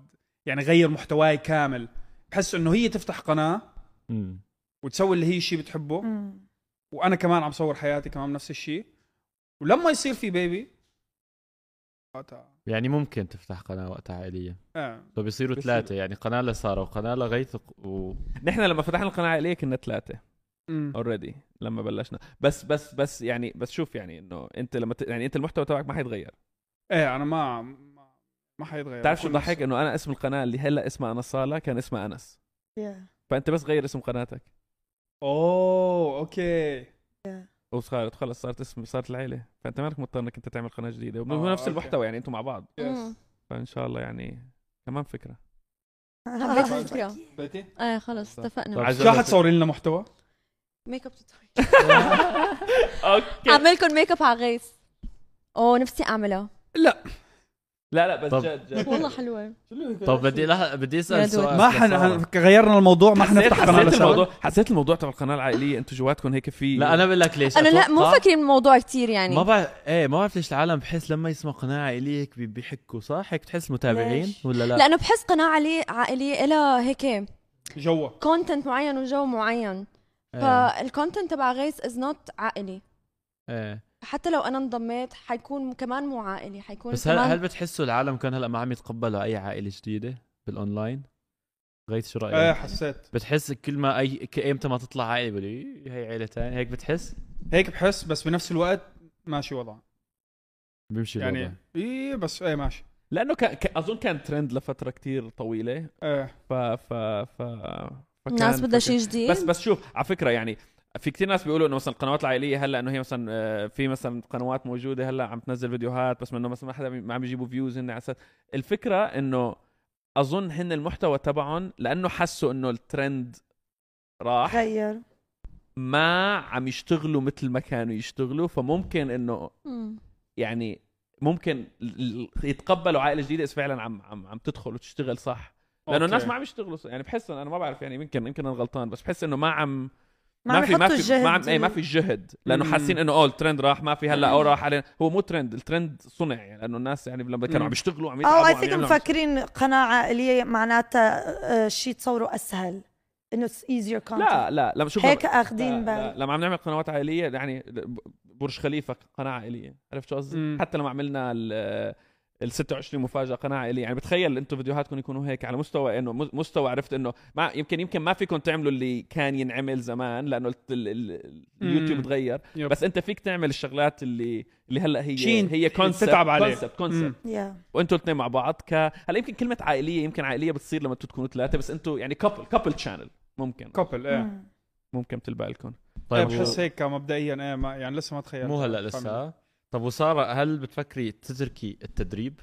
[SPEAKER 2] يعني غير محتواي كامل بحس انه هي تفتح قناه
[SPEAKER 1] مم.
[SPEAKER 2] وتسوي اللي هي شيء بتحبه
[SPEAKER 4] مم.
[SPEAKER 2] وانا كمان عم صور حياتي كمان نفس الشيء ولما يصير في بيبي وقتها
[SPEAKER 1] يعني ممكن تفتح قناه وقتها عائليه
[SPEAKER 2] آه.
[SPEAKER 1] فبيصيروا
[SPEAKER 3] بيصيروا.
[SPEAKER 1] ثلاثه يعني قناه لساره وقناه لغيث وق- و...
[SPEAKER 3] نحن لما فتحنا القناه العائليه كنا ثلاثه
[SPEAKER 2] أمم.
[SPEAKER 3] اوريدي لما بلشنا بس بس بس يعني بس شوف يعني انه انت لما ت... يعني انت المحتوى تبعك ما حيتغير
[SPEAKER 2] ايه انا ما ما- ما حيتغير
[SPEAKER 3] بتعرف شو
[SPEAKER 2] بكون نفس-
[SPEAKER 3] ضحك انه انا اسم القناه اللي هلا اسمها انس صاله كان اسمها انس
[SPEAKER 4] Yeah.
[SPEAKER 3] فانت بس غير اسم قناتك
[SPEAKER 2] اوه اوكي
[SPEAKER 3] وصارت خلص صارت اسم صارت العيله فانت مالك مضطر انك انت تعمل قناه جديده وهو
[SPEAKER 2] آه،
[SPEAKER 3] نفس
[SPEAKER 2] أوكي.
[SPEAKER 3] المحتوى يعني انتم مع بعض
[SPEAKER 5] مم.
[SPEAKER 3] فان شاء الله يعني كمان فكره
[SPEAKER 5] حبيت الفكرة
[SPEAKER 2] بيتي
[SPEAKER 5] ايه خلص
[SPEAKER 3] طب-
[SPEAKER 5] اتفقنا
[SPEAKER 1] طب
[SPEAKER 2] شو حتصوري لنا محتوى؟
[SPEAKER 5] ميك اب توتوريال
[SPEAKER 3] اوكي
[SPEAKER 5] اعمل لكم ميك اب على غيث اوه نفسي اعملها
[SPEAKER 3] آه، لا لا بس
[SPEAKER 1] طب.
[SPEAKER 3] جد جد
[SPEAKER 5] والله حلوه
[SPEAKER 1] طب بدي لح... بدي
[SPEAKER 5] يا
[SPEAKER 1] اسال
[SPEAKER 5] دود.
[SPEAKER 1] سؤال
[SPEAKER 2] ما حن... غيرنا الموضوع ما
[SPEAKER 3] حسيت,
[SPEAKER 2] حنفتح قناه
[SPEAKER 3] حسيت
[SPEAKER 2] لسوا
[SPEAKER 3] الموضوع حسيت الموضوع تبع القناه العائليه انتم جواتكم هيك في
[SPEAKER 1] لا انا بقول لك ليش
[SPEAKER 5] انا لا مو
[SPEAKER 1] أتوقع-
[SPEAKER 5] فاكرين الموضوع كثير يعني
[SPEAKER 1] ما بعرف ايه ما بعرف ليش العالم بحس لما يسمع قناه عائليه هيك بي- بيحكوا صح هيك بتحس متابعين
[SPEAKER 4] ليش؟
[SPEAKER 1] ولا لا
[SPEAKER 5] لانه بحس قناه علي عائليه لها هيك
[SPEAKER 2] جوا
[SPEAKER 5] كونتنت معين وجو معين
[SPEAKER 1] إيه.
[SPEAKER 5] فالكونتنت تبع غيث از نوت عائلي
[SPEAKER 1] إيه.
[SPEAKER 5] حتى لو انا انضميت حيكون كمان مو عائلي حيكون
[SPEAKER 1] بس هل
[SPEAKER 5] كمان
[SPEAKER 1] هل بتحسوا العالم كان هلا ما عم يتقبلوا اي عائله جديده بالاونلاين؟ غيث شو
[SPEAKER 3] طيب.
[SPEAKER 1] رايك؟
[SPEAKER 2] ايه حسيت
[SPEAKER 1] بتحس كل ما اي ك- ايمتى ما تطلع عائله بيقولوا "إيه، هي عائله ثانيه هيك بتحس؟
[SPEAKER 2] هيك بحس بس بنفس الوقت ماشي وضع
[SPEAKER 1] بيمشي
[SPEAKER 2] يعني
[SPEAKER 1] يعني
[SPEAKER 2] ايه بس ايه ماشي
[SPEAKER 3] لانه كان ك- اظن كان ترند لفتره كتير طويله
[SPEAKER 2] ايه
[SPEAKER 3] ف ف ف
[SPEAKER 5] الناس
[SPEAKER 3] فكان-
[SPEAKER 5] بدها شيء جديد
[SPEAKER 3] بس بس شوف على فكره يعني في كتير ناس بيقولوا انه مثلا القنوات العائليه هلا انه هي مثلا آه، في مثلا قنوات موجوده هلا عم تنزل فيديوهات بس انه مثلا ما حدا ما عم يجيبوا فيوز هن على أساس- الفكره انه اظن هن المحتوى تبعهم لانه حسوا انه الترند راح
[SPEAKER 4] غير
[SPEAKER 3] ما عم يشتغلوا مثل ما كانوا يشتغلوا فممكن انه
[SPEAKER 5] مم.
[SPEAKER 3] يعني ممكن ال- ال- يتقبلوا عائله جديده اذا فعلا عم عم عم تدخل وتشتغل صح لانه الناس ما عم يشتغلوا صح. يعني بحس إن- انا ما بعرف يعني يمكن يمكن انا غلطان بس بحس انه ما عم
[SPEAKER 4] ما, ما
[SPEAKER 3] في ما
[SPEAKER 4] بيحطوا
[SPEAKER 3] في
[SPEAKER 4] الجهد
[SPEAKER 3] ما عم اي ما في جهد لانه
[SPEAKER 2] مم.
[SPEAKER 3] حاسين انه اوه الترند راح ما في هلا او راح علينا هو مو ترند الترند صنع يعني لانه الناس يعني لما كانوا
[SPEAKER 2] مم.
[SPEAKER 3] عم يشتغلوا عم يتعبوا
[SPEAKER 4] او اي
[SPEAKER 3] عم
[SPEAKER 4] ثينك
[SPEAKER 3] يعملوا-
[SPEAKER 4] مفكرين قناه عائليه معناتها آه، شيء تصوره اسهل انه اتس ايزير كونتنت
[SPEAKER 3] لا لا لما شوف
[SPEAKER 4] هيك
[SPEAKER 3] لما-
[SPEAKER 4] اخذين
[SPEAKER 3] لا، لا،
[SPEAKER 4] بال
[SPEAKER 3] لما عم نعمل قنوات عائليه يعني ب- برج خليفه قناه عائليه عرفت شو قصدي
[SPEAKER 2] مم.
[SPEAKER 3] حتى لما عملنا ال ال 26 مفاجاه قناه عائليه يعني بتخيل انتم فيديوهاتكم يكونوا هيك على مستوى انه مز- مستوى عرفت انه ما يمكن يمكن ما فيكم تعملوا اللي كان ينعمل زمان لانه ال- ال- ال- اليوتيوب
[SPEAKER 2] مم.
[SPEAKER 3] تغير
[SPEAKER 2] يب.
[SPEAKER 3] بس انت فيك تعمل الشغلات اللي اللي هلا هي
[SPEAKER 2] شين
[SPEAKER 3] هي كونسبت
[SPEAKER 2] تتعب عليه.
[SPEAKER 3] كونسبت كونسبت
[SPEAKER 4] يا
[SPEAKER 3] وانتوا الاثنين مع بعض ك هلا يمكن كلمه عائليه يمكن عائليه بتصير لما انتوا تكونوا ثلاثه بس انتوا يعني كابل كابل تشانل ممكن
[SPEAKER 2] كوبل
[SPEAKER 1] إيه.
[SPEAKER 2] ايه
[SPEAKER 4] مم.
[SPEAKER 3] ممكن تلبق لكم
[SPEAKER 2] إيه،
[SPEAKER 1] طيب
[SPEAKER 2] بحس هيك مبدئيا ايه ما يعني لسه ما تخيلت
[SPEAKER 1] مو هلا لسه طب وساره هل بتفكري تتركي التدريب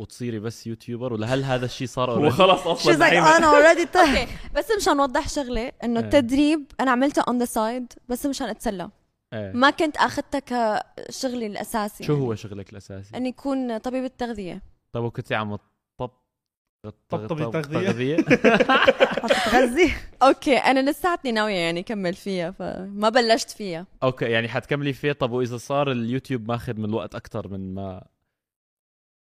[SPEAKER 1] وتصيري بس يوتيوبر ولا هل هذا الشيء صار already؟
[SPEAKER 3] وخلص اصلا
[SPEAKER 4] She's like
[SPEAKER 3] دحين-
[SPEAKER 4] انا اوريدي
[SPEAKER 5] اوكي بس مشان اوضح شغله انه
[SPEAKER 1] إيه.
[SPEAKER 5] التدريب انا عملته اون ذا سايد بس مشان اتسلى
[SPEAKER 1] إيه.
[SPEAKER 5] ما كنت اخذتها كشغلي الاساسي
[SPEAKER 1] شو
[SPEAKER 5] يعني.
[SPEAKER 1] هو شغلك الاساسي؟
[SPEAKER 5] اني اكون طبيبه تغذيه
[SPEAKER 1] طب وكنت عم طب
[SPEAKER 2] طبطبي
[SPEAKER 1] تغذية
[SPEAKER 2] تغذية.
[SPEAKER 4] تغذي
[SPEAKER 5] اوكي انا لساتني ناويه يعني كمل فيها فما بلشت فيها
[SPEAKER 1] اوكي يعني حتكملي فيه طب واذا صار اليوتيوب ماخذ من الوقت اكثر من ما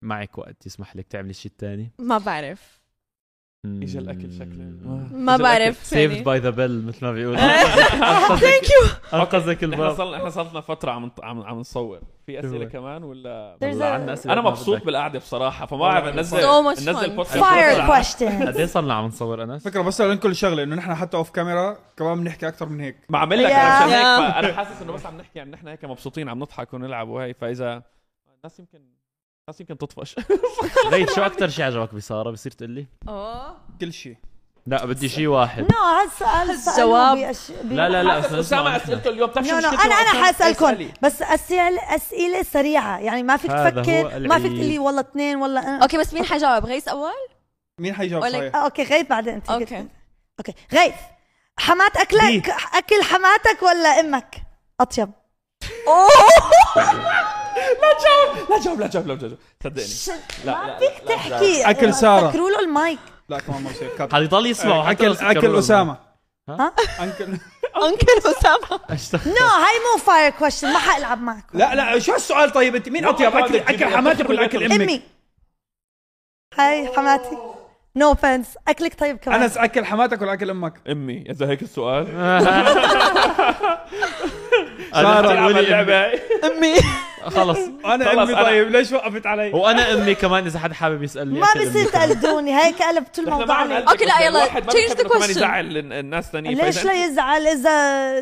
[SPEAKER 1] معك وقت يسمح لك تعملي شيء ثاني
[SPEAKER 5] ما بعرف
[SPEAKER 3] اجى الاكل شكله
[SPEAKER 5] ما بعرف
[SPEAKER 1] سيفد
[SPEAKER 5] يعني.
[SPEAKER 1] باي ذا بيل مثل ما بيقولوا ثانك يو انقذك
[SPEAKER 3] احنا
[SPEAKER 1] الباب
[SPEAKER 3] صلنا احنا صلنا فتره عم عم عم نصور في اسئله
[SPEAKER 1] شو
[SPEAKER 3] كمان ولا
[SPEAKER 4] There's
[SPEAKER 1] والله
[SPEAKER 4] a-
[SPEAKER 1] عنا أسئلة
[SPEAKER 3] انا
[SPEAKER 1] ما
[SPEAKER 3] مبسوط
[SPEAKER 1] بدك.
[SPEAKER 3] بالقعده بصراحه فما بعرف انزل
[SPEAKER 5] So much
[SPEAKER 3] انزل
[SPEAKER 5] fun.
[SPEAKER 3] بودكاست
[SPEAKER 4] fire
[SPEAKER 3] بسرعة.
[SPEAKER 4] questions
[SPEAKER 1] قد ايه صرنا عم نصور انس؟
[SPEAKER 2] فكره بس لأن كل شغله انه نحن حتى اوف كاميرا كمان بنحكي اكثر من هيك
[SPEAKER 3] ما عم لك
[SPEAKER 4] Yeah.
[SPEAKER 3] عشان هيك
[SPEAKER 5] Yeah.
[SPEAKER 3] فانا حاسس انه بس عم نحكي عن نحن هيك مبسوطين عم نضحك ونلعب وهي فاذا الناس يمكن الناس يمكن تطفش
[SPEAKER 1] غيث شو اكثر شيء عجبك بساره بصير تقول لي؟
[SPEAKER 5] يعني. اوه
[SPEAKER 2] كل شيء
[SPEAKER 1] لا بدي شيء واحد
[SPEAKER 4] نو هالسؤال
[SPEAKER 5] الجواب.
[SPEAKER 1] لا لا لا بس
[SPEAKER 3] اسامه
[SPEAKER 1] نسمع.
[SPEAKER 3] اسئلته اليوم بتعرف شو
[SPEAKER 4] نو نو
[SPEAKER 3] مشكلته
[SPEAKER 4] انا انا
[SPEAKER 3] أصلاً؟
[SPEAKER 4] حاسالكم
[SPEAKER 3] اسألي.
[SPEAKER 4] بس اسئله اسئله سريعه يعني ما فيك
[SPEAKER 1] هذا هو
[SPEAKER 4] تفكر ما
[SPEAKER 1] العيد.
[SPEAKER 4] فيك تقول لي والله اثنين والله آه. أنا.
[SPEAKER 5] اوكي بس مين حجاوب غيث اول
[SPEAKER 2] مين حيجاوب
[SPEAKER 5] ولا-
[SPEAKER 2] صحيح
[SPEAKER 4] آه، اوكي غيث بعدين انت
[SPEAKER 5] اوكي
[SPEAKER 4] اوكي غيث حمات اكلك اكل حماتك ولا امك اطيب
[SPEAKER 3] لا جاوب لا جاوب لا جاوب صدقني لا لا
[SPEAKER 4] ما فيك تحكي
[SPEAKER 2] أكل سارة.
[SPEAKER 4] سكروا له المايك
[SPEAKER 2] لا كمان ما بصير كات.
[SPEAKER 1] حيضل يسمعوا حتى
[SPEAKER 2] اكل
[SPEAKER 1] لو سكروا
[SPEAKER 2] اكل
[SPEAKER 1] له.
[SPEAKER 2] اسامه
[SPEAKER 1] ها؟
[SPEAKER 2] أنكل...
[SPEAKER 5] انكل اسامه
[SPEAKER 1] أشتغل.
[SPEAKER 4] نو هاي مو فاير كويشن ما حالعب معك
[SPEAKER 2] لا لا شو هالسؤال طيب انت مين اطيب اكل اكل حماتك ولا اكل امك؟
[SPEAKER 4] امي هاي حماتي نو اوفنس اكلك طيب كمان
[SPEAKER 2] انس اكل حماتك ولا اكل امك؟
[SPEAKER 3] امي اذا هيك السؤال
[SPEAKER 1] أنا
[SPEAKER 2] سارة
[SPEAKER 1] بتلعب
[SPEAKER 2] قولي
[SPEAKER 1] اللعبة.
[SPEAKER 3] هاي
[SPEAKER 5] امي
[SPEAKER 1] خلص
[SPEAKER 2] انا
[SPEAKER 3] خلص،
[SPEAKER 2] امي
[SPEAKER 3] أنا-
[SPEAKER 2] طيب ليش وقفت علي؟
[SPEAKER 1] وانا امي كمان اذا حد حابب يسالني
[SPEAKER 4] ما
[SPEAKER 1] أكل أمي
[SPEAKER 4] بصير
[SPEAKER 1] كمان.
[SPEAKER 4] تقلدوني هيك قلبتوا
[SPEAKER 3] إحنا
[SPEAKER 4] الموضوع
[SPEAKER 3] معنا
[SPEAKER 4] علي
[SPEAKER 3] قلب،
[SPEAKER 5] أوكي، لا،
[SPEAKER 3] بس
[SPEAKER 5] يلا،
[SPEAKER 3] الواحد ما
[SPEAKER 5] change
[SPEAKER 3] بيحب
[SPEAKER 5] the
[SPEAKER 3] إنه كمان
[SPEAKER 5] question.
[SPEAKER 3] يزعل ال- الناس الثانيين
[SPEAKER 4] ليش
[SPEAKER 3] فإذا
[SPEAKER 4] لا يزعل اذا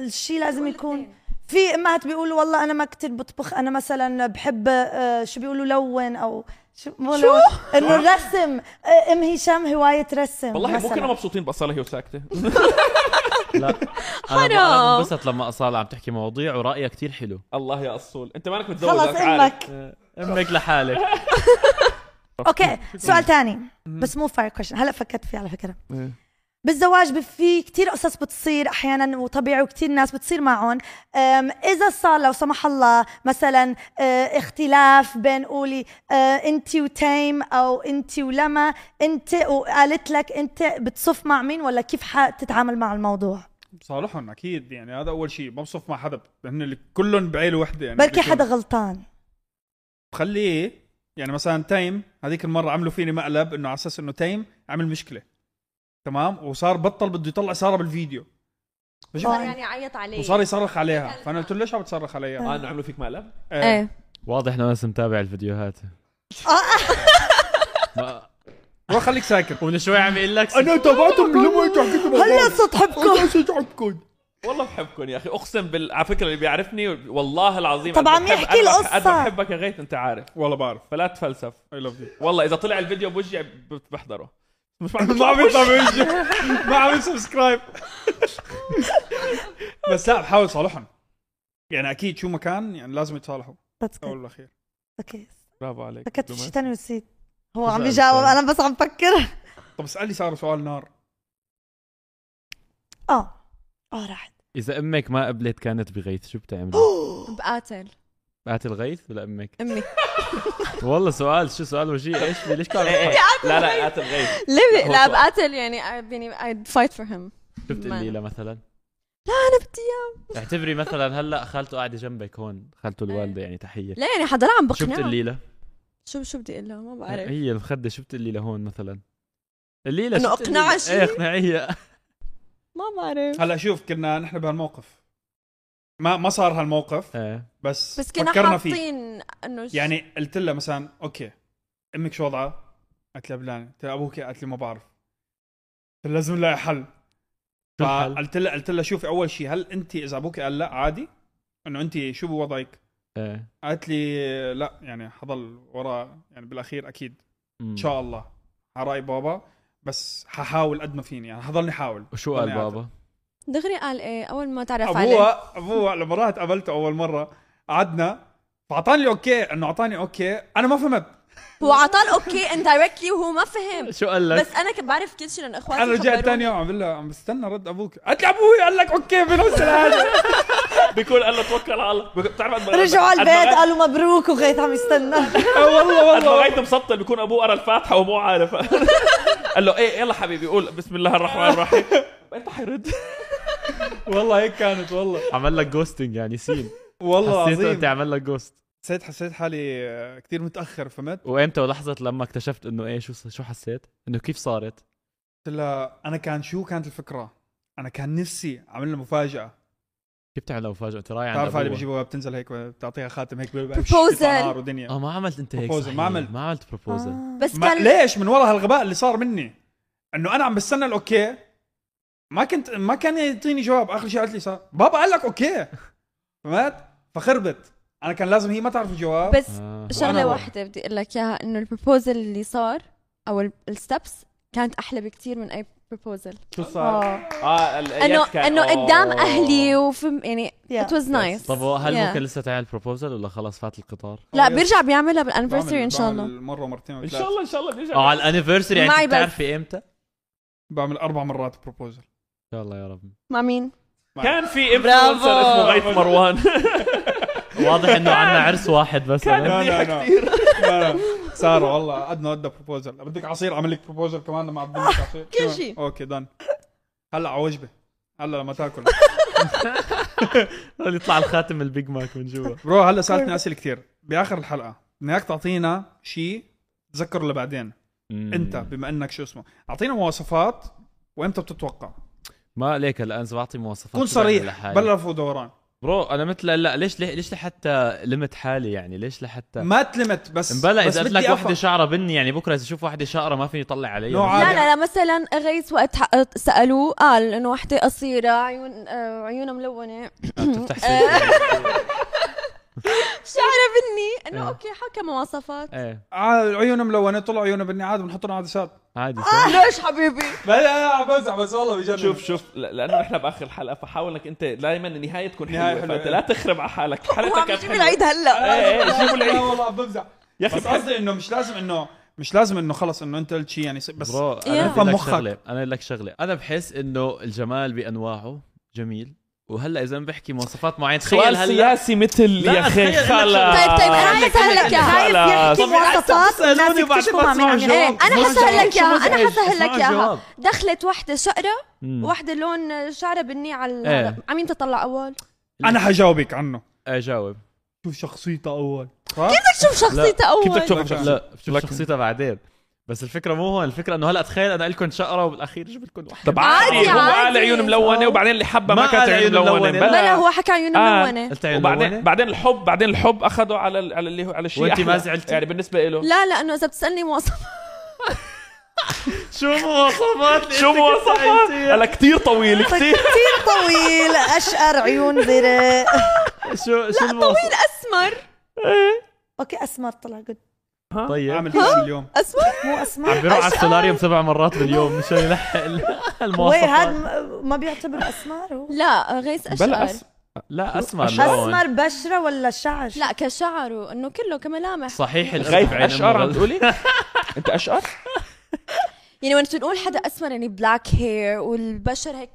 [SPEAKER 4] الشيء لازم يكون في امهات بيقولوا والله انا ما كتير بطبخ انا مثلا بحب آه، شو بيقولوا لون او شو شو انه الرسم آه، ام هشام هوايه رسم
[SPEAKER 3] والله مو
[SPEAKER 4] مثلاً.
[SPEAKER 3] كنا مبسوطين باصاله هي وساكته
[SPEAKER 1] لا انا
[SPEAKER 5] حرام.
[SPEAKER 1] أنا بنبسط لما اصاله عم تحكي مواضيع ورايها كتير حلو
[SPEAKER 3] الله يا اصول انت مالك متزوج آه،
[SPEAKER 4] خلص
[SPEAKER 3] لك عارف.
[SPEAKER 4] امك
[SPEAKER 1] امك لحالك
[SPEAKER 4] اوكي سؤال تاني بس مو فاير كويشن هلا فكرت فيه على فكره
[SPEAKER 3] إيه.
[SPEAKER 4] بالزواج ب- في كتير قصص بتصير احيانا وطبيعي وكتير ناس بتصير معهم أم، اذا صار لو سمح الله مثلا أه، اختلاف بين قولي انت وتيم او انت ولما انت وقالت لك انت بتصف مع مين ولا كيف حتتعامل مع الموضوع
[SPEAKER 2] بصالحهم اكيد يعني هذا اول شيء ما بصف مع حدا هن اللي كلهم بعيله وحده يعني
[SPEAKER 4] بركي
[SPEAKER 2] بيكونوا-
[SPEAKER 4] حدا غلطان
[SPEAKER 2] بخليه يعني مثلا تيم هذيك المره عملوا فيني مقلب انه على اساس انه تيم عمل مشكله تمام وصار بطل بده يطلع ساره بالفيديو بجيب-
[SPEAKER 5] صار يعني عيط عليه
[SPEAKER 2] وصار يصرخ عليها فانا قلت له ليش عم تصرخ عليها؟
[SPEAKER 3] اه انه عملوا فيك مقلب
[SPEAKER 2] آه،
[SPEAKER 5] ايه
[SPEAKER 1] واضح انه انس متابع الفيديوهات ما-
[SPEAKER 2] روح خليك ساكت
[SPEAKER 1] ومن شوي عم يقول لك
[SPEAKER 2] انا تابعتهم لما اجوا حكيتوا
[SPEAKER 4] هلا صرت حبكم
[SPEAKER 2] صدحبكم
[SPEAKER 3] والله بحبكم يا اخي اقسم بال على فكره اللي بيعرفني والله العظيم
[SPEAKER 4] طب
[SPEAKER 3] قد
[SPEAKER 4] عم
[SPEAKER 3] بحب-
[SPEAKER 4] يحكي
[SPEAKER 3] قد ما-
[SPEAKER 4] القصة.
[SPEAKER 3] قد ما بحبك يا غيث انت عارف
[SPEAKER 2] والله بعرف
[SPEAKER 3] فلا تفلسف
[SPEAKER 2] اي لاف يو
[SPEAKER 3] والله اذا طلع الفيديو بوجهي ب- بحضره مش
[SPEAKER 2] ما عم يطلع بوجهي ما عم يسبسكرايب بس لا بحاول صالحهم يعني اكيد شو مكان يعني لازم يتصالحوا اول والاخير
[SPEAKER 4] اوكي
[SPEAKER 3] برافو عليك
[SPEAKER 4] فكرت في شيء ثاني ونسيت هو
[SPEAKER 1] بس
[SPEAKER 4] عم
[SPEAKER 1] أنا
[SPEAKER 4] بيجاوب
[SPEAKER 1] مستني.
[SPEAKER 4] انا بس عم فكر
[SPEAKER 2] طب اسالي ساره سؤال نار
[SPEAKER 4] اه اه راحت
[SPEAKER 1] اذا امك ما قبلت كانت بغيث شو بتعمل؟
[SPEAKER 5] بقاتل
[SPEAKER 1] بعت الغيث ولا امك؟
[SPEAKER 5] امي
[SPEAKER 1] والله سؤال شو سؤال وجيه ايش ليش كان
[SPEAKER 3] إيه، إيه.
[SPEAKER 1] بيضحك؟
[SPEAKER 3] لا لا قاتل غيث
[SPEAKER 5] ليه
[SPEAKER 3] هو
[SPEAKER 5] لا
[SPEAKER 3] سؤال.
[SPEAKER 5] بقاتل يعني I- يعني I'd fight for him
[SPEAKER 1] شو بتقولي مثلا؟
[SPEAKER 5] لا انا بدي اياه
[SPEAKER 1] اعتبري مثلا هلا خالته قاعده جنبك هون خالته الوالده يعني تحيه
[SPEAKER 5] لا يعني حدا عم
[SPEAKER 1] شو
[SPEAKER 5] بقنعه
[SPEAKER 1] بتقولي لها؟
[SPEAKER 5] شو شو بدي اقول له ما
[SPEAKER 2] إيه.
[SPEAKER 5] بعرف
[SPEAKER 1] هي المخده شو بتقولي لها هون مثلا؟ قولي لها
[SPEAKER 5] إنه
[SPEAKER 1] شو بتقلي
[SPEAKER 5] أقنعها
[SPEAKER 1] لها؟
[SPEAKER 5] شي؟
[SPEAKER 1] ايه اقنعيها
[SPEAKER 5] ما بعرف
[SPEAKER 2] هلا شوف كنا نحن بهالموقف ما ما صار هالموقف
[SPEAKER 1] ايه
[SPEAKER 2] بس,
[SPEAKER 5] بس كنا
[SPEAKER 2] فكرنا فيه
[SPEAKER 5] حاطين انه ش-
[SPEAKER 2] يعني قلت لها مثلا اوكي امك شو وضعها؟ قالت لي بلاني قلت لها ابوك إيه؟ قالت لي ما بعرف قلت لها لازم نلاقي حل
[SPEAKER 1] شو الحل؟
[SPEAKER 2] فقلت لها قلت لها شوفي اول شيء هل انت اذا ابوك قال لا عادي انه انت شو بوضعك؟
[SPEAKER 1] ايه
[SPEAKER 2] قالت لي لا يعني حضل ورا يعني بالاخير اكيد
[SPEAKER 1] مم.
[SPEAKER 2] ان شاء الله على راي بابا بس ححاول قد ما فيني يعني حضلني حاول
[SPEAKER 1] وشو قال
[SPEAKER 2] ضلني قاعد.
[SPEAKER 1] بابا؟
[SPEAKER 5] دغري قال ايه اول ما تعرف عليه
[SPEAKER 2] ابوها ابوها لما رحت قابلته اول مره قعدنا فاعطاني الاوكي انه اعطاني اوكي انا ما فهمت
[SPEAKER 5] هو عطاه الاوكي indirectly وهو ما فهم
[SPEAKER 1] شو قال لك؟
[SPEAKER 5] بس انا كنت بعرف كل شيء لان اخواتي
[SPEAKER 2] انا رجعت ثاني يوم عم بقول لها عم بستنى رد ابوك قالت لي ابوي قال لك اوكي بنفس الحاجه
[SPEAKER 3] بيكون قال له توكل على الله بك- بتعرف قد ما-
[SPEAKER 4] رجعوا على
[SPEAKER 3] قد ما
[SPEAKER 4] البيت
[SPEAKER 3] غيث-
[SPEAKER 4] قالوا مبروك وغيث عم يستنى
[SPEAKER 2] آه والله
[SPEAKER 3] قد ما
[SPEAKER 2] والله
[SPEAKER 3] غيث مسطل بيكون ابوه قرا الفاتحه ومو عارف قال له ايه يلا حبيبي قول بسم الله الرحمن الرحيم انت حيرد
[SPEAKER 2] والله هيك كانت والله
[SPEAKER 1] عمل لك جوستنج يعني سين
[SPEAKER 2] والله
[SPEAKER 1] حسيت انت
[SPEAKER 2] عظيم
[SPEAKER 1] عمل لك جوست
[SPEAKER 2] حسيت حسيت حالي آه، كتير متاخر فهمت
[SPEAKER 1] وامتى ولحظه لما اكتشفت انه ايه شو شو حسيت؟ انه كيف صارت؟
[SPEAKER 2] قلت لها انا كان شو كانت الفكره انا كان نفسي اعمل لها مفاجاه
[SPEAKER 1] كيف تعمل مفاجاه؟ انت رايح عند
[SPEAKER 2] بتعرف اللي
[SPEAKER 1] أبوها.
[SPEAKER 2] بيجيبوها بتنزل هيك بتعطيها خاتم هيك بيبقى
[SPEAKER 5] Proposal.
[SPEAKER 2] بيطلع نار ودنيا
[SPEAKER 1] اه ما عملت انت هيك
[SPEAKER 2] Proposal، ما
[SPEAKER 1] صحيح.
[SPEAKER 2] عملت.
[SPEAKER 1] ما عملت بروبوزل
[SPEAKER 5] بس
[SPEAKER 2] ما
[SPEAKER 5] كان
[SPEAKER 2] ليش من ورا هالغباء اللي صار مني انه انا عم بستنى الاوكي ما كنت ما كان يعطيني جواب اخر شيء قالت لي صار بابا قال لك اوكي فهمت فخربت انا كان لازم هي ما تعرف الجواب
[SPEAKER 5] بس
[SPEAKER 1] آه.
[SPEAKER 2] وأنا
[SPEAKER 5] شغله
[SPEAKER 2] ورا.
[SPEAKER 5] واحده بدي اقول لك اياها انه البروبوزل اللي صار او الستبس كانت احلى بكتير من اي بروبوزل
[SPEAKER 3] شو
[SPEAKER 5] آه،
[SPEAKER 4] اه
[SPEAKER 3] اه ال-
[SPEAKER 5] انه
[SPEAKER 3] يس كان-
[SPEAKER 5] انه
[SPEAKER 3] أوه.
[SPEAKER 5] قدام اهلي وفهم يعني
[SPEAKER 4] Yeah.
[SPEAKER 5] ات واز نايس
[SPEAKER 1] طب هل
[SPEAKER 5] Yeah.
[SPEAKER 1] ممكن لسه تعمل بروبوزل ولا خلاص فات القطار؟
[SPEAKER 5] لا
[SPEAKER 2] Yes.
[SPEAKER 5] بيرجع بيعملها
[SPEAKER 2] بعمل-
[SPEAKER 5] بالانيفرسري ان شاء الله
[SPEAKER 2] بعمل مره مرتين
[SPEAKER 3] ان
[SPEAKER 2] وثلاث
[SPEAKER 3] شاء الله ان شاء الله بيرجع
[SPEAKER 1] اه على الانيفرسري يعني
[SPEAKER 5] معي
[SPEAKER 1] كنت
[SPEAKER 5] بس.
[SPEAKER 1] بتعرفي امتى؟ ان
[SPEAKER 2] بعمل اربع مرات بروبوزل
[SPEAKER 1] شاء الله يا رب
[SPEAKER 5] مع مين؟
[SPEAKER 3] كان في انفلونسر اسمه غيث مروان
[SPEAKER 1] واضح انه عندنا عرس واحد بس
[SPEAKER 3] كان
[SPEAKER 2] لا، لا،
[SPEAKER 3] منيحه
[SPEAKER 2] لا.
[SPEAKER 3] كثير
[SPEAKER 2] لا، لا. ساره والله قعدنا ودى بروبوزل بدك عصير اعمل لك بروبوزل كمان مع بدك عصير
[SPEAKER 5] كل شيء.
[SPEAKER 2] اوكي دن هلا على وجبه هلا لما تاكل
[SPEAKER 1] هل يطلع الخاتم البيج ماك من جوا
[SPEAKER 2] برو هلا سالتني اسئله كثير باخر الحلقه بدنا اياك تعطينا شيء تذكره لبعدين انت بما انك شو اسمه اعطينا مواصفات وامتى بتتوقع
[SPEAKER 1] ما عليك هلا انا بعطي مواصفات تبعي
[SPEAKER 2] كن صريح
[SPEAKER 1] لحالي.
[SPEAKER 2] بلا لف ودوران
[SPEAKER 1] برو انا مثل لا ليش ليه- ليش لحتى لمت حالي يعني ليش لحتى
[SPEAKER 2] ما تلمت بس
[SPEAKER 1] مبلا
[SPEAKER 2] بس
[SPEAKER 1] اذا قلت
[SPEAKER 2] بدي
[SPEAKER 1] لك وحده
[SPEAKER 2] أفهم.
[SPEAKER 1] شعرها بني يعني بكره اذا اشوف وحده شعرها ما فيني يعني اطلع عليها
[SPEAKER 2] نوع
[SPEAKER 5] لا
[SPEAKER 2] عادي.
[SPEAKER 5] لا لا مثلا غيث وقت حق- سالوه قال انه وحده قصيره عيون آه، عيونها ملونه
[SPEAKER 1] تفتح سيرتي.
[SPEAKER 5] شعرها بني
[SPEAKER 1] إيه.
[SPEAKER 5] انه اوكي حكى مواصفات
[SPEAKER 1] ايه
[SPEAKER 2] ع- عيونه ملونه طلع عيونه بني عادي بنحطهم عدسات
[SPEAKER 1] عادي
[SPEAKER 2] آه.
[SPEAKER 5] ليش حبيبي؟
[SPEAKER 2] لا عم بمزح بس والله بجنن
[SPEAKER 3] شوف شوف ل- لانه نحن باخر الحلقه فحاول انك انت دائما النهايه تكون
[SPEAKER 2] نهاية
[SPEAKER 3] حلوه
[SPEAKER 2] حلوة.
[SPEAKER 3] فانت لا تخرب على حالك
[SPEAKER 5] هو
[SPEAKER 3] حلقتك
[SPEAKER 5] عم
[SPEAKER 3] كانت
[SPEAKER 5] يجيب
[SPEAKER 3] حلوه
[SPEAKER 5] العيد هلا
[SPEAKER 2] إيه،
[SPEAKER 3] ايه ايه جيبوا
[SPEAKER 2] لا
[SPEAKER 3] العيد
[SPEAKER 2] والله عم بمزح
[SPEAKER 3] يا اخي
[SPEAKER 2] بس قصدي انه مش لازم انه مش لازم انه خلص انه انت قلت شيء يعني س- بس
[SPEAKER 1] بس برو
[SPEAKER 5] يا.
[SPEAKER 1] انا بدي
[SPEAKER 2] فم
[SPEAKER 1] لك
[SPEAKER 2] مخك.
[SPEAKER 1] شغله انا بدي لك شغله انا بحس انه الجمال بانواعه جميل وهلا اذا بحكي مواصفات معينه تخيل
[SPEAKER 3] سؤال
[SPEAKER 1] هلا
[SPEAKER 3] سياسي مثل
[SPEAKER 1] لا،
[SPEAKER 3] يا اخي
[SPEAKER 1] تخيل إنك
[SPEAKER 3] خلا
[SPEAKER 5] طيب طيب انا حاسه هلا اياها
[SPEAKER 4] خايف
[SPEAKER 3] خلاص.
[SPEAKER 4] يحكي
[SPEAKER 3] طب
[SPEAKER 4] مواصفات الناس يكتشفوا مع مين عم يحكي.
[SPEAKER 5] ايه انا حسهل لك اياها انا حسهل لك
[SPEAKER 1] اسمعوا الجواب.
[SPEAKER 5] اياها دخلت وحده شقره
[SPEAKER 1] مم.
[SPEAKER 5] وحده لون شعرها بني على
[SPEAKER 1] إيه.
[SPEAKER 5] هذا. عمين تطلع اول
[SPEAKER 2] انا حجاوبك عنه
[SPEAKER 1] إيه، جاوب
[SPEAKER 2] شوف شخصيته اول إيه.
[SPEAKER 5] بدك تشوف شخصيتها
[SPEAKER 3] كيف بدك
[SPEAKER 5] اول
[SPEAKER 3] تشوف
[SPEAKER 2] لا.
[SPEAKER 1] لا شوف شخصيتها بعدين بس الفكره مو هون الفكره انه هلا تخيل انا لكم شقره وبالاخير جبت لكم واحده
[SPEAKER 3] طب
[SPEAKER 5] عادي،
[SPEAKER 3] عادي هو
[SPEAKER 5] عادي.
[SPEAKER 3] على عيون ملونه وبعدين اللي حبها ما
[SPEAKER 1] ما
[SPEAKER 3] كانت
[SPEAKER 1] على
[SPEAKER 3] عيون
[SPEAKER 1] عيون
[SPEAKER 3] ملونه
[SPEAKER 1] ملونة.
[SPEAKER 5] بلا
[SPEAKER 3] بلا
[SPEAKER 5] هو حكى عيونه
[SPEAKER 3] آه.
[SPEAKER 5] ملونه
[SPEAKER 1] قلت عيون
[SPEAKER 3] وبعدين
[SPEAKER 1] ملونة؟
[SPEAKER 3] بعدين الحب بعدين الحب اخذه على ال- على اللي هو على الشيء
[SPEAKER 1] وأنت ما
[SPEAKER 3] أحلى.
[SPEAKER 1] زعلتي؟
[SPEAKER 3] يعني بالنسبه له
[SPEAKER 5] لا لانه اذا بتسالني مواصفات
[SPEAKER 1] شو مواصفات
[SPEAKER 3] شو مواصفات هلا كثير طويل كثير
[SPEAKER 4] طيب، كثير طويل اشقر عيون زرق
[SPEAKER 1] شو شو المواصفات
[SPEAKER 5] اسمر
[SPEAKER 4] اوكي اسمر طلع قد
[SPEAKER 1] طيب
[SPEAKER 2] اعمل فيلم اليوم
[SPEAKER 5] اسمر
[SPEAKER 4] مو
[SPEAKER 1] عم
[SPEAKER 4] اسمر
[SPEAKER 1] بيروح على السولاريوم سبع مرات باليوم مشان يلحق ال-
[SPEAKER 4] وي
[SPEAKER 1] المواصفات
[SPEAKER 4] هذا ما بيعتبر اسمر هو
[SPEAKER 5] لا آه، غيث اشقر
[SPEAKER 3] بلا أس...
[SPEAKER 1] لا اسمر لون
[SPEAKER 4] اسمر بشره ولا شعر
[SPEAKER 5] لا كشعره انه كله كملامح
[SPEAKER 1] صحيح
[SPEAKER 3] غيث
[SPEAKER 1] الخف عين
[SPEAKER 3] اشقر عم
[SPEAKER 1] أمه.
[SPEAKER 3] تقولي انت اشقر
[SPEAKER 5] يعني وقت نقول حدا اسمر يعني بلاك هير والبشر هيك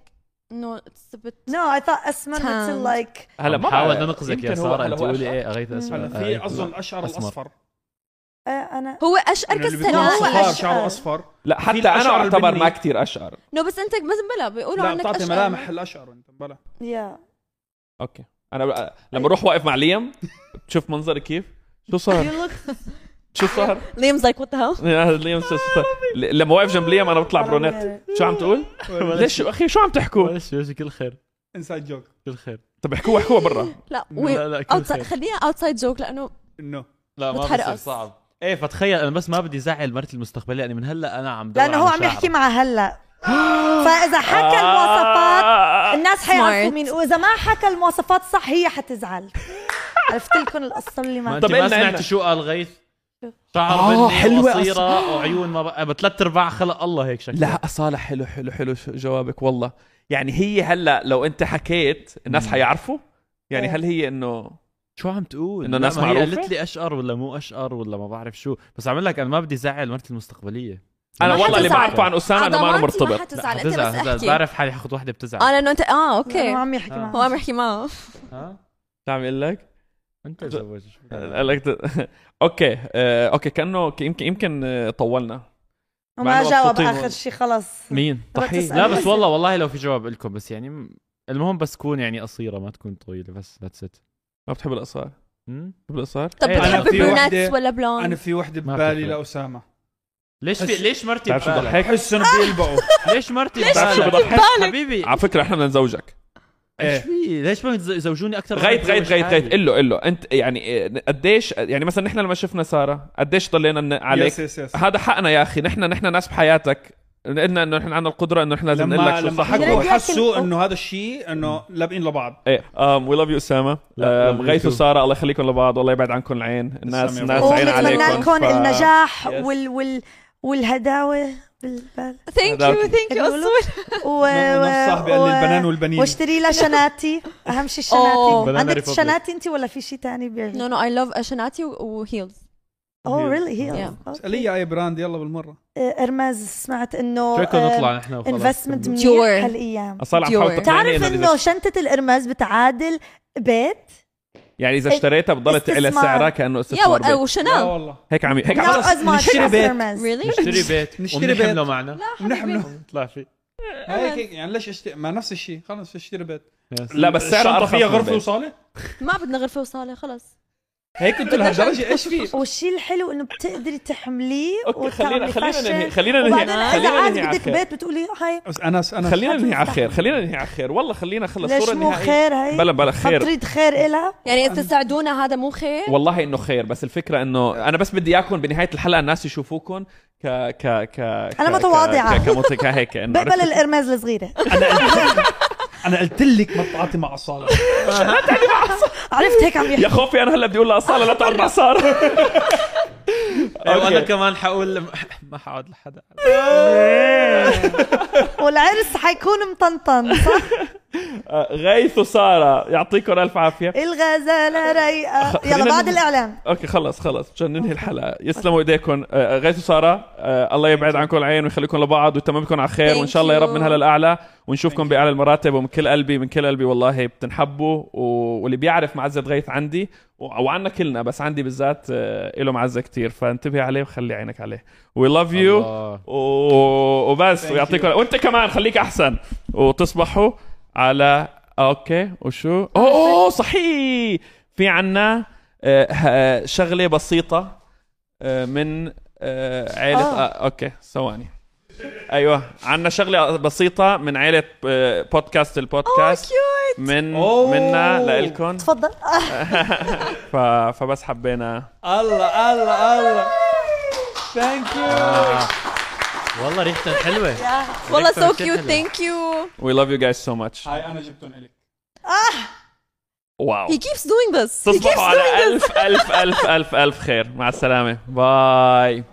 [SPEAKER 5] انه تثبت
[SPEAKER 4] نو اي ثوت اسمر اتس
[SPEAKER 5] Tanned.
[SPEAKER 4] لايك
[SPEAKER 3] هلا ما
[SPEAKER 1] حاول
[SPEAKER 3] بقى-
[SPEAKER 1] ننقذك يا
[SPEAKER 3] يمكن هو-
[SPEAKER 1] ساره
[SPEAKER 3] هلا
[SPEAKER 1] انت
[SPEAKER 3] هو
[SPEAKER 1] قولي
[SPEAKER 3] أشقر.
[SPEAKER 1] ايه غيث اسمر
[SPEAKER 2] هلا
[SPEAKER 1] آه،
[SPEAKER 2] في
[SPEAKER 1] غيث
[SPEAKER 2] اظن
[SPEAKER 1] أسمر.
[SPEAKER 2] الاشعر
[SPEAKER 1] أسمر.
[SPEAKER 2] الاصفر
[SPEAKER 4] آه، انا
[SPEAKER 5] هو اشقر
[SPEAKER 2] يعني اللي بيكون
[SPEAKER 4] هو
[SPEAKER 5] كالسنة
[SPEAKER 2] صفار
[SPEAKER 4] أشقر.
[SPEAKER 2] شعره اصفر
[SPEAKER 3] لا
[SPEAKER 2] في
[SPEAKER 3] حتى انا
[SPEAKER 2] الأشقر
[SPEAKER 3] اعتبر
[SPEAKER 2] البني.
[SPEAKER 3] ما كثير اشقر
[SPEAKER 5] انه بس انت بس بلا بيقولوا
[SPEAKER 2] لا
[SPEAKER 5] عنك
[SPEAKER 2] بتعطي
[SPEAKER 5] اشقر
[SPEAKER 2] ملامح الاشعر انت بلا
[SPEAKER 4] يا
[SPEAKER 3] اوكي انا بقى... لما اروح واقف مع ليام بتشوف منظري كيف شو صار
[SPEAKER 4] يو لوك
[SPEAKER 3] شو صار
[SPEAKER 5] ليمز لايك وات ذا
[SPEAKER 3] يا ليام شو صار ل- لما واقف جنب ليام انا بطلع
[SPEAKER 4] أنا
[SPEAKER 3] برونيت
[SPEAKER 4] بغير.
[SPEAKER 3] شو عم تقول
[SPEAKER 1] آه،
[SPEAKER 3] ليش اخي شو عم تحكوا
[SPEAKER 1] ولا شيء شيء كل خير
[SPEAKER 2] انسايد جوك
[SPEAKER 1] كل خير
[SPEAKER 3] طب احكوا احكوا برا
[SPEAKER 5] لا
[SPEAKER 1] لا لا كل
[SPEAKER 5] outside-
[SPEAKER 1] خير
[SPEAKER 5] خليها اوتسايد جوك لانه
[SPEAKER 2] انه
[SPEAKER 1] لا ما
[SPEAKER 5] بتحرق
[SPEAKER 1] بصير
[SPEAKER 5] أص.
[SPEAKER 1] صعب ايه فتخيل انا بس ما بدي زعل مرتي المستقبليه يعني من هلا انا عم دور
[SPEAKER 4] لانه هو عم يحكي مع هلا فاذا حكى المواصفات الناس حيعرفوا
[SPEAKER 5] آه، Smart.
[SPEAKER 4] مين واذا ما حكى المواصفات صح هي حتزعل عرفت لكم القصه اللي
[SPEAKER 1] ما
[SPEAKER 4] ما
[SPEAKER 1] انت
[SPEAKER 3] طب
[SPEAKER 1] ما
[SPEAKER 3] قلنا-
[SPEAKER 1] سمعتي
[SPEAKER 3] قلنا.
[SPEAKER 1] شو قال غيث شعر
[SPEAKER 3] آه،
[SPEAKER 1] آه
[SPEAKER 3] حلوة
[SPEAKER 1] حلوة قصيرة وعيون ما بقى ثلاث ارباع خلق الله هيك شكل
[SPEAKER 3] لا صالح حلو حلو حلو شو- جوابك والله يعني هي هلا لو انت حكيت الناس حيعرفوا يعني هل هي انه
[SPEAKER 1] شو عم تقول؟
[SPEAKER 3] إنه
[SPEAKER 1] لا،
[SPEAKER 3] ناس
[SPEAKER 1] ما هي
[SPEAKER 3] معروفة؟
[SPEAKER 1] قالت لي اشقر ولا مو اشقر ولا ما بعرف شو بس عم أقول لك انا ما بدي زعل مرتي المستقبليه
[SPEAKER 3] انا
[SPEAKER 5] ما
[SPEAKER 3] والله اللي
[SPEAKER 5] حتزعل.
[SPEAKER 3] بعرفه عن اسامه انه ما انا
[SPEAKER 5] عضلاتي
[SPEAKER 3] مرتبط
[SPEAKER 5] حتزعل انت بس
[SPEAKER 1] حتزعل، حتزعل.
[SPEAKER 5] احكي
[SPEAKER 1] بعرف حالي حاخذ وحده بتزعل
[SPEAKER 5] اه لانه انت اه اوكي
[SPEAKER 4] هو عم يحكي
[SPEAKER 1] آه.
[SPEAKER 5] هو عم
[SPEAKER 4] معه
[SPEAKER 5] يحكي معه
[SPEAKER 1] ها؟
[SPEAKER 3] شو عم يقول لك؟
[SPEAKER 1] انت تزوج شو بدك؟
[SPEAKER 3] قال لك ت- اوكي آه، اوكي كانه يمكن يمكن آه، طولنا مع
[SPEAKER 4] وما
[SPEAKER 3] إنه
[SPEAKER 4] جاوب
[SPEAKER 3] مبسوطين
[SPEAKER 4] اخر شيء خلص
[SPEAKER 1] مين؟ طيب.
[SPEAKER 4] طب
[SPEAKER 3] صحيح.
[SPEAKER 4] تسأل
[SPEAKER 1] لا بس
[SPEAKER 4] أسئلة.
[SPEAKER 1] والله والله لو في جواب لكم بس يعني م- المهم بس تكون يعني قصيره ما تكون طويله بس ذاتس ات
[SPEAKER 3] ما بتحب القصار بتحب القصار
[SPEAKER 5] طب
[SPEAKER 1] إيه، أنا
[SPEAKER 5] بتحب
[SPEAKER 2] في وحدة-
[SPEAKER 5] بروناتس ولا
[SPEAKER 2] انا
[SPEAKER 4] آه.
[SPEAKER 5] بلوند
[SPEAKER 2] في وحده
[SPEAKER 1] ما
[SPEAKER 2] ببالي
[SPEAKER 1] في فرق.
[SPEAKER 2] لاسامه
[SPEAKER 1] ليش في ليش مرتي
[SPEAKER 3] بتعرف شو
[SPEAKER 1] ببالك؟
[SPEAKER 3] بضحك
[SPEAKER 2] بحس انه بيلبقوا
[SPEAKER 1] ليش مرتي
[SPEAKER 3] بتعرف شو
[SPEAKER 1] ببالك؟
[SPEAKER 3] بضحك
[SPEAKER 1] حبيبي
[SPEAKER 3] على فكره احنا بدنا نزوجك
[SPEAKER 1] ايش في؟ ليش ما يتز- يزوجوني اكثر من
[SPEAKER 3] غيث غيث
[SPEAKER 1] يتزوج
[SPEAKER 3] غيث غيث
[SPEAKER 1] حالي؟
[SPEAKER 3] قل له قل له انت يعني إيه، قديش يعني مثلا نحن لما شفنا ساره قديش ضلينا ن-
[SPEAKER 2] عليك
[SPEAKER 3] عليك هذا حقنا يا اخي نحن نحن ناس بحياتك قلنا انه نحن عندنا القدره انه نحن لازم نقول
[SPEAKER 2] لما
[SPEAKER 3] لك شو
[SPEAKER 2] لما
[SPEAKER 3] صح
[SPEAKER 4] يعني
[SPEAKER 2] حكوا
[SPEAKER 4] بدي أحكي
[SPEAKER 2] حسوا
[SPEAKER 4] لكم.
[SPEAKER 2] انه هذا الشيء انه لابقين لبعض
[SPEAKER 3] ايه ام وي لاف يو اسامه
[SPEAKER 1] لا،
[SPEAKER 3] آم،
[SPEAKER 1] love you
[SPEAKER 3] غيث
[SPEAKER 1] too.
[SPEAKER 3] وساره Um, الله يخليكم لبعض والله يبعد عنكم العين الناس
[SPEAKER 2] تسلم يا
[SPEAKER 3] الناس
[SPEAKER 2] رب.
[SPEAKER 3] عين
[SPEAKER 4] ونتمنى
[SPEAKER 3] عليكم
[SPEAKER 4] لكم
[SPEAKER 3] ف-
[SPEAKER 4] النجاح
[SPEAKER 3] Yes.
[SPEAKER 4] وال وال والهداوه بالبال
[SPEAKER 5] ثانك يو ثانك يو
[SPEAKER 4] يقولوا؟
[SPEAKER 5] اسود
[SPEAKER 4] و...
[SPEAKER 2] نفس صاحبي قال
[SPEAKER 4] و-
[SPEAKER 2] لي البنان والبنين
[SPEAKER 4] واشتري لها شناتي اهم شيء
[SPEAKER 5] أوه.
[SPEAKER 4] شناتي
[SPEAKER 1] Banana
[SPEAKER 4] عندك
[SPEAKER 1] Republic.
[SPEAKER 4] شناتي انت ولا في شيء ثاني
[SPEAKER 5] نو نو اي لاف اشناتي وهيلز
[SPEAKER 4] اوه ريلي هي
[SPEAKER 5] Yeah.
[SPEAKER 2] اسالي اي براند يلا بالمره
[SPEAKER 4] ارمز إيه، سمعت انه
[SPEAKER 1] شو كنا نطلع نحن وخلاص
[SPEAKER 4] انفستمنت
[SPEAKER 5] Dior.
[SPEAKER 4] منيح هالايام
[SPEAKER 3] اصلا عم
[SPEAKER 5] Dior.
[SPEAKER 3] حاول تقنعني
[SPEAKER 4] بتعرف
[SPEAKER 3] إنه
[SPEAKER 4] انه
[SPEAKER 3] إذا-
[SPEAKER 4] شنطه القرمز بتعادل بيت
[SPEAKER 3] يعني اذا اشتريتها بضلت على
[SPEAKER 4] إيه، استثمار.
[SPEAKER 3] سعرها كانه
[SPEAKER 5] يا
[SPEAKER 3] استثمار
[SPEAKER 5] و-
[SPEAKER 3] بيت.
[SPEAKER 4] نعم.
[SPEAKER 2] لا
[SPEAKER 5] وشانيل
[SPEAKER 4] آه،
[SPEAKER 2] والله
[SPEAKER 3] هيك عم ي- هيك عم
[SPEAKER 4] لا ازمه
[SPEAKER 2] نشتري
[SPEAKER 4] شنطة
[SPEAKER 2] بيت.
[SPEAKER 4] قرمز
[SPEAKER 5] ريلي
[SPEAKER 1] نشتري بيت
[SPEAKER 2] نشتري
[SPEAKER 1] نشتري بيت
[SPEAKER 2] بيت.
[SPEAKER 1] معنا
[SPEAKER 2] نحمله
[SPEAKER 1] نطلع فيه
[SPEAKER 2] هيك يعني ليش اشتري ما نفس الشيء خلص اشتري بيت
[SPEAKER 3] لا بس سعرها
[SPEAKER 2] الشنطة
[SPEAKER 3] ارخص
[SPEAKER 2] فيها
[SPEAKER 3] من
[SPEAKER 2] غرفه
[SPEAKER 3] البيت.
[SPEAKER 2] وصاله
[SPEAKER 5] ما بدنا غرفه وصاله خلص
[SPEAKER 2] هيك انتوا لهالدرجه ايش في
[SPEAKER 4] والشيء الحلو انه بتقدري تحمليه
[SPEAKER 3] اوكي خلينا
[SPEAKER 4] وتعملي
[SPEAKER 3] خلينا ننهي
[SPEAKER 4] فاشن
[SPEAKER 3] خلينا
[SPEAKER 4] وبعدين
[SPEAKER 3] ننهي
[SPEAKER 4] اذا
[SPEAKER 3] خلينا
[SPEAKER 4] عاد
[SPEAKER 3] ننهي على
[SPEAKER 4] بدك
[SPEAKER 3] خير
[SPEAKER 4] بيت بتقولي هاي
[SPEAKER 2] بس انس انس
[SPEAKER 3] خلينا ننهي على
[SPEAKER 4] حتنفتح.
[SPEAKER 3] خير خلينا ننهي على خير والله خلينا خلص
[SPEAKER 4] ليش
[SPEAKER 3] صورة
[SPEAKER 4] مو
[SPEAKER 3] نهائية
[SPEAKER 4] خير هي
[SPEAKER 3] بلا بلا خير
[SPEAKER 4] خطريد خير إلها
[SPEAKER 5] يعني انت تساعدونا هذا مو خير
[SPEAKER 3] والله انه خير بس الفكره انه انا بس بدي اياكم بنهايه الحلقه الناس يشوفوكم ك ك ك
[SPEAKER 4] أنا متواضعة.
[SPEAKER 3] كموسيقى هيك انه
[SPEAKER 4] بقبل
[SPEAKER 3] عرفت؟
[SPEAKER 4] القرمز الصغيره
[SPEAKER 2] انا قلت لك ما تعاطي مع صالح
[SPEAKER 4] عرفت هيك عم
[SPEAKER 3] يا
[SPEAKER 4] يحكي
[SPEAKER 3] خوفي انا هلا بدي اقول لاصاله لا تقعد مع ساره
[SPEAKER 1] إيه،
[SPEAKER 4] أيوة،
[SPEAKER 1] وانا
[SPEAKER 3] أوكي.
[SPEAKER 1] كمان حقول لم- ما حقعد لحدا
[SPEAKER 4] والعرس حيكون مطنطن صح
[SPEAKER 3] آه، غيث وساره يعطيكم الف عافيه
[SPEAKER 4] الغزاله رايقه
[SPEAKER 3] خ-
[SPEAKER 4] يلا
[SPEAKER 3] خلينا
[SPEAKER 4] بعد
[SPEAKER 3] ننهي.
[SPEAKER 4] الاعلام
[SPEAKER 3] اوكي خلص خلص مشان ننهي الحلقه يسلموا ايديكم آه، غيث وساره آه، الله يبعد عنكم العين ويخليكم لبعض ويتممكم على خير
[SPEAKER 5] Thank
[SPEAKER 3] وان شاء الله يا رب من
[SPEAKER 5] you.
[SPEAKER 3] هلا لاعلى ونشوفكم
[SPEAKER 2] Thank you.
[SPEAKER 3] باعلى المراتب ومن كل قلبي من كل قلبي والله بتنحبوا و- واللي بيعرف معزه غيث عندي و- وعنا كلنا بس عندي بالذات آه، له معزه كتير فانتبهي عليه وخلي عينك عليه وي لاف يو
[SPEAKER 1] الله.
[SPEAKER 3] وبس
[SPEAKER 2] Thank
[SPEAKER 3] ويعطيكم
[SPEAKER 2] you.
[SPEAKER 3] وانت كمان خليك احسن وتصبحوا على اوكي وشو اوه صحيح في عنا آه، ه- شغله بسيطه آه، من آه عيله
[SPEAKER 4] آه.
[SPEAKER 3] آه. آه اوكي ثواني ايوه عندنا شغله بسيطه من عيله آه، بودكاست
[SPEAKER 4] Oh,
[SPEAKER 3] البودكاست من
[SPEAKER 2] أوه.
[SPEAKER 3] منا لإلكن
[SPEAKER 4] تفضل آه،
[SPEAKER 3] ف... فبس حبينا
[SPEAKER 2] الله الله الله ثانك يو
[SPEAKER 1] والله ريحتها حلوه
[SPEAKER 5] والله
[SPEAKER 1] كتير
[SPEAKER 5] سو كيوت
[SPEAKER 1] حلوة.
[SPEAKER 5] ثانك يو
[SPEAKER 3] وي لاف يو جايز سو ماتش
[SPEAKER 2] هاي انا جبتهم الك
[SPEAKER 3] واو
[SPEAKER 5] He keeps doing this. He
[SPEAKER 3] تصبحوا
[SPEAKER 5] keeps
[SPEAKER 3] على
[SPEAKER 5] doing this.
[SPEAKER 3] ألف ألف ألف ألف ألف خير مع السلامة باي